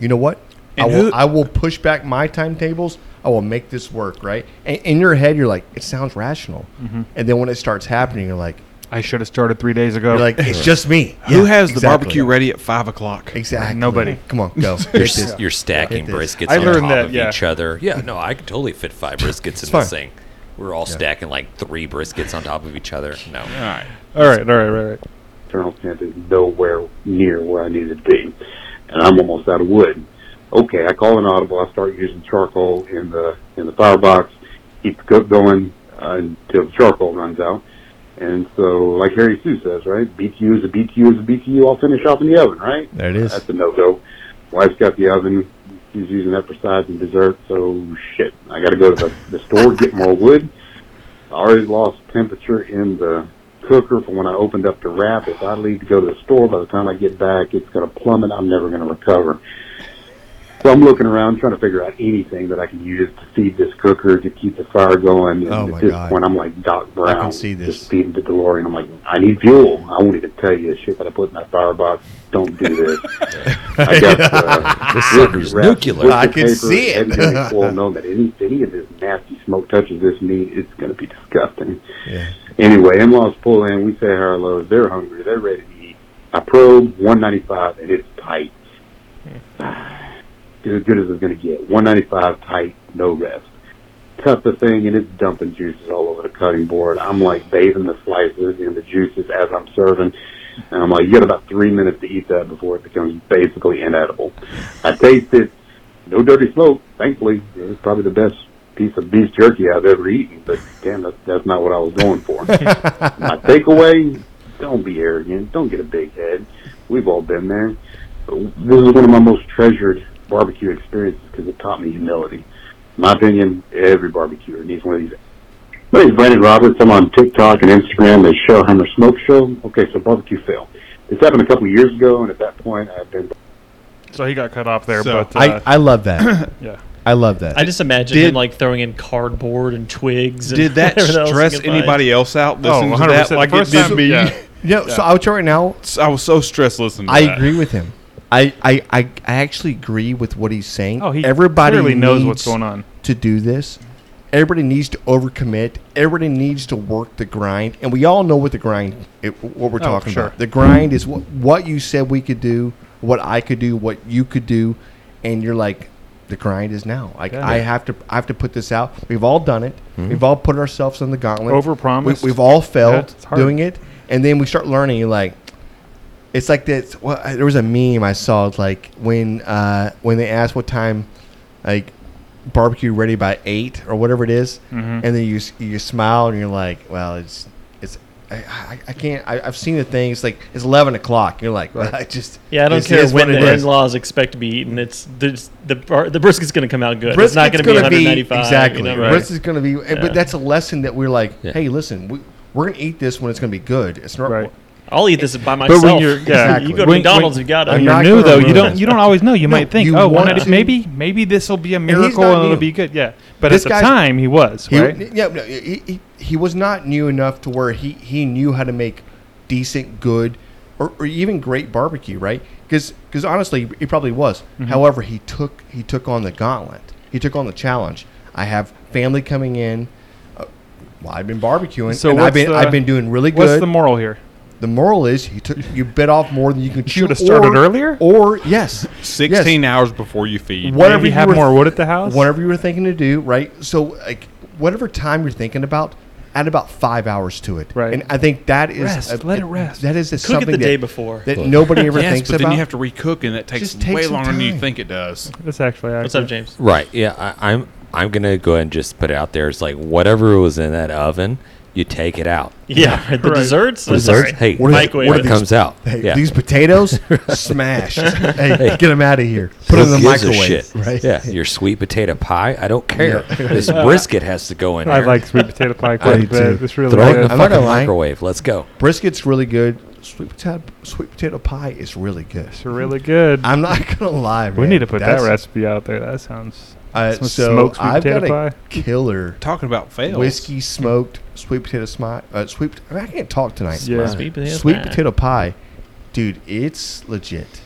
You know what? I And will. who- I will push back my timetables. I will make this work. Right. And in your head, you're like, it sounds rational. And then when it starts happening, you're like, Mm-hmm. I should have started three days ago. You're like, it's just me. Who Yeah, has the exactly. barbecue ready at five o'clock? Exactly. Nobody. Come on, You're, go. Get this. s- you're stacking Get this. briskets I on learned top that, of yeah. each other. Yeah, no, I could totally fit five briskets in fine. this thing. We're all stacking like three briskets on top of each other. No. All right. All right, all right, right, right. internal tent is nowhere near where I needed to be, and I'm almost out of wood. Okay, I call an audible. I start using charcoal in the in the firebox. Keep the cook going uh, until the charcoal runs out. And so, like Harry Sue says, right? BTU is a BTU is a BTU. I'll finish off in the oven, right? There it is. That's a no go. Wife's got the oven. She's using that for sides and dessert. So shit, I got to go to the, the store get more wood. I already lost temperature in the cooker from when I opened up the wrap. If I leave to go to the store, by the time I get back, it's going to plummet. I'm never going to recover. So I'm looking around trying to figure out anything that I can use to feed this cooker to keep the fire going. And Oh, at my this God. point, I'm like Doc I Brown, can see this. just feeding the DeLorean. I'm like, I need fuel. I won't even tell you the shit that I put in that firebox. Don't do this. I got uh, This whiskey sucker's wrapped nuclear. with I the can paper, see it. evidently full, knowing that any, any of this nasty smoke touches this meat, it's going to be disgusting. Yeah. Anyway, in-laws pull in. We say hi, hello. They're hungry. They're ready to eat. I probe 195, and it's tight. It's as good as it's going to get. 195 tight, no rest. Cut the thing, and it's dumping juices all over the cutting board. I'm like bathing the slices in the juices as I'm serving. And I'm like, you got about three minutes to eat that before it becomes basically inedible. I taste it. No dirty smoke, thankfully. It was probably the best piece of beef jerky I've ever eaten, but damn, that, that's not what I was going for. My takeaway, don't be arrogant. Don't get a big head. We've all been there. This is one of my most treasured barbecue experiences because it taught me humility. In my opinion, every barbecuer needs one of these my name's Brandon Roberts. I'm on TikTok and Instagram as Showhammer Smoke Show. Okay, so barbecue fail. This happened a couple of years ago, and at that point, I've been So he got cut off there, So- but uh, I, I love that. yeah. I love that. I just imagine Did- him like throwing in cardboard and twigs. And Did that whatever else he stress could find. anybody else Oh, out listening to that 100%. like it First did time- me? yeah. You know, so I would tell you right now, I was so stressed listening to I that. agree with him. I, I, I, I actually agree with what he's saying. Oh, he Everybody clearly knows what's needs going on. to do this. Everybody needs to overcommit. Everybody needs to work the grind, and we all know what the grind, it, what Oh, we're talking sure. about. The grind is what what you said we could do, what I could do, what you could do, and you're like, the grind is now. Like Yeah. Mm-hmm. I have to, I have to put this out. We've all done it. We've all put ourselves in the gauntlet. Overpromised. We, we've all failed Yeah, it's hard. doing it, and then we start learning. You're like, it's like this. Well, I- there was a meme I saw. It's like when uh, when they asked what time, like barbecue ready by eight or whatever it is, Mhm. and then you s- you smile and you're like, well, it's it's I, I, I can't. I, I've seen the thing. It's like it's eleven o'clock. You're like, well, I just Yeah, I don't this care is when what it the is. in-laws expect to be eaten. It's the the, bar- the brisket's going to come out good. it's not going Brisket's to be gonna 195. exactly. You know, Brisket's going to be, Yeah. but that's a lesson that we're like, Yeah. hey, listen, we, we're going to eat this when it's going to be good. It's not Right. I'll eat this by myself. But when you're yeah, Exactly. You go to When- McDonald's, when- you got I'm it. You're not new gonna though. You ruin don't this. you don't always know. You No, might think, you oh, want 190 to- maybe maybe this will be a he's miracle not and it'll new. be good. Yeah, but This at the guy's- time he was He, right. Yeah, no, he, he, he was not new enough to where he, he knew how to make decent, good, or, or even great barbecue, right? Because honestly, he probably was. Mm-hmm. However, he took he took on the gauntlet. He took on the challenge. I have family coming in. Uh, well, I've been barbecuing, So and I've what's been the- I've been doing really good. What's the moral here? The moral is you took you bit off more than you can chew. should've started or- earlier? Or yes, yes Sixteen hours before you feed. whatever Maybe you have were- more wood at the house? whatever you were thinking to do, right? So like whatever time you're thinking about, add about five hours to it, Right. And I think that is Rest. Let it rest. That is a Cook it something the day that- before. that nobody ever yes, thinks but about. then you have to recook, and that takes Just take way some longer than you time. think it does. That's actually What's up, accurate. James? Right. Yeah. I, I'm. I'm gonna go ahead and just put it out there. It's like whatever was in that oven, you take it out. Yeah, right, the Right. desserts. I'm Desserts, sorry. hey, What are- microwave. what are it. What comes out? Hey, yeah. These potatoes smashed. hey, get them out of here. Put Who them in the gives a microwave. shit? Right? Yeah. Your sweet potato pie. I don't care. This brisket has to go in. I here. like sweet potato pie do quite a too. bit. This really Throw it in the is. I'm not fucking gonna lie. microwave. Let's go. Brisket's really good. Sweet potato, sweet potato pie is really good. It's really good. I'm not gonna lie. we man. need to put That's- that recipe out there. That sounds Uh, some so smoked sweet I've potato got a pie. killer Talking about fails. whiskey smoked sweet potato smi- uh, sweet. pot- I can't talk tonight. Yeah. Sweet potato Sweet pie. potato pie, dude, it's legit.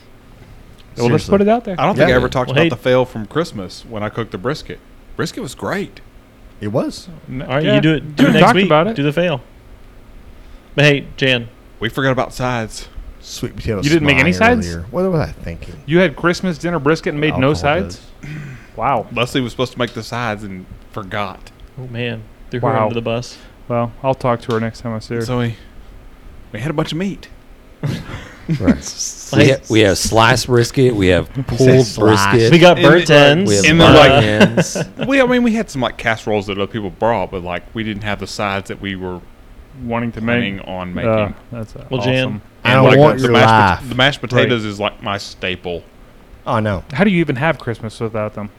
Well, let's Seriously. put it out there. I don't think Yeah. I ever talked Well, about hey- the fail from Christmas when I cooked the brisket. Brisket was great. It was. All right, you do it. Do it We next talked week. about it. Do the fail. But hey, Jan. We forgot about sides. Sweet potato. You didn't make any sides? What was I thinking? You had Christmas dinner brisket and made no sides? Wow. Leslie was supposed to make the sides and forgot. Oh man, threw her Wow. under the bus. Well, I'll talk to her next time I see her. Zoe, we had a bunch of meat. We, ha- we have sliced brisket. We have pulled brisket. We have And burnt then ends. like, we, I mean, we had some like casseroles that other people brought, but like we didn't have the sides that we were wanting to planning make. on making. Uh, that's Well, Jan, awesome. I don't want the your mashed, pot- life. the mashed Right. potatoes is like my staple. Oh no. How do you even have Christmas without them?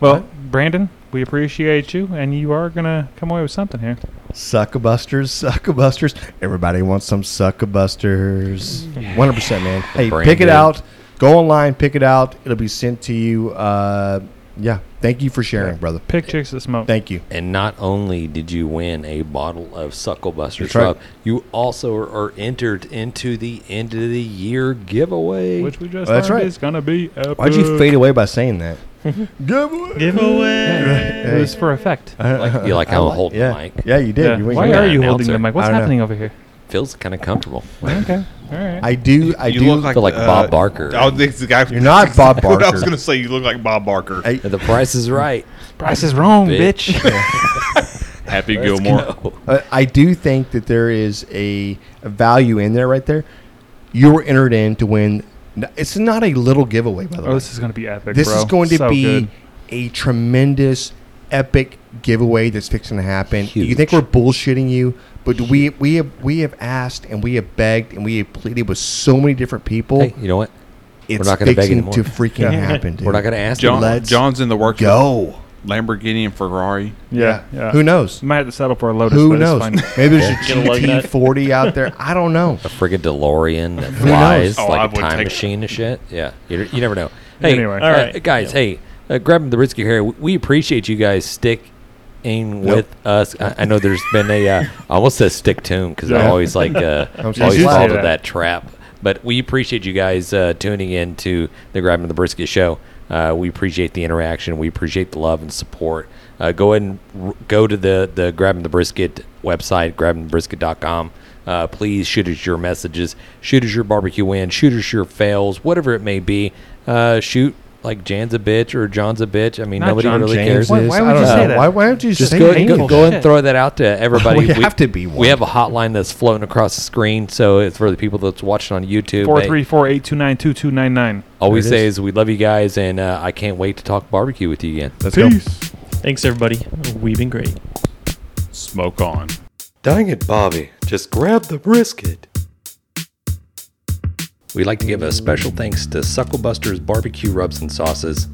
Well, Brandon, we appreciate you, and you are gonna come away with something here. Sucker busters, sucker busters. Everybody wants some sucker busters. One hundred percent, man. Hey, brand pick it new. out. Go online, pick it out. It'll be sent to you. Uh, yeah. Thank you for sharing, brother. Pick chicks that smoke. Thank you. And not only did you win a bottle of Sucklebuster That's right. Shrub, you also are entered into the end of the year giveaway. Which we just Well, Oh, that's learned right. is gonna be epic. Why'd you fade away by saying that? Giveaway. Giveaway. It was for effect. Uh, Like- you like I how I'm like- holding yeah. the mic. Yeah, you did. Yeah. You went- Why you are went- you holding the announcer. mic? What's I don't know. happening over here? Feels kind of comfortable. Okay, all right. I do. I you do look like, Feel like uh, Bob Barker. Oh, this is the guy. You're not Bob What I Barker. was gonna say you look like Bob Barker. Hey, The price is right. Price is wrong, bitch. Happy Let's Gilmore. go. Uh, I do think that there is a, a value in there right there. You were entered in to win. n- It's not a little giveaway, by the Oh, way. this is gonna be epic. This bro. is going to So be good. a tremendous, epic giveaway that's fixing to happen. You think we're bullshitting you, but we we have we have asked and we have begged and we have pleaded with so many different people. Hey, you know what? it's not gonna beg fixing anymore. to freaking happen. Dude. We're not going to ask John, you. Let's John's in the works. with go. Lamborghini and Ferrari. Yeah, yeah. Who knows? Might have to settle for a Lotus. Who but it's knows? fine. Maybe there's a Get a lug nut. GT40 out there. I don't know. A friggin' DeLorean that flies Oh, I like would a time take- machine and shit. Yeah, you, you never know. Hey, Anyway. uh, All right. guys. Hey, uh, grabbing the risky hair. We, we appreciate you guys sticking with us. I, I know there's been a uh, I almost says stick tune because I Yeah. always like uh, sorry. always You do say fall to that. that trap. But we appreciate you guys uh, tuning in to the Grabbing the Brisket show. Uh, we appreciate the interaction. We appreciate the love and support. Uh, go ahead and r- go to the, the Grabbing the Brisket website, grabbingthebrisket.com. Uh, please shoot us your messages. Shoot us your barbecue win. Shoot us your fails, whatever it may be. Uh, shoot like Jan's a bitch or John's a bitch. I mean, Not nobody John really James cares. Why- why I would don't you say know. that? Why, why don't you Just say go, James? go, go ahead shit. and throw that out to everybody. We have to be one. We have a hotline that's floating across the screen, so it's for the people that's watching on YouTube. Four Hey, three four eight two nine two two nine nine. all we There it say is. is. we love you guys, and uh, I can't wait to talk barbecue with you again. Let's go. Peace. Thanks everybody. We've been great. Smoke on. Dang it, Bobby. Just grab the brisket. We'd like to give a special thanks to Sucklebuster's Barbecue Rubs and Sauces,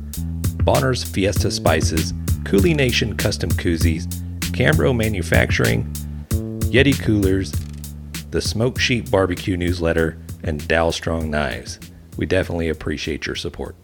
Bonner's Fiesta Spices, Cooley Nation Custom Koozies, Cambro Manufacturing, Yeti Coolers, the Smoke Sheep Barbecue Newsletter, and Dow Strong Knives. We definitely appreciate your support.